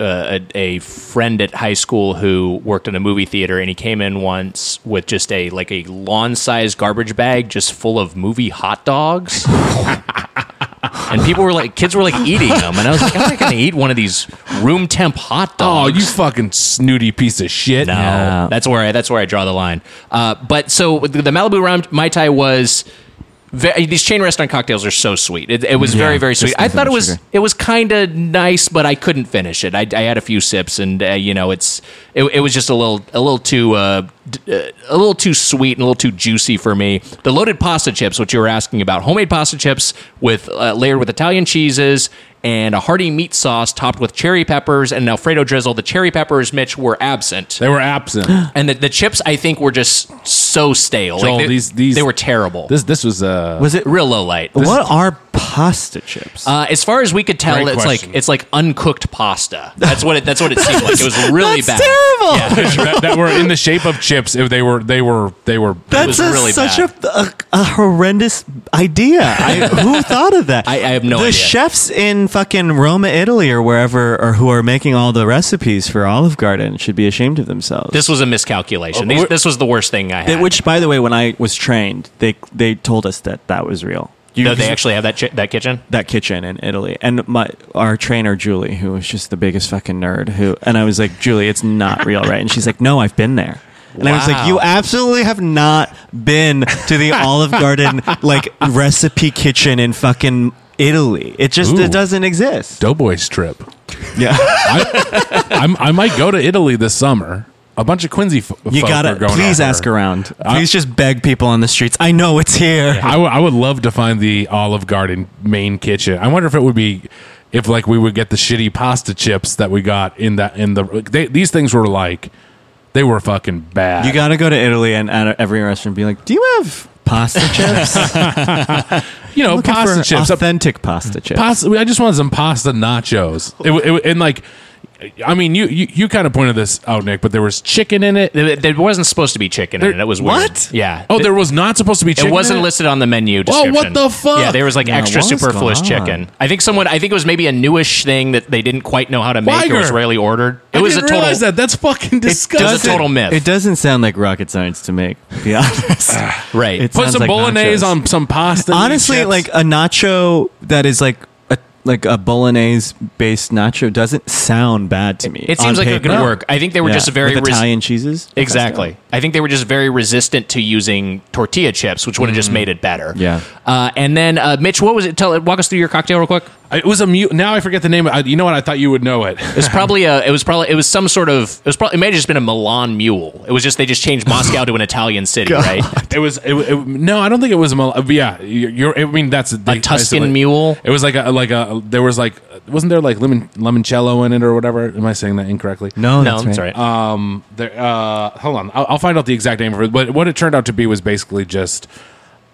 Speaker 2: uh, a a friend at high school who worked in a movie theater, and he came in once with just a like a lawn sized garbage bag just full of movie hot dogs. And people were like, kids were like eating them, and I was like, I'm not gonna eat one of these room temp hot
Speaker 3: Oh,
Speaker 2: dogs.
Speaker 3: you fucking snooty piece of shit!
Speaker 2: No, that's where I, that's where I draw the line. Uh, but so the, the Malibu rum mai tai was. Very, these chain restaurant cocktails are so sweet. It, it was very, very sweet.
Speaker 7: just
Speaker 2: I thought it
Speaker 7: nothing but
Speaker 2: was
Speaker 7: sugar.
Speaker 2: it was kind of nice, but I couldn't finish it. I, I had a few sips, and uh, you know, it's it, it was just a little a little too uh, d- uh, a little too sweet and a little too juicy for me. The loaded pasta chips, which you were asking about, homemade pasta chips with uh, layered with Italian cheeses and a hearty meat sauce topped with cherry peppers and an Alfredo drizzle. The cherry peppers, Mitch, were absent.
Speaker 3: They were absent.
Speaker 2: And the, the chips, I think, were just so stale.
Speaker 3: Joel,
Speaker 2: like they,
Speaker 3: these- these-
Speaker 2: they were terrible.
Speaker 3: this this was uh
Speaker 7: was it?
Speaker 2: Real low light.
Speaker 7: What are pasta chips?
Speaker 2: Uh, as far as we could tell,
Speaker 3: Great
Speaker 2: it's
Speaker 3: question.
Speaker 2: like it's like uncooked pasta. That's what it. That's what it seemed like. It was really
Speaker 7: That's
Speaker 2: bad.
Speaker 7: terrible.
Speaker 3: that, that were in the shape of chips. If they were, they were, they were.
Speaker 7: That's
Speaker 2: It was
Speaker 7: a-
Speaker 2: really
Speaker 7: such
Speaker 2: bad.
Speaker 7: A, a, a horrendous idea. I, who thought of that?
Speaker 2: I- I have no
Speaker 7: the
Speaker 2: idea.
Speaker 7: chefs in fucking Roma, Italy, or wherever, or who are making all the recipes for Olive Garden should be ashamed of themselves.
Speaker 2: This was a miscalculation. These, this was the worst thing I
Speaker 7: That-
Speaker 2: had.
Speaker 7: which, by the way, when I was trained, they they told us that that was real.
Speaker 2: Though they actually have that chi- that kitchen.
Speaker 7: that kitchen in Italy. And my our trainer Julie, who was just the biggest fucking nerd, who and I was like, Julie, it's not real, right? And she's like, No, I've been there. And I was
Speaker 2: Wow.
Speaker 7: like, You absolutely have not been to the Olive Garden like recipe kitchen in fucking Italy. It just
Speaker 3: Ooh.
Speaker 7: it doesn't exist.
Speaker 3: Doughboys trip.
Speaker 7: Yeah.
Speaker 3: I, I'm, I might go to Italy this summer. A bunch of Quincy. F-
Speaker 7: You
Speaker 3: folk
Speaker 7: gotta
Speaker 3: are going Uh,
Speaker 7: please
Speaker 3: out
Speaker 7: ask
Speaker 3: there.
Speaker 7: around. Please just beg people on the streets. I know it's here.
Speaker 3: I, w- I would love to find the Olive Garden main kitchen. I wonder if it would be. if like we would get the shitty pasta chips that we got in that in the they, these things were like they were fucking bad.
Speaker 7: You got to go to Italy and at every restaurant be like, "Do you have pasta chips?
Speaker 3: you know
Speaker 7: Looking
Speaker 3: pasta
Speaker 7: for
Speaker 3: chips. A
Speaker 7: authentic pasta chips."
Speaker 3: pasta. I just wanted some pasta nachos. It, wa- it, wa- and like, I mean, you you, you kind of pointed this out, Nick, but there was chicken in it.
Speaker 2: There there wasn't supposed to be chicken in it. It was weird.
Speaker 3: What?
Speaker 2: Yeah.
Speaker 3: Oh, there was not supposed to be.
Speaker 2: it
Speaker 3: chicken in
Speaker 2: wasn't listed on the menu
Speaker 3: Oh,
Speaker 2: description.
Speaker 3: what the fuck?
Speaker 2: Yeah, there was like
Speaker 7: Yeah,
Speaker 2: extra
Speaker 7: what is
Speaker 2: superfluous
Speaker 7: going on?
Speaker 2: chicken. I think someone, I think it was maybe a newish thing that they didn't quite know how to make or was
Speaker 3: Weiger.
Speaker 2: rarely ordered. It
Speaker 3: I
Speaker 2: was a
Speaker 3: didn't
Speaker 2: total.
Speaker 3: realize that. That's fucking disgusting.
Speaker 2: does a total myth.
Speaker 7: It doesn't sound like rocket science to make. To be honest,
Speaker 2: Right.
Speaker 7: It
Speaker 3: Put
Speaker 7: sounds
Speaker 3: some
Speaker 7: like
Speaker 3: bolognese
Speaker 7: nachos.
Speaker 3: on some pasta. and
Speaker 7: Honestly,
Speaker 3: chips.
Speaker 7: like a nacho that is like a like a bolognese based nacho doesn't sound bad to me.
Speaker 2: It seems
Speaker 7: on
Speaker 2: like it could
Speaker 7: paper.
Speaker 2: work. I think they were
Speaker 7: Yeah,
Speaker 2: just very
Speaker 7: with
Speaker 2: res-
Speaker 7: Italian cheeses.
Speaker 2: Exactly. I think they were just very resistant to using tortilla chips, which would have just made it better.
Speaker 7: Mm-hmm. Yeah.
Speaker 2: Uh, and then uh, Mitch, what was it? Tell walk us through your cocktail real quick.
Speaker 3: it was a mute. Now I forget the name. I, you know what? I thought you would know it.
Speaker 2: It was probably a. It was probably it was some sort of. It was probably it may have just been a Milan mule. It was just they just changed Moscow to an Italian city, right?
Speaker 3: It was it, it, no, I don't think it was a Mal- yeah. you- You're, I mean, that's a,
Speaker 2: A Tuscan mule.
Speaker 3: It was like a like a there was like wasn't there like lemon limoncello in it or whatever? Am I saying that incorrectly?
Speaker 7: No,
Speaker 2: No,
Speaker 7: Oh, that's right.
Speaker 2: that's right.
Speaker 3: Um, there, uh, hold on, I'll, I'll find out the exact name of it. But what it turned out to be was basically just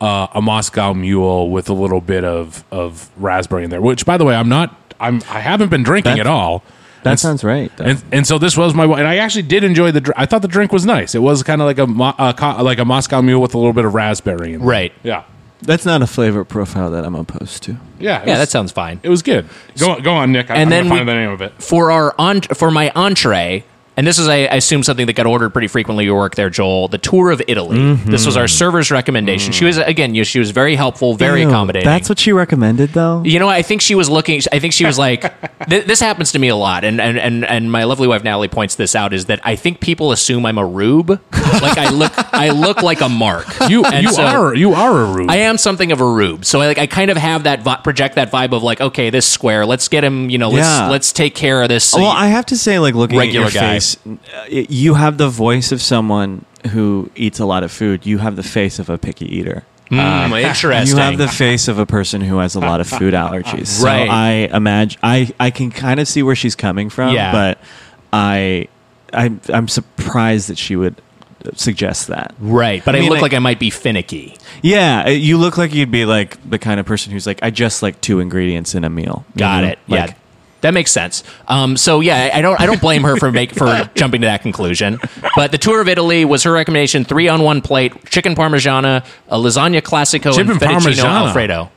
Speaker 3: uh, a Moscow Mule with a little bit of of raspberry in there. Which, by the way, I'm not. I'm I haven't been drinking
Speaker 7: That-
Speaker 3: at all.
Speaker 7: that
Speaker 3: And s-
Speaker 7: sounds right, though.
Speaker 3: And, and so this was my and I actually did enjoy the. dr- I thought the drink was nice. It was kind of like a, mo- a co- like a Moscow Mule with a little bit of raspberry in there.
Speaker 2: Right.
Speaker 3: Yeah.
Speaker 7: That's not a flavor profile that I'm opposed to.
Speaker 3: Yeah. it
Speaker 2: Yeah,
Speaker 3: was-
Speaker 2: that sounds fine.
Speaker 3: It was good. Go on, go on, Nick. I,
Speaker 2: And
Speaker 3: and
Speaker 2: then
Speaker 3: then find
Speaker 2: we-
Speaker 3: the name of it.
Speaker 2: for our en- for my entree and this is I, I assume something that got ordered pretty frequently your work there joel the tour of italy this was our server's recommendation she was again you she was very helpful very
Speaker 7: Mm-hmm. Mm. Ew,
Speaker 2: accommodating
Speaker 7: That's what she recommended, though.
Speaker 2: you know, I think she was looking. I think she was like, th- "This happens to me a lot," and, and and and my lovely wife Natalie points this out is that I think people assume I'm a rube, like I look, I look like a mark.
Speaker 3: You
Speaker 2: And
Speaker 3: you
Speaker 2: so-
Speaker 3: are you are a rube.
Speaker 2: I am something of a rube, so I, like I kind of have that vi- project that vibe of like, okay, this square, let's get him, you know, let's
Speaker 7: Yeah.
Speaker 2: let's take care of this.
Speaker 7: well, I have to say, like looking
Speaker 2: Regular
Speaker 7: at your
Speaker 2: guy.
Speaker 7: face, uh, you have the voice of someone who eats a lot of food. You have the face of a picky eater.
Speaker 2: Mm, interesting.
Speaker 7: You have the face of a person who has a lot of food allergies. So
Speaker 2: Right.
Speaker 7: I imagine I, I can kind of see where she's coming from,
Speaker 2: Yeah.
Speaker 7: but I, I I'm surprised that she would suggest that.
Speaker 2: right, but I,
Speaker 7: I mean,
Speaker 2: look
Speaker 7: I-
Speaker 2: like I might be finicky.
Speaker 7: Yeah, you look like you'd be like the kind of person who's like I just like two ingredients in a meal. You
Speaker 2: Got
Speaker 7: know?
Speaker 2: it.
Speaker 7: Mm-hmm. Like,
Speaker 2: yeah. That makes sense. Um, so yeah, I I don't I don't blame her for make for jumping to that conclusion. But the tour of Italy was her recommendation: three on one plate, chicken parmigiana, a lasagna classico,
Speaker 3: Chicken
Speaker 2: and fettuccine
Speaker 3: parmigiana.
Speaker 2: alfredo.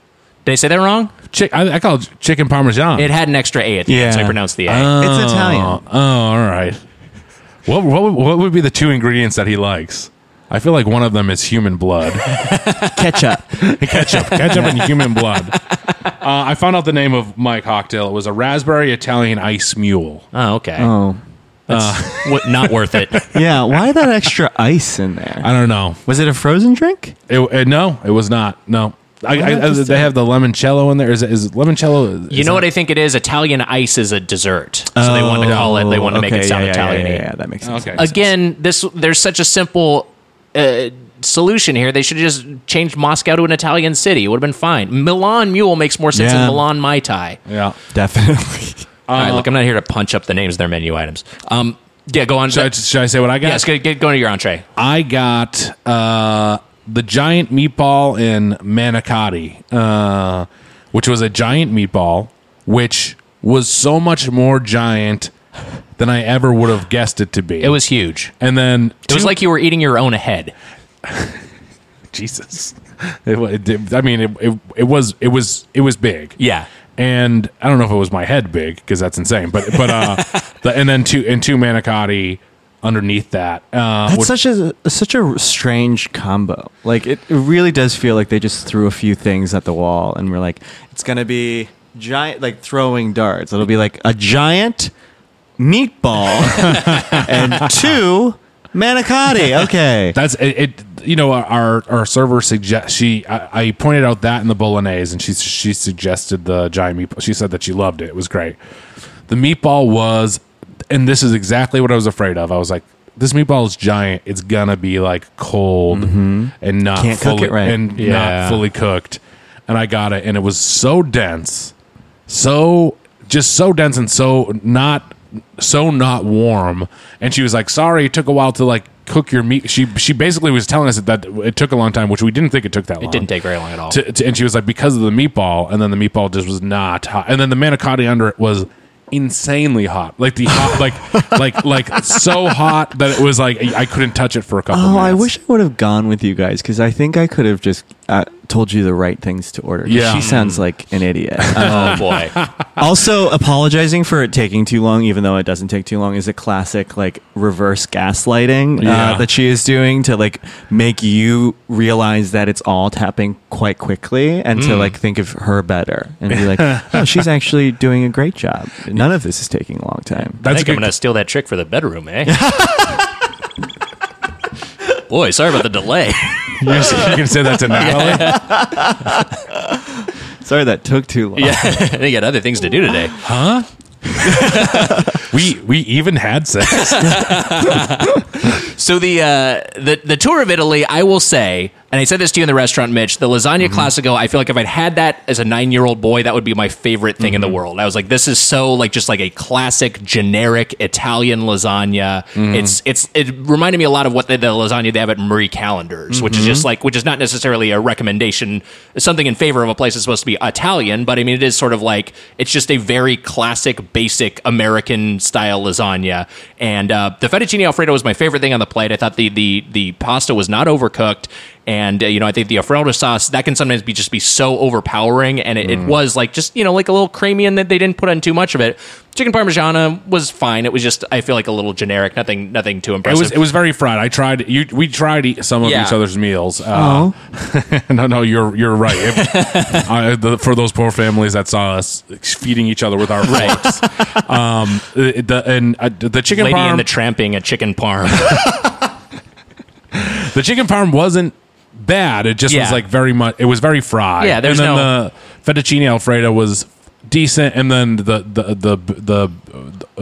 Speaker 2: Did I say that wrong?
Speaker 3: Chick, I, I call it chicken parmesan.
Speaker 2: It had an extra a at the end, so I
Speaker 7: Yeah. Uh,
Speaker 2: pronounced the a.
Speaker 7: It's Italian.
Speaker 3: Oh, all right. What, what would- what would be the two ingredients that he likes? I feel like one of them is human blood,
Speaker 7: Ketchup.
Speaker 3: ketchup, ketchup, and human blood. Uh, I found out the name of my cocktail. It was a raspberry Italian ice mule.
Speaker 2: oh, okay.
Speaker 7: oh. Uh.
Speaker 2: What- not worth it.
Speaker 7: Yeah, why that extra ice in
Speaker 3: I
Speaker 7: there?
Speaker 3: don't know.
Speaker 7: Was it a frozen drink?
Speaker 3: It, it- no, it was not. No, I,
Speaker 7: Why not
Speaker 3: I,
Speaker 7: just
Speaker 3: they
Speaker 7: a-
Speaker 3: have the limoncello in there. Is it, is it limoncello?
Speaker 2: You know what I think it is? Italian ice is a dessert, so they want to call it. They want to make it
Speaker 7: Oh, Okay,
Speaker 2: sound
Speaker 7: yeah, yeah, yeah,
Speaker 2: Italian.
Speaker 7: Yeah, yeah, that makes sense.
Speaker 3: Okay.
Speaker 2: Again, this there's such a simple uh, solution here. They should have just changed Moscow to an Italian city. It would have been fine. Milan Mule makes more sense than
Speaker 7: Yeah.
Speaker 2: Milan Mai Tai.
Speaker 3: Yeah. Uh-huh.
Speaker 7: Definitely.
Speaker 2: All right, look, I'm not here to punch up the names of their menu items. Um, yeah, go on.
Speaker 3: Should I, should I say what I got?
Speaker 2: yes, go, get, go into your entree.
Speaker 3: I got uh, the giant meatball in manicotti, uh, which was a giant meatball, which was so much more giant than I ever would have guessed it to be.
Speaker 2: It was huge.
Speaker 3: and then
Speaker 2: It was like you were eating your own head.
Speaker 3: Jesus. It, wa- it, did- I mean, it, it, it was it was it was big.
Speaker 2: Yeah.
Speaker 3: Oh. and I don't know if it was my head big because that's insane. But but uh, the, and then two and two manicotti underneath that. Uh,
Speaker 7: That's
Speaker 3: which-
Speaker 7: such a such a strange combo. Like it, it really does feel like they just threw a few things at the wall and we're like, it's gonna be giant like throwing darts. It'll be like a giant meatball and two manicotti. Okay.
Speaker 3: That's it, it. You know, our our server suggest she. I, I pointed out that in the bolognese, and she she suggested the giant meatball. She said that she loved it. It was great. The meatball was, and this is exactly what I was afraid of. I was like, this meatball is giant. It's gonna be like cold and not
Speaker 7: Mm-hmm. Can't cook
Speaker 3: fully
Speaker 7: it right.
Speaker 3: and
Speaker 2: Yeah.
Speaker 3: not fully cooked. And I got it, and it was so dense, so just so dense and so not so not warm. And she was like, "Sorry, it took a while to like cook your meat." She she basically was telling us that it took a long time, which we didn't think it took that long.
Speaker 2: It didn't take very long at all.
Speaker 3: To, to- and she was like, because of the meatball, and then the meatball just was not hot, and then the manicotti under it was insanely hot, like the hot, like like like so hot that it was like I I couldn't touch it for a couple.
Speaker 7: Oh,
Speaker 3: minutes.
Speaker 7: I wish I would have gone with you guys because I think I could have just uh, told you the right things to order. 'Cause
Speaker 3: Yeah. Hmm.
Speaker 7: She sounds like an idiot. Uh,
Speaker 2: oh boy.
Speaker 7: also, apologizing for it taking too long, even though it doesn't take too long, is a classic like reverse gaslighting
Speaker 3: Yeah.
Speaker 7: uh, that she is doing to like make you realize that it's all tapping quite quickly and to like think of her better and be like, oh, she's actually doing a great job. None of this is taking a long time.
Speaker 2: I
Speaker 3: That's
Speaker 2: think
Speaker 3: a
Speaker 2: I'm
Speaker 3: good-
Speaker 2: gonna steal that trick for the bedroom, eh? Boy, sorry about the delay.
Speaker 3: You're just- you can say that to Natalie.
Speaker 7: Sorry that took too long.
Speaker 2: yeah, they got other things to do today.
Speaker 3: We we even had sex.
Speaker 2: So the uh, the the tour of Italy, I will say, and I said this to you in the restaurant, Mitch. The lasagna classico. I feel like if I'd had that as a nine year old boy, that would be my favorite thing in the world. I was like, this is so like just like a classic generic Italian lasagna. It's it's it reminded me a lot of what the, the lasagna they have at Marie Callender's, which is just like which is not necessarily a recommendation, something in favor of a place that's supposed to be Italian, but I mean it is sort of like it's just a very classic, basic American style lasagna. And uh, the fettuccine alfredo was my favorite thing on the plate. I thought the the the pasta was not overcooked, and uh, you know I think the alfredo sauce that can sometimes be just be so overpowering, and it,
Speaker 3: Mm.
Speaker 2: it was like just you know like a little creamy, and that they didn't put on too much of it. Chicken parmigiana was fine. It was just I feel like a little generic, nothing nothing too
Speaker 3: It
Speaker 2: impressive.
Speaker 3: was it was very fried. I tried you. We tried eat some of
Speaker 2: Yeah.
Speaker 3: each other's meals. Uh, no, no, you're you're right. It- I- the- for those poor families that saw us feeding each other with our plates, um, it- the, and uh, the chicken
Speaker 2: Lady in
Speaker 3: parm,
Speaker 2: the tramping a chicken parm.
Speaker 3: the chicken parm wasn't bad. It just
Speaker 2: Yeah.
Speaker 3: was like very much. It was very fried.
Speaker 2: Yeah, there's
Speaker 3: and then
Speaker 2: no-
Speaker 3: the fettuccine alfredo was decent, and then the the the the, the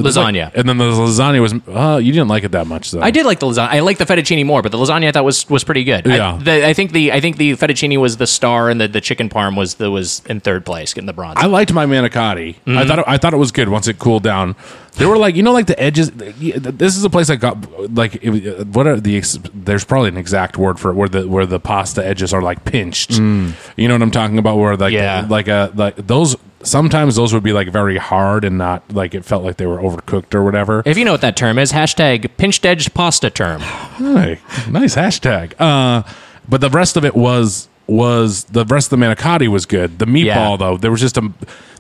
Speaker 2: Lasagna.
Speaker 3: and then the lasagna was. Uh, you didn't like it that much though.
Speaker 2: I did like the lasagna. I like the fettuccine more, but the lasagna I thought was was pretty good.
Speaker 3: Yeah.
Speaker 2: I, the, I think the I think the fettuccine was the star, and the, the chicken parm was the was in third place, getting the bronze.
Speaker 3: I liked my manicotti. I thought it, I thought it was good once it cooled down. They were like you know like the edges. This is a place I got like it, uh, what are the ex- there's probably an exact word for it where the where the pasta edges are like pinched. You know what I'm talking about? Where like
Speaker 2: Yeah.
Speaker 3: like a like those sometimes those would be like very hard and not like it felt like they were overcooked or whatever.
Speaker 2: if you know what that term is, hashtag pinched edged pasta term.
Speaker 3: Hi. nice hashtag. Uh, but the rest of it was was the rest of the manicotti was good. The meatball
Speaker 2: Yeah.
Speaker 3: though there was just a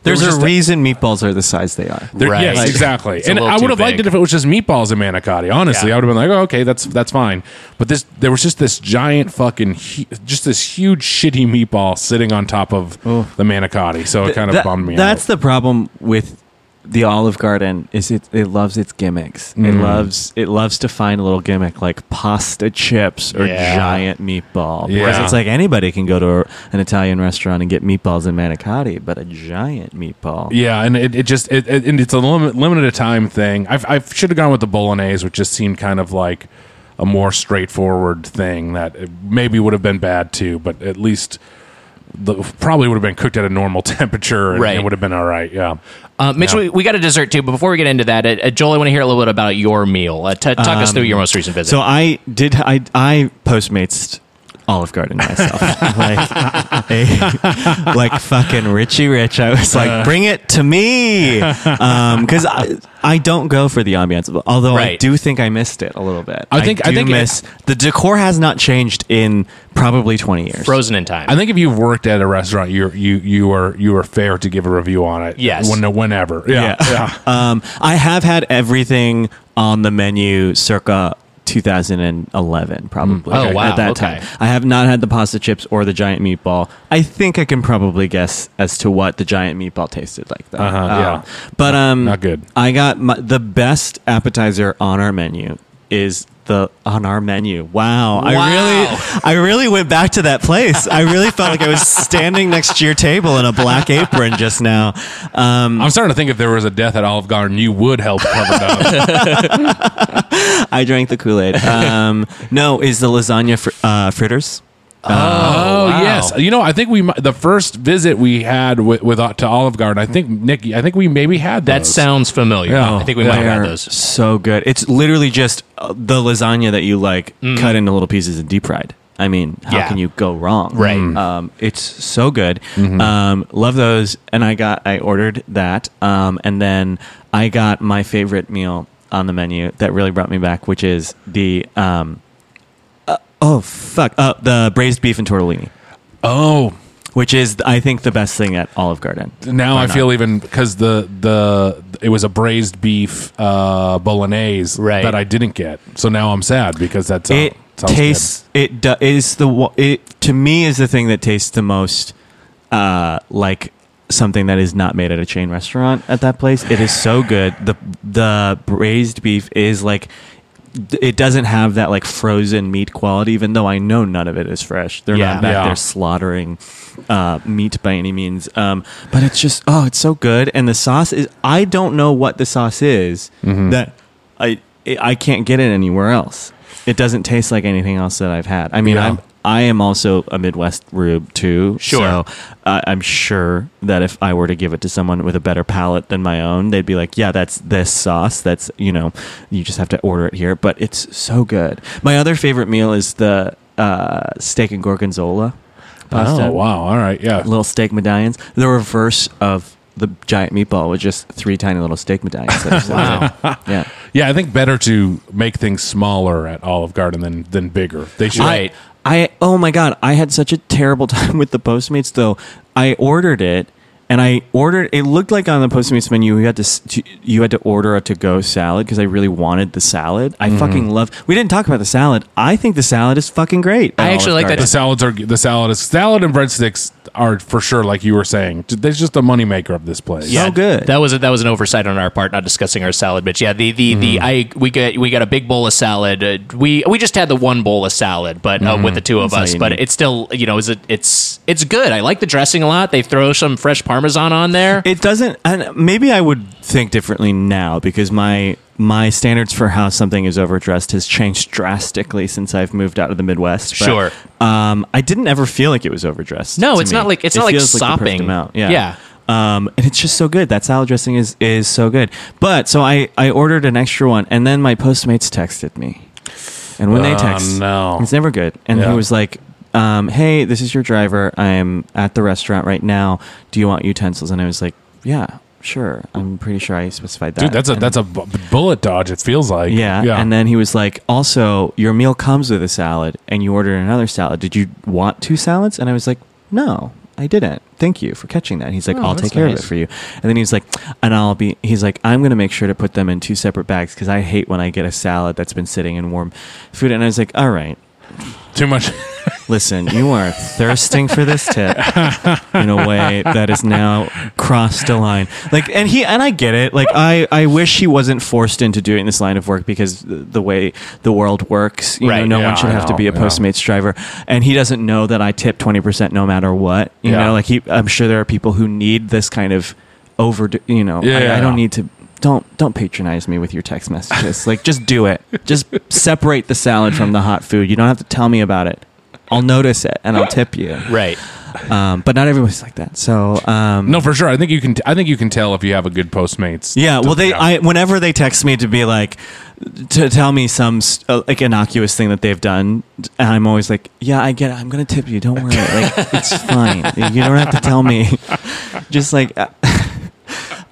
Speaker 3: there
Speaker 7: There's
Speaker 3: was just
Speaker 7: a reason meatballs are the size they are.
Speaker 3: There-
Speaker 2: Right.
Speaker 3: Yes,
Speaker 2: Like,
Speaker 3: exactly.
Speaker 2: it's a
Speaker 3: And
Speaker 2: little
Speaker 3: I
Speaker 2: too
Speaker 3: would have liked
Speaker 2: big.
Speaker 3: it if it was just meatballs and manicotti. Honestly,
Speaker 2: Yeah.
Speaker 3: I would have been like, oh, okay, that's that's fine. But this, there was just this giant fucking, hu- just this huge shitty meatball sitting on top of
Speaker 2: Oh.
Speaker 3: the manicotti. So it kind of
Speaker 7: That-
Speaker 3: bummed me
Speaker 7: That's
Speaker 3: out.
Speaker 7: the problem with the Olive Garden is it it loves its gimmicks. It
Speaker 3: Mm.
Speaker 7: loves it loves to find a little gimmick like pasta chips or
Speaker 2: Yeah.
Speaker 7: giant meatball. Whereas
Speaker 3: Yeah.
Speaker 7: it's like anybody can go to an Italian restaurant and get meatballs and manicotti, but a giant meatball.
Speaker 3: yeah, and it, it just it, it- and it's a lim- limited time thing. I've, I should have gone with the bolognese, which just seemed kind of like a more straightforward thing that it maybe would have been bad too, but at least the, probably would have been cooked at a normal temperature and
Speaker 2: Right.
Speaker 3: it would have been all right. Yeah.
Speaker 2: Uh, Mitch,
Speaker 3: Yeah.
Speaker 2: we, we got a dessert too. But before we get into that, uh, uh, Joel, I want to hear a little bit about your meal. Uh, t- talk us
Speaker 3: Um,
Speaker 2: through your most recent visit.
Speaker 7: So I did. I I Postmates Olive Garden myself, like a- like fucking Richie Rich. I was
Speaker 3: Uh.
Speaker 7: like, bring it to me, because I I don't go for the ambiance. Although I
Speaker 2: Right.
Speaker 7: do think I missed it a little bit.
Speaker 3: I think- I
Speaker 7: do
Speaker 3: think it-
Speaker 7: miss the decor has not changed in probably twenty years.
Speaker 2: Frozen in time.
Speaker 3: I think if you've worked at a restaurant, you you you are you are fair to give a review on it.
Speaker 2: Yes.
Speaker 3: when, whenever. Yeah, yeah.
Speaker 7: Um, I have had everything on the menu circa 2011, probably.
Speaker 2: Mm. Oh, wow.
Speaker 7: At that
Speaker 2: Okay.
Speaker 7: time, I have not had the pasta chips or the giant meatball. I think I can probably guess as to what the giant meatball tasted like. Though,
Speaker 3: Uh-huh,
Speaker 7: Um,
Speaker 3: yeah.
Speaker 7: But um,
Speaker 3: Not good.
Speaker 7: I got my, the best appetizer on our menu is the on our menu. Wow,
Speaker 2: Wow.
Speaker 7: I really, I really went back to that place. I really felt like I was standing next to your table in a black apron just now. Um,
Speaker 3: I'm starting to think if there was a death at Olive Garden, you would help cover it up.
Speaker 7: I drank the Kool Aid. Um, no, is the lasagna fr- uh, fritters?
Speaker 3: oh Yes, you know, I think we mi- the first visit we had with, with uh, to Olive Garden. I think Nikki, I think we maybe had
Speaker 2: That
Speaker 3: those.
Speaker 2: sounds familiar.
Speaker 3: Yeah.
Speaker 2: I think we
Speaker 3: Yeah.
Speaker 2: might have had
Speaker 7: Oh, They're
Speaker 2: those.
Speaker 7: So good. It's literally just uh, the lasagna that you like cut into little pieces and deep fried. I mean, how
Speaker 2: Mm-hmm. Yeah.
Speaker 7: can you go wrong?
Speaker 2: Right. Mm-hmm.
Speaker 7: Um, it's so good. Um, love those. And I got, I ordered that. Um, and then I got my favorite meal on the menu that really brought me back, which is the, um, uh, oh, fuck, uh, the braised beef and tortellini,
Speaker 3: Oh,
Speaker 7: which is, I think, the best thing at Olive Garden.
Speaker 3: now I feel even because the the it was a braised beef uh, bolognese
Speaker 2: Right.
Speaker 3: that I didn't get. So now I'm sad because that's how,
Speaker 7: it
Speaker 3: sounds good.
Speaker 7: tastes it do, is the wa- it to me is the thing that tastes the most uh like something that is not made at a chain restaurant at that place it is so good the the braised beef is like it doesn't have that like frozen meat quality even though i know none of it is fresh they're
Speaker 2: Yeah.
Speaker 7: not back
Speaker 3: Yeah.
Speaker 7: there slaughtering uh, meat by any means um, but it's just oh it's so good and the sauce is i don't know what the sauce is that I it, I can't get it anywhere else. It doesn't taste like anything else that I've had. I mean,
Speaker 3: Yeah.
Speaker 7: I'm I am also a Midwest rube too.
Speaker 2: Sure.
Speaker 7: so uh, I'm sure that if I were to give it to someone with a better palate than my own, they'd be like, "Yeah, that's this sauce. That's you know, you just have to order it here." But it's so good. My other favorite meal is the uh, steak and gorgonzola pasta
Speaker 3: Oh wow! All right, yeah.
Speaker 7: little steak medallions. The reverse of the giant meatball was just three tiny little steak medallions. That are slid in. Yeah.
Speaker 3: Yeah, I think better to make things smaller at Olive Garden than than bigger. They should.
Speaker 7: I, I oh my god, I had such a terrible time with the Postmates though. I ordered it and I ordered it looked like on the Postmates menu you had to s- to- you had to order a to go salad because I really wanted the salad.
Speaker 2: Mm-hmm.
Speaker 7: I fucking love. We didn't talk about the salad. I think the salad is fucking great.
Speaker 2: I
Speaker 7: at
Speaker 2: actually
Speaker 7: Olive
Speaker 2: like that
Speaker 3: the
Speaker 7: Garden.
Speaker 3: salads are the salad is salad and breadsticks are for sure. Like you were saying, there's just a moneymaker of this place.
Speaker 7: So good.
Speaker 2: That was a, that was an oversight on our part, not discussing our salad. But yeah, the the, the
Speaker 7: Mm-hmm.
Speaker 2: I we got we got a big bowl of salad. Uh, we we just had the one bowl of salad, but uh, with the two of
Speaker 7: Mm-hmm. That's all
Speaker 2: us.
Speaker 7: you
Speaker 2: But
Speaker 7: need.
Speaker 2: it's still you know is it it's it's good. I like the dressing a lot. They throw some fresh parmesan on there.
Speaker 7: It doesn't, and maybe I would think differently now because my my standards for how something is overdressed has changed drastically since I've moved out of the Midwest.
Speaker 2: Sure.
Speaker 7: Um, I didn't ever feel like it was overdressed.
Speaker 2: No,
Speaker 7: to
Speaker 2: it's
Speaker 7: me.
Speaker 2: not like- it's
Speaker 7: It
Speaker 2: not like
Speaker 7: feels the perfect
Speaker 2: sopping.
Speaker 7: amount. Yeah.
Speaker 2: Yeah.
Speaker 7: Um, and it's just so good. That salad dressing is is so good. But so I I ordered an extra one, and then my Postmates texted me, and when they
Speaker 3: Oh,
Speaker 7: text,
Speaker 3: no.
Speaker 7: it's never good. And
Speaker 3: Yeah.
Speaker 7: he was like, um, "Hey, this is your driver. I'm at the restaurant right now. Do you want utensils?" And I was like, "Yeah, sure. I'm pretty sure I specified that."
Speaker 3: dude, that's a
Speaker 7: And-
Speaker 3: that's a bu- bullet dodge. It feels like.
Speaker 7: yeah.
Speaker 3: yeah.
Speaker 7: And then he was like, "Also, your meal comes with a salad, and you ordered another salad. Did you want two salads?" And I was like, "No." I didn't. Thank you for catching that. He's like,
Speaker 3: Oh,
Speaker 7: I'll take care of it for you. And then he's like, and I'll be, he's like, I'm going to make sure to put them in two separate bags because I hate when I get a salad that's been sitting in warm food. And I was like, all right,
Speaker 3: too much.
Speaker 7: Listen, you are thirsting for this tip in a way that is now crossed a line. Like, and he and I get it. Like, I I wish he wasn't forced into doing this line of work because the, the way the world works, you
Speaker 2: Right.
Speaker 7: know, no
Speaker 3: Yeah,
Speaker 7: one should
Speaker 3: I
Speaker 7: have to
Speaker 3: know,
Speaker 7: be a
Speaker 3: yeah.
Speaker 7: Postmates driver. And he doesn't know that I tip twenty percent no matter what. You
Speaker 3: Yeah.
Speaker 7: know, like he. I'm sure there are people who need this kind of over. You know, I-
Speaker 3: Yeah.
Speaker 7: I, don't need to. Don't don't patronize me with your text messages. Like just do it. Just separate the salad from the hot food. You don't have to tell me about it. I'll notice it and I'll tip you.
Speaker 2: right.
Speaker 7: Um, but not everybody's like that. So um,
Speaker 3: no, for sure. I think you can. T- I think you can tell if you have a good Postmates.
Speaker 7: Yeah, well, they
Speaker 3: Yeah.
Speaker 7: I whenever they text me to be like to tell me some s- uh, like innocuous thing that they've done, and I'm always like, yeah, I get it. I'm gonna tip you. Don't worry. Like it's fine. You don't have to tell me. Just like. uh,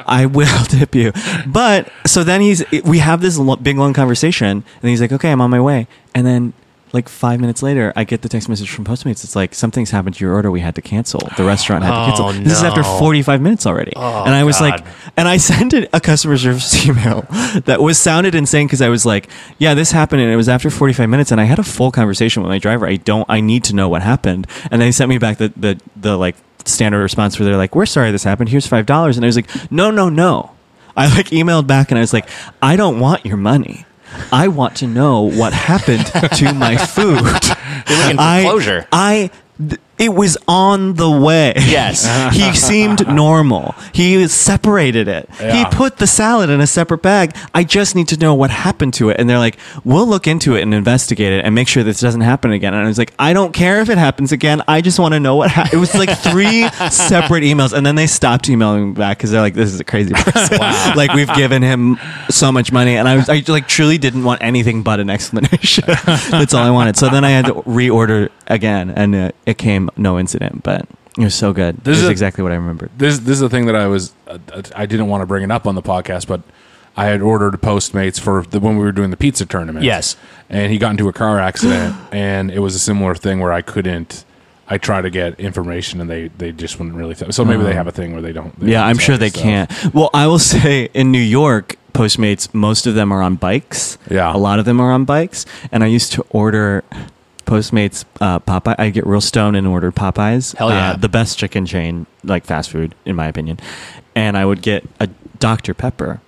Speaker 7: I will tip you, but so then he's we have this lo- big long conversation, and he's like, "Okay, I'm on my way." And then, like five minutes later, I get the text message from Postmates. It's like something's happened to your order. We had to cancel. The restaurant had to cancel.
Speaker 2: Oh,
Speaker 7: this is after
Speaker 2: no.
Speaker 7: 45 minutes already.
Speaker 2: Oh,
Speaker 7: and I was like, and I sent it a customer service email that was sounded insane because I was like, yeah, this happened. And it was after 45 minutes. And I had a full conversation with my driver. I don't, I need to know what happened. And they sent me back the, the, the like standard response where they're like, we're sorry this happened. Here's $5. And I was like, no, no, no. I like emailed back and I was like, I don't want your money. I want to know what happened to my food.
Speaker 2: You're looking for
Speaker 7: I,
Speaker 2: closure.
Speaker 7: I th- It was on the way.
Speaker 2: Yes.
Speaker 7: he seemed normal. He separated it.
Speaker 9: Yeah.
Speaker 7: He put the salad in a separate bag. I just need to know what happened to it. And they're like, we'll look into it and investigate it and make sure this doesn't happen again. And I was like, I don't care if it happens again. I just want to know what happened. It was like three separate emails. And then they stopped emailing back because they're like, this is a crazy person. like, we've given him so much money. And I was, I like truly didn't want anything but an explanation. That's all I wanted. So then I had to reorder again and it, it came no incident, but it was so good.
Speaker 3: This
Speaker 7: this
Speaker 3: is
Speaker 7: is
Speaker 3: a-
Speaker 7: exactly what I remembered.
Speaker 3: this this is the thing that I was uh, I didn't want to bring it up on the podcast, but I had ordered Postmates for the when we were doing the pizza tournament.
Speaker 2: Yes.
Speaker 3: and he got into a car accident, and it was a similar thing where I couldn't. I try to get information, and they they just wouldn't really. Th- so maybe they have a thing where they don't. they
Speaker 7: Yeah,
Speaker 3: don't
Speaker 7: I'm
Speaker 3: tell
Speaker 7: sure
Speaker 3: you
Speaker 7: they
Speaker 3: stuff.
Speaker 7: can't. Well, I will say in New York, Postmates, most of them are on bikes.
Speaker 3: Yeah.
Speaker 7: A lot of them are on bikes. And I used to order Postmates uh, Popeye. I get real stoned and order Popeyes.
Speaker 2: Hell yeah.
Speaker 7: Uh, the best chicken chain, like fast food, in my opinion. And I would get a Dr. Pepper.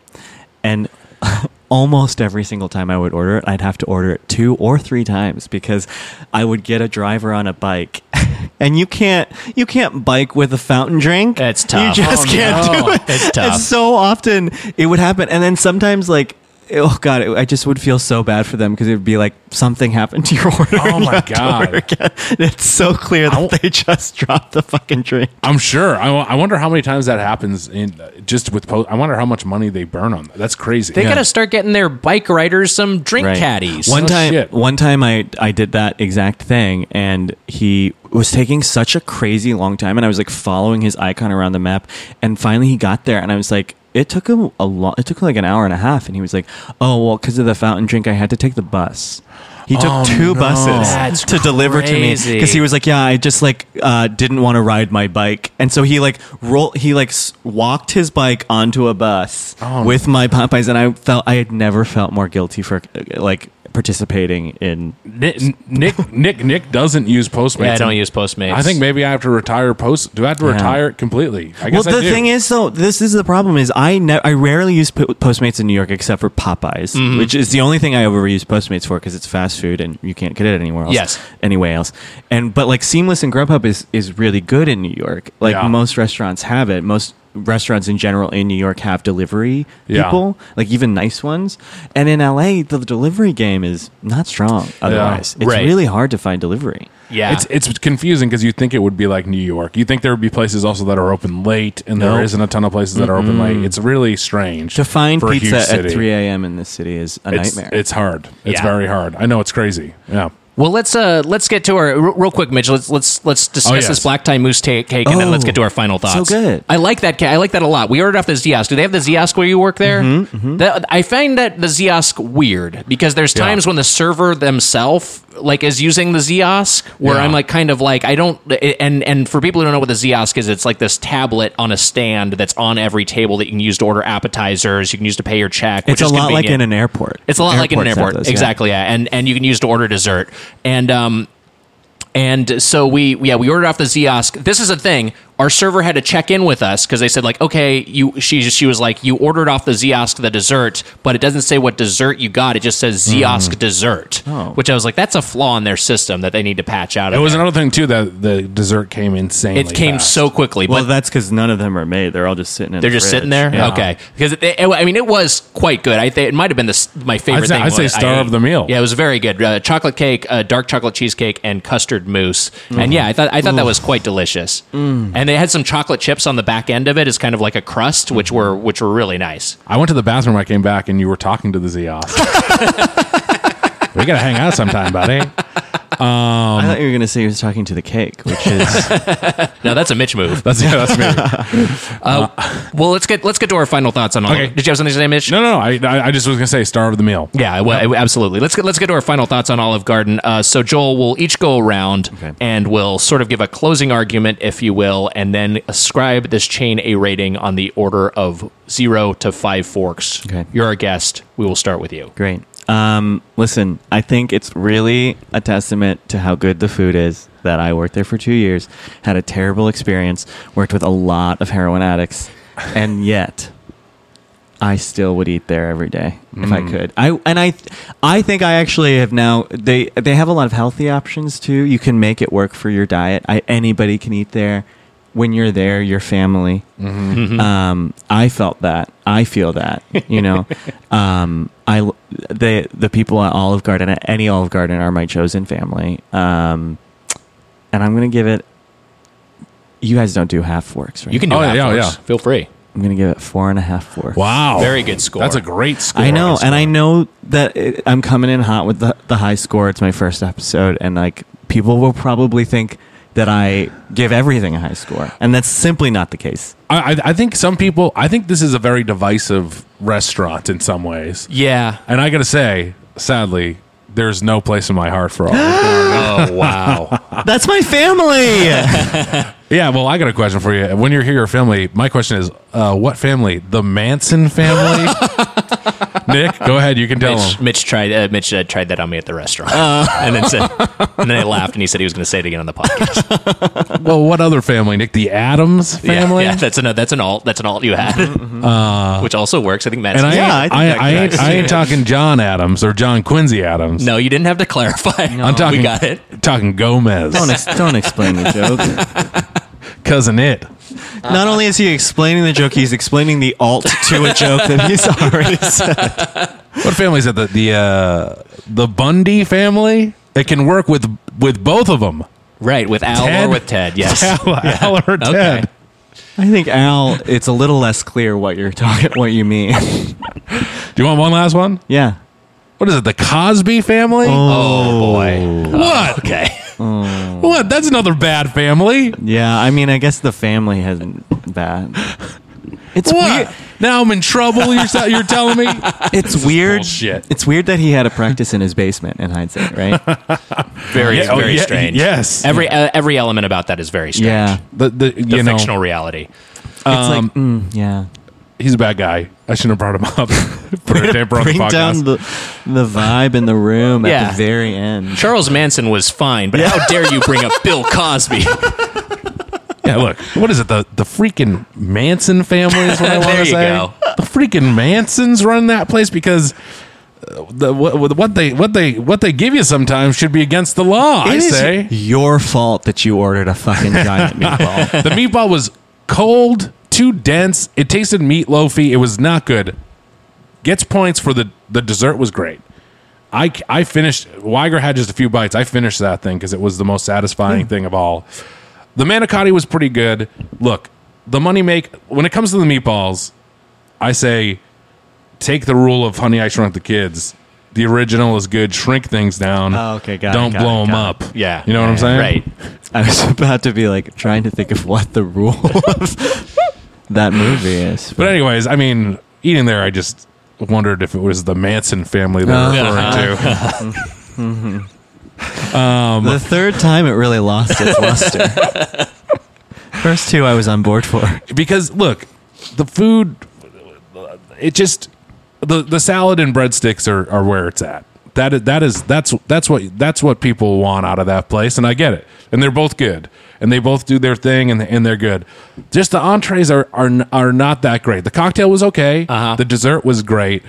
Speaker 7: And almost every single time I would order it, I'd have to order it two or three times because I would get a driver on a bike. And you can't you can't bike with a fountain drink.
Speaker 2: That's tough.
Speaker 7: You just
Speaker 2: Oh,
Speaker 7: can't
Speaker 2: no.
Speaker 7: do it.
Speaker 2: It's tough.
Speaker 7: And so often it would happen, and then sometimes like. Oh god! it- I just would feel so bad for them because it would be like something happened to your order.
Speaker 3: Oh,
Speaker 7: and
Speaker 3: my
Speaker 7: left
Speaker 3: God.
Speaker 7: over again. It's so clear that they just dropped the fucking drink.
Speaker 3: I'm sure. I, I wonder how many times that happens in just with post. I wonder how much money they burn on that. That's crazy.
Speaker 2: They got to start getting their bike riders some drink caddies.
Speaker 7: One
Speaker 3: Oh,
Speaker 7: time,
Speaker 3: shit.
Speaker 7: one time I I did that exact thing, and he was taking such a crazy long time, and I was like following his icon around the map, and finally he got there, and I was like. It took him a long. It took him like an hour and a half, and he was like, "Oh well, because of the fountain drink, I had to take the bus." He took
Speaker 3: Oh,
Speaker 7: two
Speaker 3: no.
Speaker 7: buses
Speaker 2: That's
Speaker 7: to deliver to me
Speaker 2: crazy.
Speaker 7: because he was like, "Yeah, I just like uh, didn't want to ride my bike," and so he like roll. He like s- walked his bike onto a bus
Speaker 2: Oh
Speaker 7: with my Popeyes, and I felt I had never felt more guilty for uh, like participating in.
Speaker 3: Nick, Nick Nick Nick doesn't use Postmates.
Speaker 2: yeah, I don't use Postmates.
Speaker 3: I think maybe I have to retire post. Do I have to retire it completely? I
Speaker 7: Well,
Speaker 3: guess I
Speaker 7: the
Speaker 3: do.
Speaker 7: thing is, though, this is the problem: is I ne- I rarely use po- Postmates in New York except for Popeyes,
Speaker 3: Mm-hmm.
Speaker 7: which is the only thing I ever use Postmates for because it's fast food and you can't get it anywhere else.
Speaker 2: Yes.
Speaker 7: anyway else. And but like Seamless and Grubhub is is really good in New York. Like
Speaker 3: Yeah.
Speaker 7: most restaurants have it. Most restaurants in general in New York have delivery
Speaker 3: Yeah.
Speaker 7: people, like even nice ones. And in LA, the delivery game is not strong. Otherwise, it's
Speaker 2: Right.
Speaker 7: really hard to find delivery.
Speaker 2: Yeah.
Speaker 3: It's it's confusing because you think it would be like New York. You think there would be places also that are open late, and there
Speaker 7: Nope.
Speaker 3: isn't a ton of places that are open late. It's really strange
Speaker 7: To find
Speaker 3: for a huge
Speaker 7: pizza at
Speaker 3: city.
Speaker 7: 3 a.m. in this city is a
Speaker 3: It's,
Speaker 7: nightmare.
Speaker 3: it's hard. It's
Speaker 2: Yeah.
Speaker 3: very hard. I know it's crazy. Yeah.
Speaker 2: Well, let's uh let's get to our r- real quick, Mitch. Let's let's let's discuss
Speaker 3: yes.
Speaker 2: this black tie moose ta- cake, and then
Speaker 7: Oh,
Speaker 2: let's get to our final thoughts.
Speaker 7: good.
Speaker 2: I like that. ca- I like that a lot. We ordered off the Ziosk. Do they have the Ziosk where you work there?
Speaker 7: Mm-hmm,
Speaker 2: That- I find that the Ziosk weird because there's times when the server themselves like is using the Ziosk where
Speaker 3: Yeah.
Speaker 2: I'm like kind of like I don't and and for people who don't know what the Ziosk is, it's like this tablet on a stand that's on every table that you can use to order appetizers. You can use to pay your check.
Speaker 7: It's
Speaker 2: which
Speaker 7: a
Speaker 2: is
Speaker 7: lot like
Speaker 2: convenient.
Speaker 7: in an airport.
Speaker 2: It's a lot like in an
Speaker 7: Airports have
Speaker 2: airport,
Speaker 7: those, yeah.
Speaker 2: exactly. Yeah. and and you can use to order dessert. And um, and so we yeah we ordered off the Ziosk. This is a thing. Our server had to check in with us because they said like, okay, you she she was like, you ordered off the Ziosk the dessert, but it doesn't say what dessert you got. It just says
Speaker 7: Hmm.
Speaker 2: Ziosk dessert,
Speaker 7: Oh.
Speaker 2: which I was like, that's a flaw in their system that they need to patch out.
Speaker 3: It
Speaker 2: of
Speaker 3: was
Speaker 2: there.
Speaker 3: another thing too that the dessert came insanely.
Speaker 2: It came
Speaker 3: fast.
Speaker 2: so quickly.
Speaker 7: Well,
Speaker 2: but
Speaker 7: that's because none of them are made. They're all just sitting in.
Speaker 2: they're
Speaker 7: the
Speaker 2: just
Speaker 7: fridge.
Speaker 2: sitting there,
Speaker 7: Yeah.
Speaker 2: okay? Because it, it- I mean, it was quite good. I think it might have been the, s- my favorite
Speaker 3: I'd say-
Speaker 2: thing.
Speaker 3: I'd say
Speaker 2: what
Speaker 3: star
Speaker 2: I
Speaker 3: of
Speaker 2: ate.
Speaker 3: the meal.
Speaker 2: Yeah, it was very good. Uh, chocolate cake, uh, dark chocolate cheesecake, and custard mousse.
Speaker 3: Mm-hmm.
Speaker 2: And yeah, I thought I thought that was quite delicious.
Speaker 3: Mm.
Speaker 2: And they had some chocolate chips on the back end of it as kind of like a crust, which
Speaker 3: Mm-hmm.
Speaker 2: were which were really nice.
Speaker 3: I went to the bathroom. I came back, and you were talking to the Ziosk. we gotta hang out sometime, buddy.
Speaker 7: I
Speaker 2: Um,
Speaker 7: thought you were going to say he was talking to the cake, which is
Speaker 2: Now that's a Mitch move.
Speaker 3: That's yeah, that's me.
Speaker 2: well, let's get let's get to our final thoughts on all.
Speaker 3: Okay.
Speaker 2: Did you have something to say, Mitch?
Speaker 3: No, no, no. I, I I just was gonna say star of the meal.
Speaker 2: Yeah, well, absolutely. Let's get let's get to our final thoughts on Olive Garden. Uh, so Joel, we'll each go around and we'll sort of give a closing argument, if you will, and then ascribe this chain a rating on the order of zero to five forks.
Speaker 7: Okay.
Speaker 2: You're our guest. We will start with you.
Speaker 7: great. Um, listen, I think it's really a testament to how good the food is that I worked there for two years, had a terrible experience, worked with a lot of heroin addicts, and yet I still would eat there every day if I could. I and I, I think I actually have now. They they have a lot of healthy options too. You can make it work for your diet. I, anybody can eat there. When you're there, your family. Um, I felt that. I feel that. You know, um, I l- the the people at Olive Garden at any Olive Garden are my chosen family. Um, and I'm gonna give it. You guys don't do half works, right?
Speaker 2: You can do
Speaker 3: Oh,
Speaker 2: half
Speaker 3: yeah,
Speaker 2: works.
Speaker 3: yeah.
Speaker 2: Feel free.
Speaker 7: I'm gonna give it four and a half works.
Speaker 3: Wow.
Speaker 2: Very good score.
Speaker 3: That's a great score.
Speaker 7: I know, and I know that it, I'm coming in hot with the, the high score. It's my first episode, and like people will probably think that I give everything a high score, and that's simply not the case.
Speaker 3: I, I- I think some people, I think this is a very divisive restaurant in some ways.
Speaker 2: Yeah.
Speaker 3: And I got to say, sadly, there's no place in my heart for all. of it.
Speaker 2: Oh wow.
Speaker 7: That's my family.
Speaker 3: yeah, well, I got a question for you. When you're here, your family, my question is, uh, what family? The Manson family? Nick, go ahead. You can tell
Speaker 2: Mitch,
Speaker 3: them.
Speaker 2: Mitch tried. Uh, Mitch uh, tried that on me at the restaurant,
Speaker 3: Uh.
Speaker 2: and then said, and then I laughed, and he said he was going to say it again on the podcast.
Speaker 3: Well, what other family, Nick? The Adams
Speaker 2: Yeah,
Speaker 3: family?
Speaker 2: yeah, that's an that's an alt that's an alt you had,
Speaker 3: Mm-hmm,
Speaker 2: which also works. I think Matt's.
Speaker 3: Uh, And I,
Speaker 7: Yeah, I
Speaker 3: ain't,
Speaker 7: think
Speaker 3: I,
Speaker 7: that
Speaker 3: I, ain't, I ain't talking John Adams or John Quincy Adams.
Speaker 2: no, you didn't have to clarify.
Speaker 3: I'm talking.
Speaker 2: We got it. Oh,
Speaker 3: Talking Gomez,
Speaker 7: don't ex- don't explain the joke.
Speaker 3: cousin it.
Speaker 7: Not only is he explaining the joke, he's explaining the alt to a joke that he's already said.
Speaker 3: What family is that? The the uh, the Bundy family. It can work with with both of them.
Speaker 2: Right with Al
Speaker 3: Ted?
Speaker 2: or with Ted. Yes.
Speaker 3: Al, Al or Ted.
Speaker 2: Okay.
Speaker 7: I think Al, it's a little less clear what you're talking, what you mean.
Speaker 3: Do you want one last one?
Speaker 7: yeah.
Speaker 3: What is it? The Cosby family.
Speaker 2: Oh boy. Oh,
Speaker 3: what?
Speaker 2: Okay.
Speaker 3: What? That's another bad family.
Speaker 7: Yeah, I mean, I guess the family hasn't bad. It's
Speaker 3: What?
Speaker 7: weird.
Speaker 3: Now I'm in trouble. You're sa- you're telling me?
Speaker 7: It's weird.
Speaker 3: bullshit.
Speaker 7: It's weird that he had a practice in his basement in hindsight, right?
Speaker 2: Very
Speaker 3: Yeah, oh,
Speaker 2: very
Speaker 3: yeah,
Speaker 2: strange.
Speaker 3: yes.
Speaker 2: Every uh, every element about that is very strange.
Speaker 7: yeah.
Speaker 3: The the
Speaker 2: The
Speaker 3: you know
Speaker 2: fictional reality.
Speaker 7: It's like, mm, yeah.
Speaker 3: he's a bad guy. I shouldn't have brought him up. Put a damper on the
Speaker 7: Bring
Speaker 3: podcast.
Speaker 7: down the, the vibe in the room at
Speaker 2: Yeah.
Speaker 7: the very end.
Speaker 2: Charles Manson was fine, but how dare you bring up Bill Cosby?
Speaker 3: Yeah, look, what is it? The the freaking Manson family is what I want
Speaker 2: There
Speaker 3: to
Speaker 2: you
Speaker 3: say.
Speaker 2: go.
Speaker 3: The freaking Mansons run that place because uh, the what, what they what they what they give you sometimes should be against the law. I
Speaker 7: It is
Speaker 3: say
Speaker 7: your fault that you ordered a fucking giant meatball.
Speaker 3: the meatball was cold, too dense. It tasted meatloafy. It was not good. Gets points for the the dessert was great. I, I finished. Weiger had just a few bites. I finished that thing because it was the most
Speaker 7: Hmm.
Speaker 3: satisfying thing of all. The manicotti was pretty good. Look, the money make when it comes to the meatballs, I say take the rule of Honey I Shrunk the Kids. The original is good. Shrink things down.
Speaker 7: Oh, okay, got it,
Speaker 3: Don't
Speaker 7: got
Speaker 3: blow
Speaker 7: it,
Speaker 3: them up.
Speaker 7: got it.
Speaker 2: Yeah.
Speaker 3: you know what I'm saying,
Speaker 2: Right.
Speaker 7: I was about to be like trying to think of what the rule of that movie is.
Speaker 3: But anyways, I mean, eating there, I just wondered if it was the Manson family they're
Speaker 2: Uh-huh. Uh,
Speaker 3: referring to.
Speaker 7: The third time it really lost its luster. First two I was on board for.
Speaker 3: because look, the food, it just the the salad and breadsticks are, are where it's at. That is, that is that's that's what that's what people want out of that place, and I get it. And they're both good, and they both do their thing, and and they're good. Just the entrees are are n- are not that great. The cocktail was okay.
Speaker 2: Uh-huh.
Speaker 3: The dessert was great,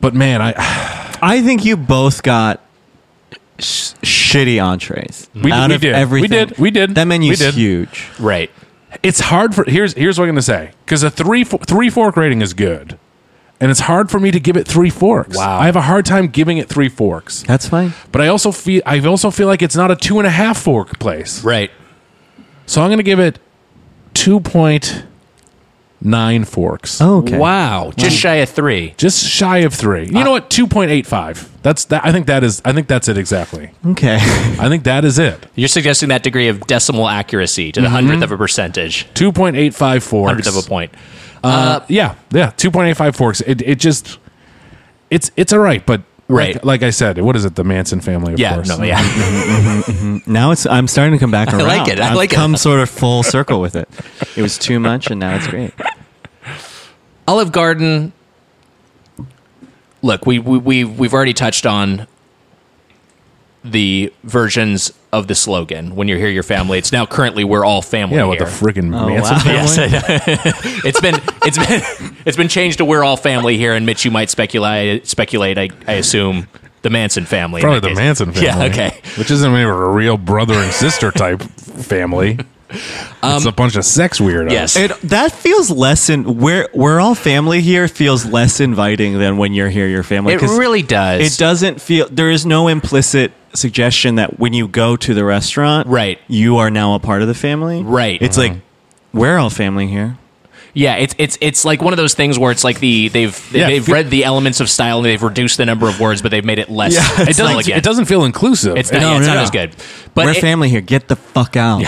Speaker 3: but man, I
Speaker 7: I think you both got sh- shitty entrees.
Speaker 3: We- we did. We did. We did.
Speaker 7: That menu's
Speaker 3: We did.
Speaker 7: huge.
Speaker 2: Right.
Speaker 3: it's hard for here's here's what I'm gonna say because a three fo- three fork rating is good, and it's hard for me to give it three forks.
Speaker 2: Wow.
Speaker 3: I have a hard time giving it three forks.
Speaker 7: That's fine.
Speaker 3: But I also feel I also feel like it's not a two and a half fork place.
Speaker 2: Right.
Speaker 3: So I'm gonna give it two point nine forks.
Speaker 7: Oh, okay.
Speaker 2: Wow. Just
Speaker 3: Mm.
Speaker 2: shy of three.
Speaker 3: Just shy of three. You know what? Two point eight five. That's that. I think that is. I think that's it exactly.
Speaker 7: Okay.
Speaker 3: I think that is it.
Speaker 2: You're suggesting that degree of decimal accuracy
Speaker 3: Mm-hmm.
Speaker 2: to the hundredth of a percentage,
Speaker 3: Two point eight five forks.
Speaker 2: hundredth of a point.
Speaker 3: Uh, yeah, yeah, two point eight five forks. It it just it's it's all right, but
Speaker 2: Right.
Speaker 3: like, like I said, what is it? The Manson family, of
Speaker 2: Yeah.
Speaker 3: course. Mm-hmm.
Speaker 2: No. Yeah.
Speaker 7: Now it's I'm starting to come back around.
Speaker 2: like it. I
Speaker 7: I've
Speaker 2: like it.
Speaker 7: come sort of full circle with it. It was too much and now it's great.
Speaker 2: Olive Garden. Look, we we we we've already touched on the versions of the slogan when you're here your family it's now currently we're all family
Speaker 3: Yeah, with the
Speaker 2: here.
Speaker 3: friggin' Manson
Speaker 7: wow.
Speaker 3: family.
Speaker 2: Yes, I know. it's been it's been it's been changed to we're all family here, and Mitch, you might speculate speculate. I, I assume the Manson family, in
Speaker 3: Probably
Speaker 2: that
Speaker 3: the
Speaker 2: case.
Speaker 3: Manson family.
Speaker 2: Yeah, okay.
Speaker 3: Which isn't even a real brother and sister type family. it's a bunch of sex weirdos.
Speaker 2: Um, Yes.
Speaker 7: It that feels less in we're we're all family here feels less inviting than when you're here your family.
Speaker 2: It
Speaker 7: 'cause
Speaker 2: really does.
Speaker 7: It doesn't feel there is no implicit suggestion that when you go to the restaurant,
Speaker 2: Right.
Speaker 7: you are now a part of the family.
Speaker 2: Right.
Speaker 7: It's like we're all family here.
Speaker 2: Yeah, it's it's it's like one of those things where it's like the they've
Speaker 3: Yeah,
Speaker 2: they've
Speaker 3: fe-
Speaker 2: read the elements of style and they've reduced the number of words, but they've made it less.
Speaker 3: It doesn't,
Speaker 2: elegant.
Speaker 3: it doesn't feel inclusive.
Speaker 2: It's not, yeah, it's not as good. But
Speaker 7: we're
Speaker 2: it-
Speaker 7: family here. Get the fuck out.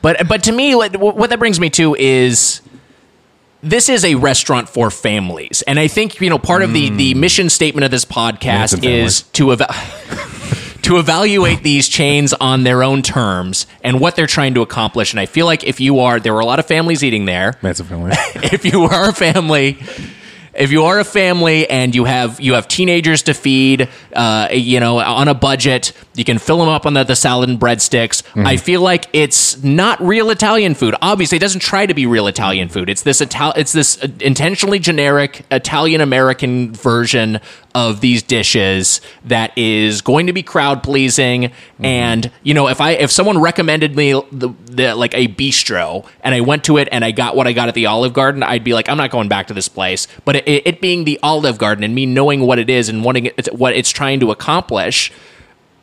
Speaker 2: But but to me, what, what that brings me to is this is a restaurant for families, and I think you know part of the the mission statement of this
Speaker 3: Manson
Speaker 2: podcast
Speaker 3: families.
Speaker 2: is to eva- to evaluate these chains on their own terms and what they're trying to accomplish. And I feel like if you are, there were a lot of families eating there.
Speaker 3: Manson family.
Speaker 2: if you are a family if you are a family and you have you have teenagers to feed uh, you know on a budget you can fill them up on the, the salad and breadsticks i feel like it's not real italian food obviously it doesn't try to be real italian food it's this Ital- it's this uh, intentionally generic italian american version of these dishes that is going to be crowd pleasing and you know if i if someone recommended me the, the like a bistro and i went to it and i got what i got at the olive garden i'd be like i'm not going back to this place but it, it being the olive garden and me knowing what it is and wanting it, what it's trying to accomplish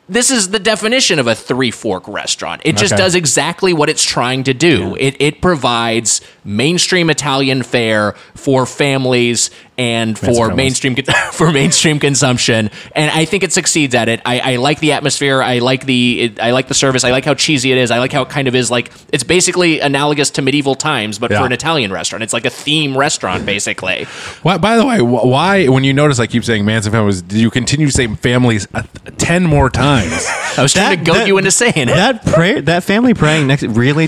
Speaker 2: this is the definition of a three fork restaurant. It just
Speaker 3: Okay.
Speaker 2: does exactly what it's trying to do. It it provides mainstream Italian fare for families and for
Speaker 3: families.
Speaker 2: mainstream for mainstream consumption, and I think it succeeds at it. I, I like the atmosphere. I like the it, I like the service. I like how cheesy it is. I like how it kind of is like it's basically analogous to medieval times, but
Speaker 3: Yeah.
Speaker 2: for an Italian restaurant. It's like a theme restaurant basically.
Speaker 3: Why, by the way, wh- why, when you notice I keep saying Manson families, do you continue to say families uh, 10 more times?
Speaker 2: I was trying to
Speaker 7: That-
Speaker 2: goad
Speaker 7: that-
Speaker 2: you into saying it.
Speaker 7: That prayer, that family praying next, really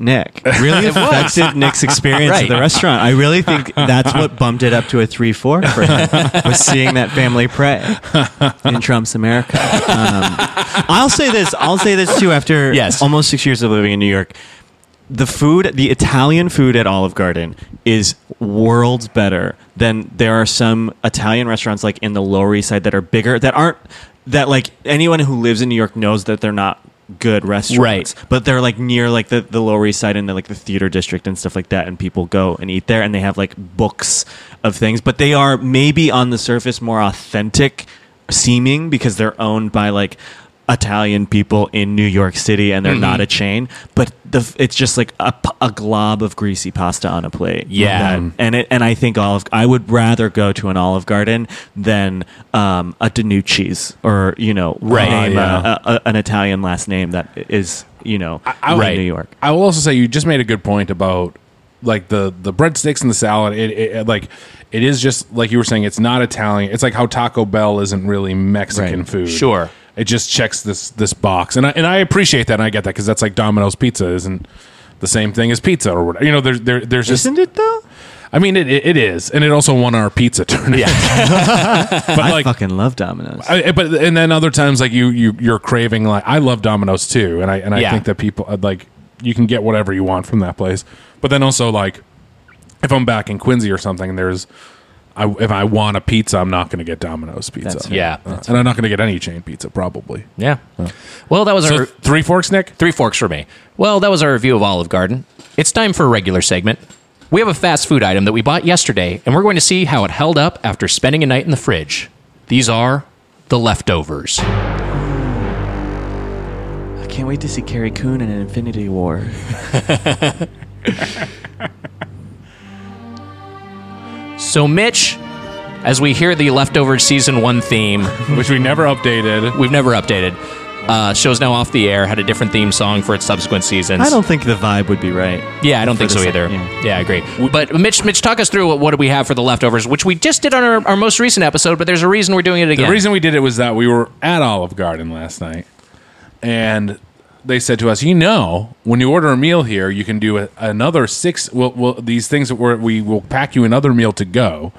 Speaker 7: Nick. Really affected Nick's experience at the restaurant. I really think that's what bumped it up to a three four for him was seeing that family pray in Trump's America. Um, I'll say this. I'll say this too. After
Speaker 2: Yes.
Speaker 7: almost six years of living in New York, the food, the Italian food at Olive Garden is worlds better than there are some Italian restaurants like in the Lower East Side that are bigger that aren't that like anyone who lives in New York knows that they're not good restaurants
Speaker 2: Right.
Speaker 7: but they're like near like the, the lower east side and the, like the theater district and stuff like that and people go and eat there and they have like books of things but they are maybe on the surface more authentic seeming because they're owned by like italian people in new york city and they're not a chain but the f- it's just like a, p- a glob of greasy pasta on a plate
Speaker 2: Yeah.
Speaker 7: That- and it and i think olive i would rather go to an olive garden than um a danucci's or you know
Speaker 2: Right.
Speaker 7: name,
Speaker 3: Oh, yeah.
Speaker 7: uh, a, a, an Italian last name that is, you know,
Speaker 3: I
Speaker 7: in
Speaker 3: would-
Speaker 7: New York.
Speaker 3: I will also say you just made a good point about like the the breadsticks and the salad. It, it like it is just like you were saying. It's not Italian. It's like how Taco Bell isn't really Mexican
Speaker 7: Right.
Speaker 3: food.
Speaker 2: Sure.
Speaker 3: it just checks this this box, and I and I appreciate that, and I get that because that's like Domino's pizza isn't the same thing as pizza or whatever. You know, there, there there's just.
Speaker 7: Isn't it though?
Speaker 3: I mean, it, it it is, and it also won our pizza tournament. but like,
Speaker 7: Fucking love Domino's.
Speaker 3: I, eh, but and then other times like you you you're craving like I love Domino's too, and I and I
Speaker 2: Yeah.
Speaker 3: think that people uh, like you can get whatever you want from that place. But then also like if I'm back in Quincy or something, there's I, if I want a pizza, I'm not going to get Domino's pizza.
Speaker 7: That's fair.
Speaker 2: Yeah.
Speaker 3: Uh, and I'm not going to get any chain pizza probably.
Speaker 2: Yeah. Well, that was
Speaker 3: So
Speaker 2: our
Speaker 3: three forks, Nick.
Speaker 2: Three forks for me. Well, that was our review of Olive Garden. It's time for a regular segment. We have a fast food item that we bought yesterday, and we're going to see how it held up after spending a night in the fridge. These are the leftovers.
Speaker 7: I can't wait to see Carrie Coon in an Infinity War.
Speaker 2: So, Mitch, as we hear the leftovers season one theme,
Speaker 3: Which we never updated.
Speaker 2: we've never updated. Uh, show's now off the air. Had a different theme song for its subsequent seasons.
Speaker 7: I don't think the vibe would be right.
Speaker 2: Yeah, I don't think
Speaker 7: the
Speaker 2: so
Speaker 7: sec-
Speaker 2: either.
Speaker 7: yeah.
Speaker 2: Yeah, I agree. But Mitch, Mitch, talk us through what, what do we have for the leftovers, which we just did on our, our most recent episode. But there's a reason we're doing it again.
Speaker 3: The reason we did it was that we were at Olive Garden last night, and they said to us, "You know, when you order a meal here, you can do a, another six. Well, well, these things that we're, we will pack you another meal to go."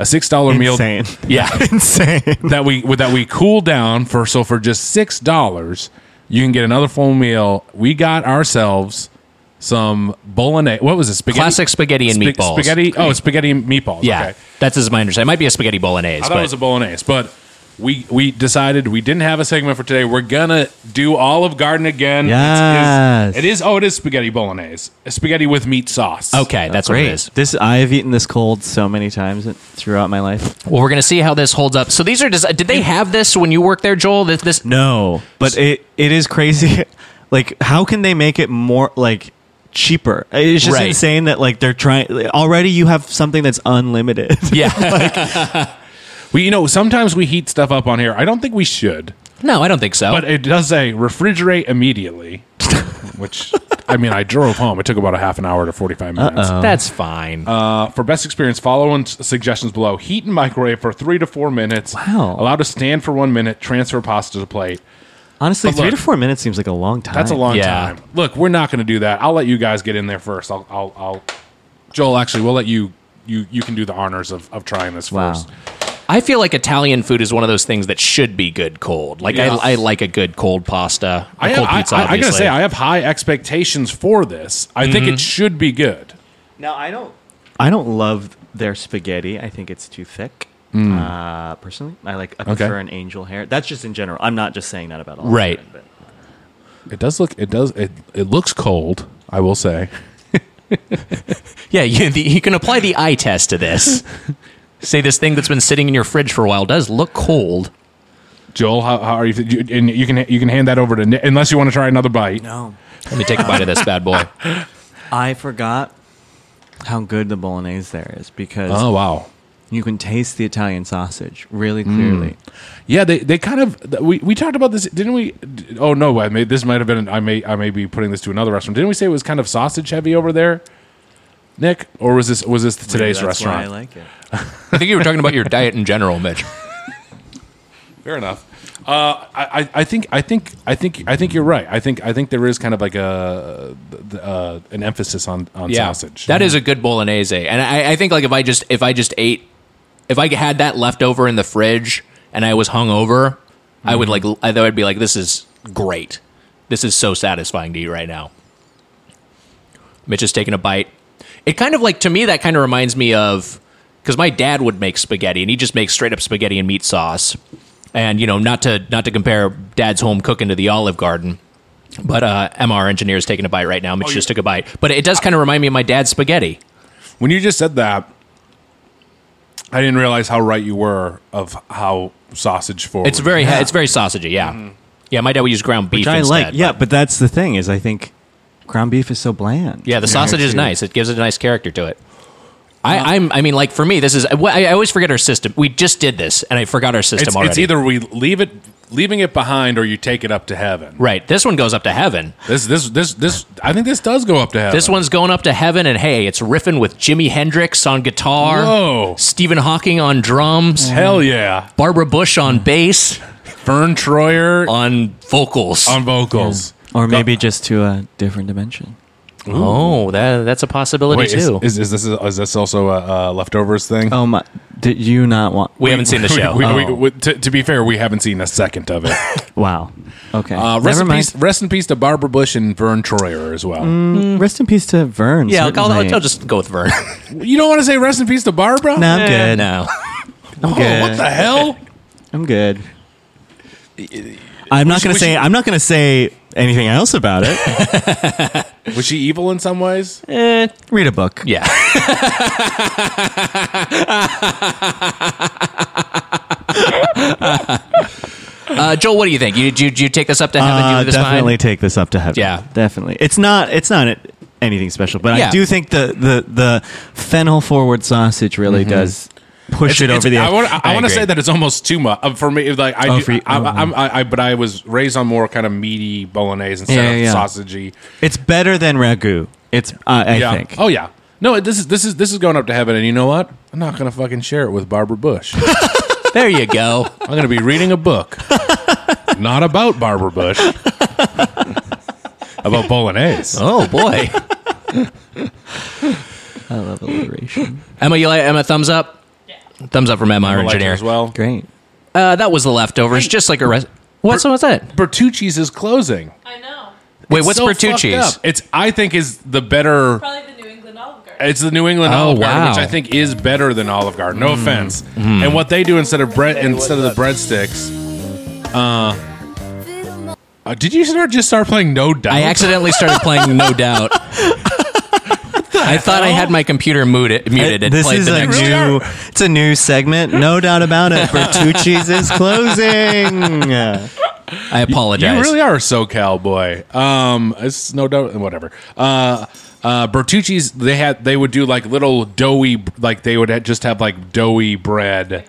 Speaker 3: a six dollar meal
Speaker 7: Insane.
Speaker 3: Yeah.
Speaker 7: Insane.
Speaker 3: that we with that we cool down for so for just six dollars you can get another full meal we got ourselves some bolognese what was it spaghetti
Speaker 2: Classic spaghetti and
Speaker 3: Sp-
Speaker 2: meatballs.
Speaker 3: spaghetti oh spaghetti and meatballs
Speaker 2: Yeah,
Speaker 3: okay.
Speaker 2: that's as my understanding. It might be a spaghetti bolognese.
Speaker 3: I thought
Speaker 2: but
Speaker 3: it was a bolognese, but we we decided we didn't have a segment for today. We're gonna do Olive Garden again. It's-
Speaker 7: Yes.
Speaker 3: it's- it is. Oh, it is spaghetti bolognese, spaghetti with meat sauce.
Speaker 2: okay, that's what it is.
Speaker 7: This I've eaten this cold so many times throughout my life.
Speaker 2: Well, we're gonna see how this holds up. So these are just. Did they have this when you worked there, Joel? This, this
Speaker 7: No, but it it is crazy. Like, how can they make it more like cheaper? It's just
Speaker 2: Right.
Speaker 7: insane that like they're trying. Already, you have something that's unlimited.
Speaker 2: yeah.
Speaker 3: We you know sometimes we heat stuff up on here. I don't think we should,
Speaker 2: no, I don't think so.
Speaker 3: but it does say refrigerate immediately, which I mean I drove home. It took about a half an hour to forty five minutes.
Speaker 2: that's fine.
Speaker 3: Uh, for best experience, following s- suggestions below: heat and microwave for three to four minutes.
Speaker 7: Wow.
Speaker 3: Allowed to stand for one minute. Transfer pasta to plate.
Speaker 7: Honestly,
Speaker 3: But
Speaker 7: three
Speaker 3: look-
Speaker 7: to four minutes seems like a long time.
Speaker 3: That's a long
Speaker 2: Yeah.
Speaker 3: time. Look, we're not going to do that. I'll let you guys get in there first. I'll, I'll, I'll Joel. Actually, we'll let you. You, you can do the honors of, of trying this
Speaker 7: Wow.
Speaker 3: first.
Speaker 2: I feel like Italian food is one of those things that should be good cold. Like
Speaker 3: Yeah.
Speaker 2: I, I like a good cold pasta, a
Speaker 3: I, have,
Speaker 2: cold
Speaker 3: I,
Speaker 2: pizza.
Speaker 3: I- I gotta
Speaker 2: obviously. Mm-hmm.
Speaker 3: say, I have high expectations for this. I think it should be good.
Speaker 7: Now I don't. I don't love their spaghetti. I think it's too thick.
Speaker 2: Mm.
Speaker 7: Uh, personally, I like. I prefer an angel hair. That's just in general. I'm not just saying that about all. of
Speaker 2: Right.
Speaker 7: it, but-
Speaker 3: It does look. It does. It it looks cold. I will say.
Speaker 2: yeah, you, the, you can apply the eye test to this. say this thing that's been sitting in your fridge for a while does look cold.
Speaker 3: Joel, how, how are you, you? And you can you can hand that over to Nick, unless you want to try another bite.
Speaker 7: No,
Speaker 2: Let me take a bite of this bad boy.
Speaker 7: I forgot how good the bolognese there is because
Speaker 3: Oh wow.
Speaker 7: you can taste the Italian sausage really clearly.
Speaker 2: Mm.
Speaker 3: Yeah, they, they kind of th- we, we talked about this, didn't we? D- Oh no, I may this might have been I may I may be putting this to another restaurant. Didn't we say it was kind of sausage heavy over there, Nick? Or was this was this today's
Speaker 7: Maybe that's
Speaker 3: restaurant?
Speaker 7: why I like it.
Speaker 2: I think you were talking about your diet in general, Mitch.
Speaker 3: Fair enough. Uh, I, I- I think I think I think I think you're right. I think I think there is kind of like a th- uh, an emphasis on on sausage.
Speaker 2: That is a good bolognese, and I, I think like if I just if I just ate if I had that left over in the fridge and I was hungover, I would like I would be like, this is great. This is so satisfying to eat right now. Mitch is taking a bite. It kind of like to me that kind of reminds me of because my dad would make spaghetti and he just makes straight up spaghetti and meat sauce. And you know, not to not to compare dad's home cooking to the Olive Garden, but uh, MR engineer is taking a bite right now.
Speaker 3: Oh,
Speaker 2: Mitch just took a bite, but it does kind of remind me of my dad's spaghetti.
Speaker 3: when you just said that. I didn't realize how right you were of how sausage for
Speaker 2: It's very it's very sausagey, yeah.
Speaker 3: Mm-hmm.
Speaker 2: Yeah, my dad would use ground beef.
Speaker 7: Which I
Speaker 2: instead,
Speaker 7: like. Yeah, but that's the thing is I think ground beef is so bland.
Speaker 2: Yeah, the sausage is nice. It gives it a nice character to it. I, I'm, I mean, like for me, this is. I, I always forget our system. We just did this, and I forgot our system
Speaker 3: it's,
Speaker 2: already.
Speaker 3: it's either we leave it leaving it behind or you take it up to heaven.
Speaker 2: right. This one goes up to heaven.
Speaker 3: This this this this I think this does go up to heaven.
Speaker 2: This one's going up to heaven, and hey, it's riffing with Jimi Hendrix on guitar,
Speaker 3: Whoa.
Speaker 2: Stephen Hawking on drums,
Speaker 3: Hell yeah.
Speaker 2: Barbara Bush on bass,
Speaker 3: Fern Troyer
Speaker 2: on vocals.
Speaker 3: on vocals.
Speaker 7: Or maybe just to a different dimension.
Speaker 2: oh, that that's a possibility
Speaker 3: Wait, is,
Speaker 2: too.
Speaker 3: is, is this is this also a uh, leftovers thing?
Speaker 7: Oh my! Did you not want?
Speaker 2: we haven't seen the
Speaker 3: We-
Speaker 2: show.
Speaker 3: we-
Speaker 2: Oh.
Speaker 3: we- we- to, to be fair, we haven't seen a second of it.
Speaker 7: Wow. Okay.
Speaker 3: Uh, rest,
Speaker 7: Never
Speaker 3: in
Speaker 7: mind.
Speaker 3: peace, rest in peace to Barbara Bush and Vern Troyer as well.
Speaker 7: Rest in peace to Vern.
Speaker 2: yeah, I'll, I'll,
Speaker 7: certainly.
Speaker 2: I'll just go with Vern.
Speaker 3: You don't want to say rest in peace to Barbara?
Speaker 7: No, I'm good.
Speaker 2: no,
Speaker 7: I'm
Speaker 3: Oh,
Speaker 7: good.
Speaker 3: what the hell?
Speaker 7: I'm good. I'm not gonna
Speaker 3: we
Speaker 7: say.
Speaker 3: should-
Speaker 7: I'm not gonna say anything else about it.
Speaker 3: Was she evil in some ways?
Speaker 7: Read a book.
Speaker 2: yeah. uh, Joel, what do you think? You do you, do you take this up to heaven? Do you
Speaker 7: Uh,
Speaker 2: leave this behind?
Speaker 7: definitely take this up to heaven.
Speaker 2: Yeah.
Speaker 7: definitely. It's not. It's not anything special, but
Speaker 2: Yeah.
Speaker 7: I do think the the the fennel forward sausage really does push it
Speaker 3: It's-
Speaker 7: over the.
Speaker 3: I
Speaker 7: edge.
Speaker 3: want. I, want to
Speaker 2: agree.
Speaker 3: say that it's almost too much um, for me. Like I,
Speaker 7: Oh,
Speaker 3: do,
Speaker 7: for you-
Speaker 3: I,
Speaker 7: oh,
Speaker 3: I, am I, I, but I was raised on more kind of meaty bolognese instead
Speaker 7: Yeah,
Speaker 3: of
Speaker 7: yeah.
Speaker 3: sausagey.
Speaker 7: It's better than ragu. It's. I I
Speaker 3: Yeah.
Speaker 7: think.
Speaker 3: Oh yeah. No, this is this is this is going up to heaven, and you know what? I'm not gonna fucking share it with Barbara Bush.
Speaker 2: There you go.
Speaker 3: I'm gonna be reading a book, not about Barbara Bush, about bolognese.
Speaker 2: Oh boy,
Speaker 7: I love alliteration.
Speaker 2: Emma, you like Emma? Thumbs up.
Speaker 11: Yeah.
Speaker 2: Thumbs up from Emma, our
Speaker 3: I liked it
Speaker 2: engineer.
Speaker 3: as well.
Speaker 7: Great.
Speaker 2: Uh, that was the leftovers, just like a rest. What's what's that?
Speaker 3: Bertucci's is closing.
Speaker 11: I know.
Speaker 2: Wait, what's
Speaker 3: so fucked
Speaker 2: Bertucci's?
Speaker 3: up. It's I think is the better.
Speaker 11: Probably the New England Olive Garden.
Speaker 3: It's the New England
Speaker 2: Oh,
Speaker 3: Olive Garden, which
Speaker 2: wow. Hmm.
Speaker 3: I think is better than Olive Garden. No offense. And what they do instead of bread instead of the breadsticks, uh, uh, did you start just start playing No Doubt?
Speaker 2: I accidentally started playing No Doubt. I thought I had my computer muted. muted and
Speaker 7: this
Speaker 2: played
Speaker 7: is
Speaker 2: the
Speaker 7: a
Speaker 2: next
Speaker 7: new. It's a new segment, no doubt about it. Bertucci's is closing.
Speaker 2: I apologize.
Speaker 3: You really are a SoCal boy. Um, it's no doubt. Whatever. Uh, uh, Bertucci's. They had. They would do like little doughy. Like they would ha- just have like doughy bread,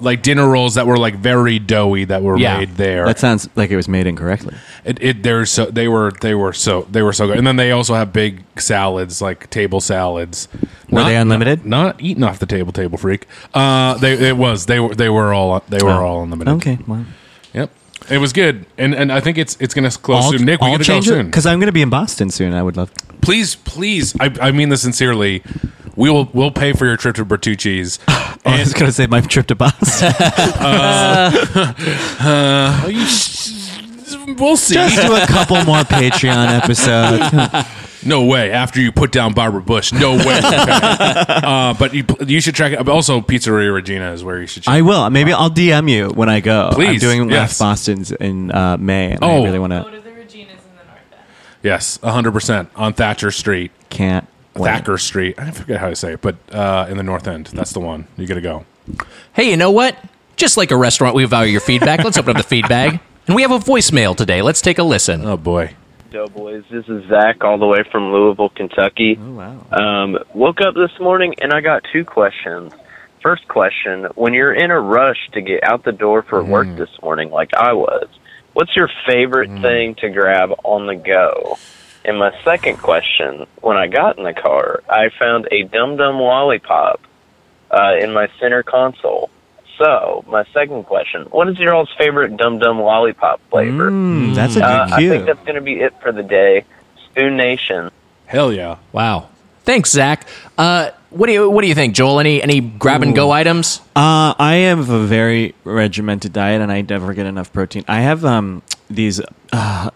Speaker 3: like dinner rolls that were like very doughy that were
Speaker 2: Yeah.
Speaker 3: made there.
Speaker 7: That sounds like it was made incorrectly.
Speaker 3: it, it, they're so they were they were so they were so good. And then they also have big salads like table salads.
Speaker 7: Were they unlimited?
Speaker 3: Not, eating off the table, table freak. Uh, they it was they were they were all they were all unlimited.
Speaker 7: Oh. Okay. Well,
Speaker 3: Yep. It was good, and and I think it's it's gonna close soon. Nick, we gotta go
Speaker 7: change
Speaker 3: soon.
Speaker 7: because I'm going to be in Boston soon. I would love.
Speaker 3: please, please, I, I mean this sincerely. We will we'll pay for your trip to Bertucci's.
Speaker 7: Oh, I was going to say my trip to Boston.
Speaker 3: Oh, you sh- we'll see.
Speaker 7: Just do a couple more Patreon episodes.
Speaker 3: No way. After you put down Barbara Bush, no way. we're paying. uh, but you you should check it. Also, Pizzeria Regina is where you should. check
Speaker 7: I will. Maybe I'll DM you when I go.
Speaker 3: Please,
Speaker 7: I'm doing
Speaker 3: yes.
Speaker 7: Left Boston's in uh, May, and
Speaker 3: Oh.
Speaker 7: I really want
Speaker 11: Go
Speaker 7: to.
Speaker 11: to the Regina's in the North End.
Speaker 3: Yes, hundred percent on Thatcher Street,
Speaker 7: Can't. wait.
Speaker 3: Thacker Street. I forget how to say it, but uh, in the North End, that's the one you gotta go.
Speaker 2: hey, you know what? Just like a restaurant, we value your feedback. Let's open up the feedback. And we have a voicemail today. Let's take a listen.
Speaker 3: Oh boy.
Speaker 12: Doughboys. This is Zach, all the way from Louisville, Kentucky.
Speaker 7: Oh, wow.
Speaker 12: Um, woke up this morning and I got two questions. First question When you're in a rush to get out the door for
Speaker 7: Mm-hmm.
Speaker 12: work this morning, like I was, what's your favorite
Speaker 7: Mm-hmm.
Speaker 12: thing to grab on the go? And my second question When I got in the car, I found a Dum Dum lollipop uh, in my center console. So, my second question What is your all's favorite Dum Dum lollipop flavor?
Speaker 7: Mm, that's a good
Speaker 12: Uh, I
Speaker 7: cue.
Speaker 12: think that's going to be it for the day. Spoon Nation.
Speaker 3: Hell yeah.
Speaker 2: Wow. Thanks, Zach. Uh, what do you What do you think, Joel? Any any grab and go items?
Speaker 7: Uh, I have a very regimented diet, and I never get enough protein. I have um these uh,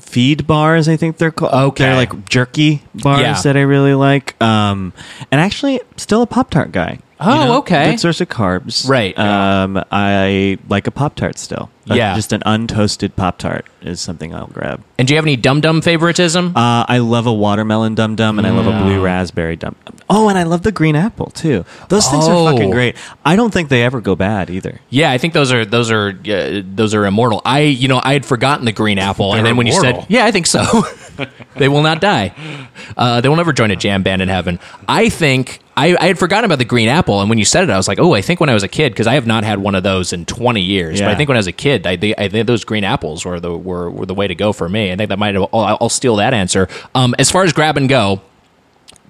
Speaker 7: feed bars. I think they're called.
Speaker 2: Okay.
Speaker 7: they're like jerky bars
Speaker 2: Yeah.
Speaker 7: that I really like. Um, and actually, still a Pop Tart guy.
Speaker 2: Oh, okay.
Speaker 7: Good source of carbs.
Speaker 2: Right.
Speaker 7: Um, I like a Pop Tart still. Uh,
Speaker 2: Yeah.
Speaker 7: just an untoasted Pop Tart is something I'll grab.
Speaker 2: And do you have any dum dum favoritism?
Speaker 7: Uh, I love a watermelon dum dum, and I love a blue raspberry dum. Oh, and I love the green apple too. Those things
Speaker 2: Oh.
Speaker 7: are fucking great. I don't think they ever go bad either.
Speaker 2: Yeah, I think those are those are uh, those are immortal. I you know I had forgotten the green apple, and
Speaker 3: They're
Speaker 2: then when you
Speaker 3: immortal.
Speaker 2: said, yeah, I think so. they will not die. Uh, they will never join a jam band in heaven. I think I, I had forgotten about the green apple, and when you said it, I was like, oh, I think when I was a kid, because I have not had one of those in twenty years. But I
Speaker 7: Yeah.
Speaker 2: think when I was a kid, I, they, I think those green apples were the were, were the way to go for me. I think that might have, I'll, I'll steal that answer. Um, as far as grab and go,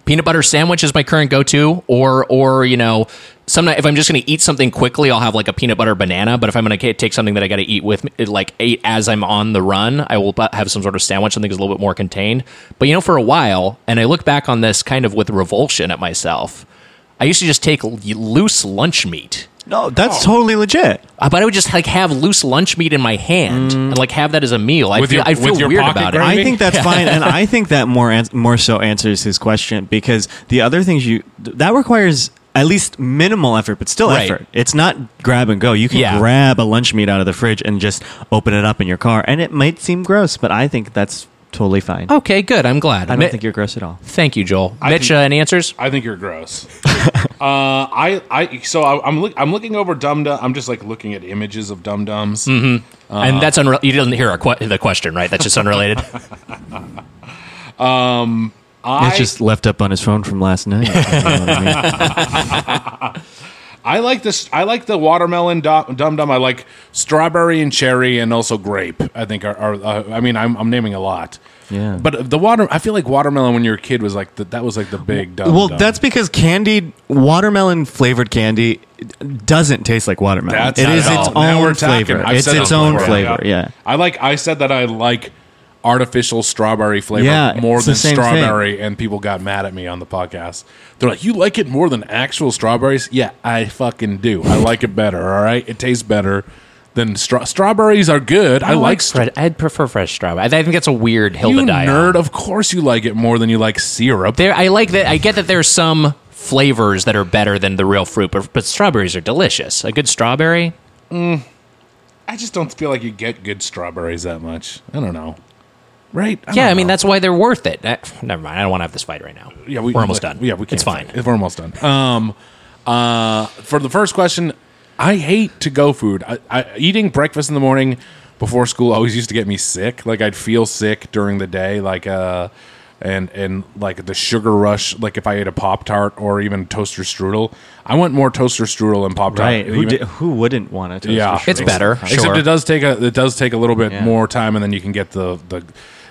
Speaker 2: peanut butter sandwich is my current go-to or or you know some if i'm just going to eat something quickly i'll have like a peanut butter banana but if i'm going to take something that i got to eat with me- like eat as i'm on the run i will bu- have some sort of sandwich something that's a little bit more contained but you know for a while and i look back on this kind of with revulsion at myself i used to just take l- loose lunch meat
Speaker 7: No, that's totally legit.
Speaker 2: Uh, but I would just like have loose lunch meat in my hand and like have that as a meal. I
Speaker 3: Mm. With
Speaker 2: feel
Speaker 3: your-
Speaker 2: I feel
Speaker 3: with your
Speaker 2: weird
Speaker 3: pocket
Speaker 2: about it.
Speaker 3: grind?
Speaker 7: I
Speaker 3: mean-
Speaker 7: think that's fine, and I think that more ans- more so answers his question because the other things you that requires at least minimal effort, but still
Speaker 2: Right.
Speaker 7: effort. It's not grab and go. You can
Speaker 2: Yeah.
Speaker 7: grab a lunch meat out of the fridge and just open it up in your car, and it might seem gross, but I think that's totally fine.
Speaker 2: okay, good. I'm glad.
Speaker 7: I
Speaker 2: Mi-
Speaker 7: don't think you're gross at all.
Speaker 2: Thank you, Joel. Mitch, uh, any answers?
Speaker 3: I think you're gross. uh, I, I, so I, I'm, look, I'm looking over Dum Dum. I'm just like looking at images of Dum Dums. Uh-huh.
Speaker 2: and that's unre- you didn't hear our que- the question, right? That's just unrelated.
Speaker 7: It's just left up on his phone from last night. You know what I mean?
Speaker 3: I like this. I like the watermelon dum dum. dum. I like strawberry and cherry, and also grape. I think are. are uh, I mean, I'm, I'm naming a lot.
Speaker 7: Yeah.
Speaker 3: But the water. I feel like watermelon when you're a kid was like the, that was like the big dum.
Speaker 7: Well,
Speaker 3: dum.
Speaker 7: that's because candied watermelon flavored candy doesn't taste like watermelon.
Speaker 3: That's
Speaker 7: it
Speaker 3: not
Speaker 7: is
Speaker 3: at
Speaker 7: its
Speaker 3: all. Now we're
Speaker 7: own
Speaker 3: talking.
Speaker 7: flavor.
Speaker 3: I've
Speaker 7: it's
Speaker 3: said
Speaker 7: its
Speaker 3: this
Speaker 7: own
Speaker 3: before.
Speaker 7: flavor. Yeah.
Speaker 3: I like. I said that I like artificial strawberry flavor
Speaker 7: Yeah,
Speaker 3: more
Speaker 7: it's the
Speaker 3: than
Speaker 7: same thing.
Speaker 3: strawberry, and people got mad at me on the podcast. They're like, "You like it more than actual strawberries?" Yeah, I fucking do. I like it better. All right, it tastes better than straw. Strawberries are good. I, like. stra-
Speaker 2: fresh. I'd prefer fresh strawberry. I think that's a weird hill
Speaker 3: you
Speaker 2: to die on.
Speaker 3: nerd. Of course, you like it more than you like syrup.
Speaker 2: There, I like that. I get that there's some flavors that are better than the real fruit, but, but strawberries are delicious. A good strawberry.
Speaker 3: I just don't feel like you get good strawberries that much. I don't know. Right?
Speaker 2: yeah,
Speaker 3: don't
Speaker 2: I mean
Speaker 3: know.
Speaker 2: that's why they're worth it. Eh, never mind. I don't want to have this fight right now.
Speaker 3: yeah, we,
Speaker 2: are almost
Speaker 3: like,
Speaker 2: done.
Speaker 3: Yeah, we can.
Speaker 2: It's fine.
Speaker 3: We're almost done. Um, uh, for the first question, I hate to go food. I, I, eating breakfast in the morning before school always used to get me sick. Like I'd feel sick during the day. Like uh, and and like the sugar rush. Like if I ate a pop tart or even toaster strudel, I want more toaster strudel than pop tart.
Speaker 7: Right? Who, di- who wouldn't want to?
Speaker 3: Yeah,
Speaker 2: It's better.
Speaker 3: Except
Speaker 2: Sure.
Speaker 3: it does take a it does take a little bit
Speaker 7: Yeah.
Speaker 3: more time, and then you can get the the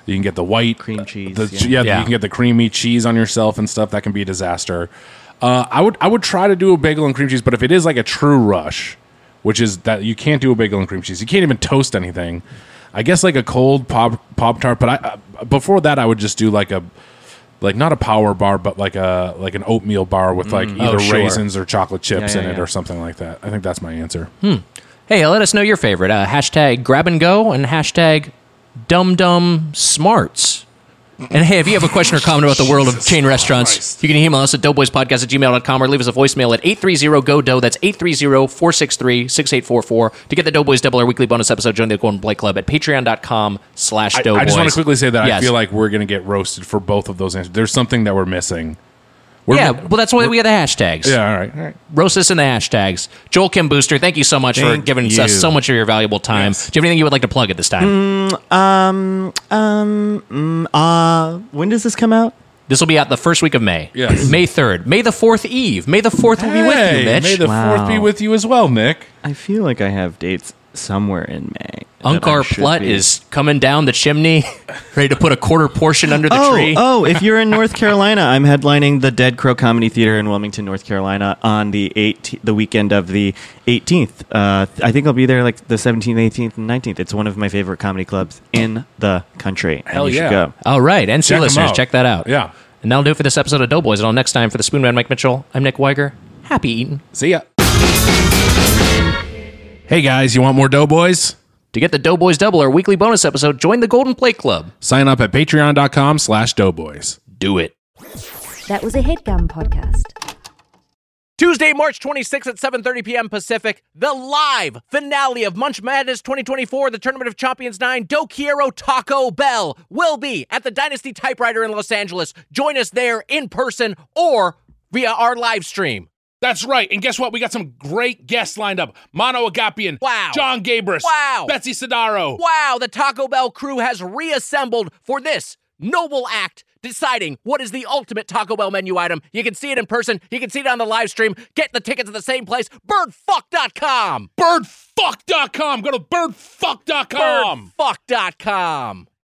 Speaker 3: you can get the white uh,
Speaker 7: Cream cheese,
Speaker 3: The, yeah,
Speaker 7: yeah.
Speaker 3: you
Speaker 2: Yeah.
Speaker 3: can get the creamy cheese on yourself and stuff. That can be a disaster. Uh, I would I would try to do a bagel and cream cheese, but if it is like a true rush, which is that you can't do a bagel and cream cheese, you can't even toast anything. I guess like a cold pop pop tart, but I uh, before that I would just do like a like not a power bar, but like a like an oatmeal bar with like either
Speaker 2: sure.
Speaker 3: raisins or chocolate chips
Speaker 7: Yeah, yeah,
Speaker 3: in it
Speaker 7: yeah.
Speaker 3: or something like that. I think that's my answer.
Speaker 2: Hey, let us know your favorite. Uh, hashtag grab and go and hashtag dum dum smarts. And hey, if you have a question or comment about the world of chain restaurants, you can email us at doughboyspodcast at gmail.com or leave us a voicemail at 830-GO-DOUGH. That's 830-463-6844. To get the Doughboys Double Our Weekly Bonus episode, join the Golden Blake Club at patreon.com slash
Speaker 3: I,
Speaker 2: doughboys.
Speaker 3: I just want to quickly say that I
Speaker 2: Yes.
Speaker 3: feel like we're going to get roasted for both of those answers. There's something that we're missing. We're
Speaker 2: Yeah, well, that's why we got the hashtags.
Speaker 3: yeah, all right. All right.
Speaker 2: Roast us in the hashtags. Joel Kim Booster, thank you so much for
Speaker 7: Thank
Speaker 2: giving
Speaker 7: you.
Speaker 2: us uh, so much of your valuable time. Do you have anything you would like to plug at this time?
Speaker 7: Uh, when does this come out?
Speaker 2: This will be out the first week of May.
Speaker 3: Yes.
Speaker 2: May 3rd. May the 4th Eve. May the 4th will be with
Speaker 3: Hey,
Speaker 2: you, Mitch.
Speaker 3: May the
Speaker 7: Wow.
Speaker 3: fourth be with you as well, Nick.
Speaker 7: I feel like I have dates somewhere in May. that
Speaker 2: Unkar
Speaker 7: I should
Speaker 2: Plutt
Speaker 7: be-
Speaker 2: is coming down the chimney, ready to put a quarter portion under the
Speaker 7: oh,
Speaker 2: tree.
Speaker 7: Oh, if you're in North Carolina, I'm headlining the Dead Crow Comedy Theater in Wilmington, North Carolina on the 18th, the weekend of the 18th. Uh, I think I'll be there like the 17th, 18th, and 19th. It's one of my favorite comedy clubs in the country. and
Speaker 3: Hell
Speaker 7: you
Speaker 3: yeah.
Speaker 7: should go.
Speaker 2: All right, NC
Speaker 3: Check 'em
Speaker 2: listeners,
Speaker 3: out.
Speaker 2: check that out.
Speaker 3: Yeah.
Speaker 2: And that'll do it for this episode of Doughboys. Until next time, for the Spoonman Mike Mitchell, I'm Nick Weiger. Happy eating.
Speaker 3: See ya. Hey guys, you want more Doughboys?
Speaker 2: To get the Doughboys Double, our weekly bonus episode, join the Golden Plate Club.
Speaker 3: Sign up at patreon.com slash doughboys.
Speaker 2: Do it.
Speaker 1: That was a headgum podcast.
Speaker 10: Tuesday, March 26th at 7:30 p.m. Pacific, the live finale of Munch Madness 2024, the Tournament of Champions 9, Dokiero Taco Bell will be at the Dynasty Typewriter in Los Angeles. Join us there in person or via our live stream.
Speaker 9: That's right. And guess what? We got some great guests lined up. Mono Agapian.
Speaker 10: Wow.
Speaker 9: John Gabris.
Speaker 10: Wow.
Speaker 9: Betsy Sidaro.
Speaker 10: Wow, the Taco Bell crew has reassembled for this noble act deciding what is the ultimate Taco Bell menu item. You can see it in person, you can see it on the live stream. Get the tickets at the same place, birdfuck.com.
Speaker 9: Birdfuck.com. Go to birdfuck.com.
Speaker 10: Birdfuck.com.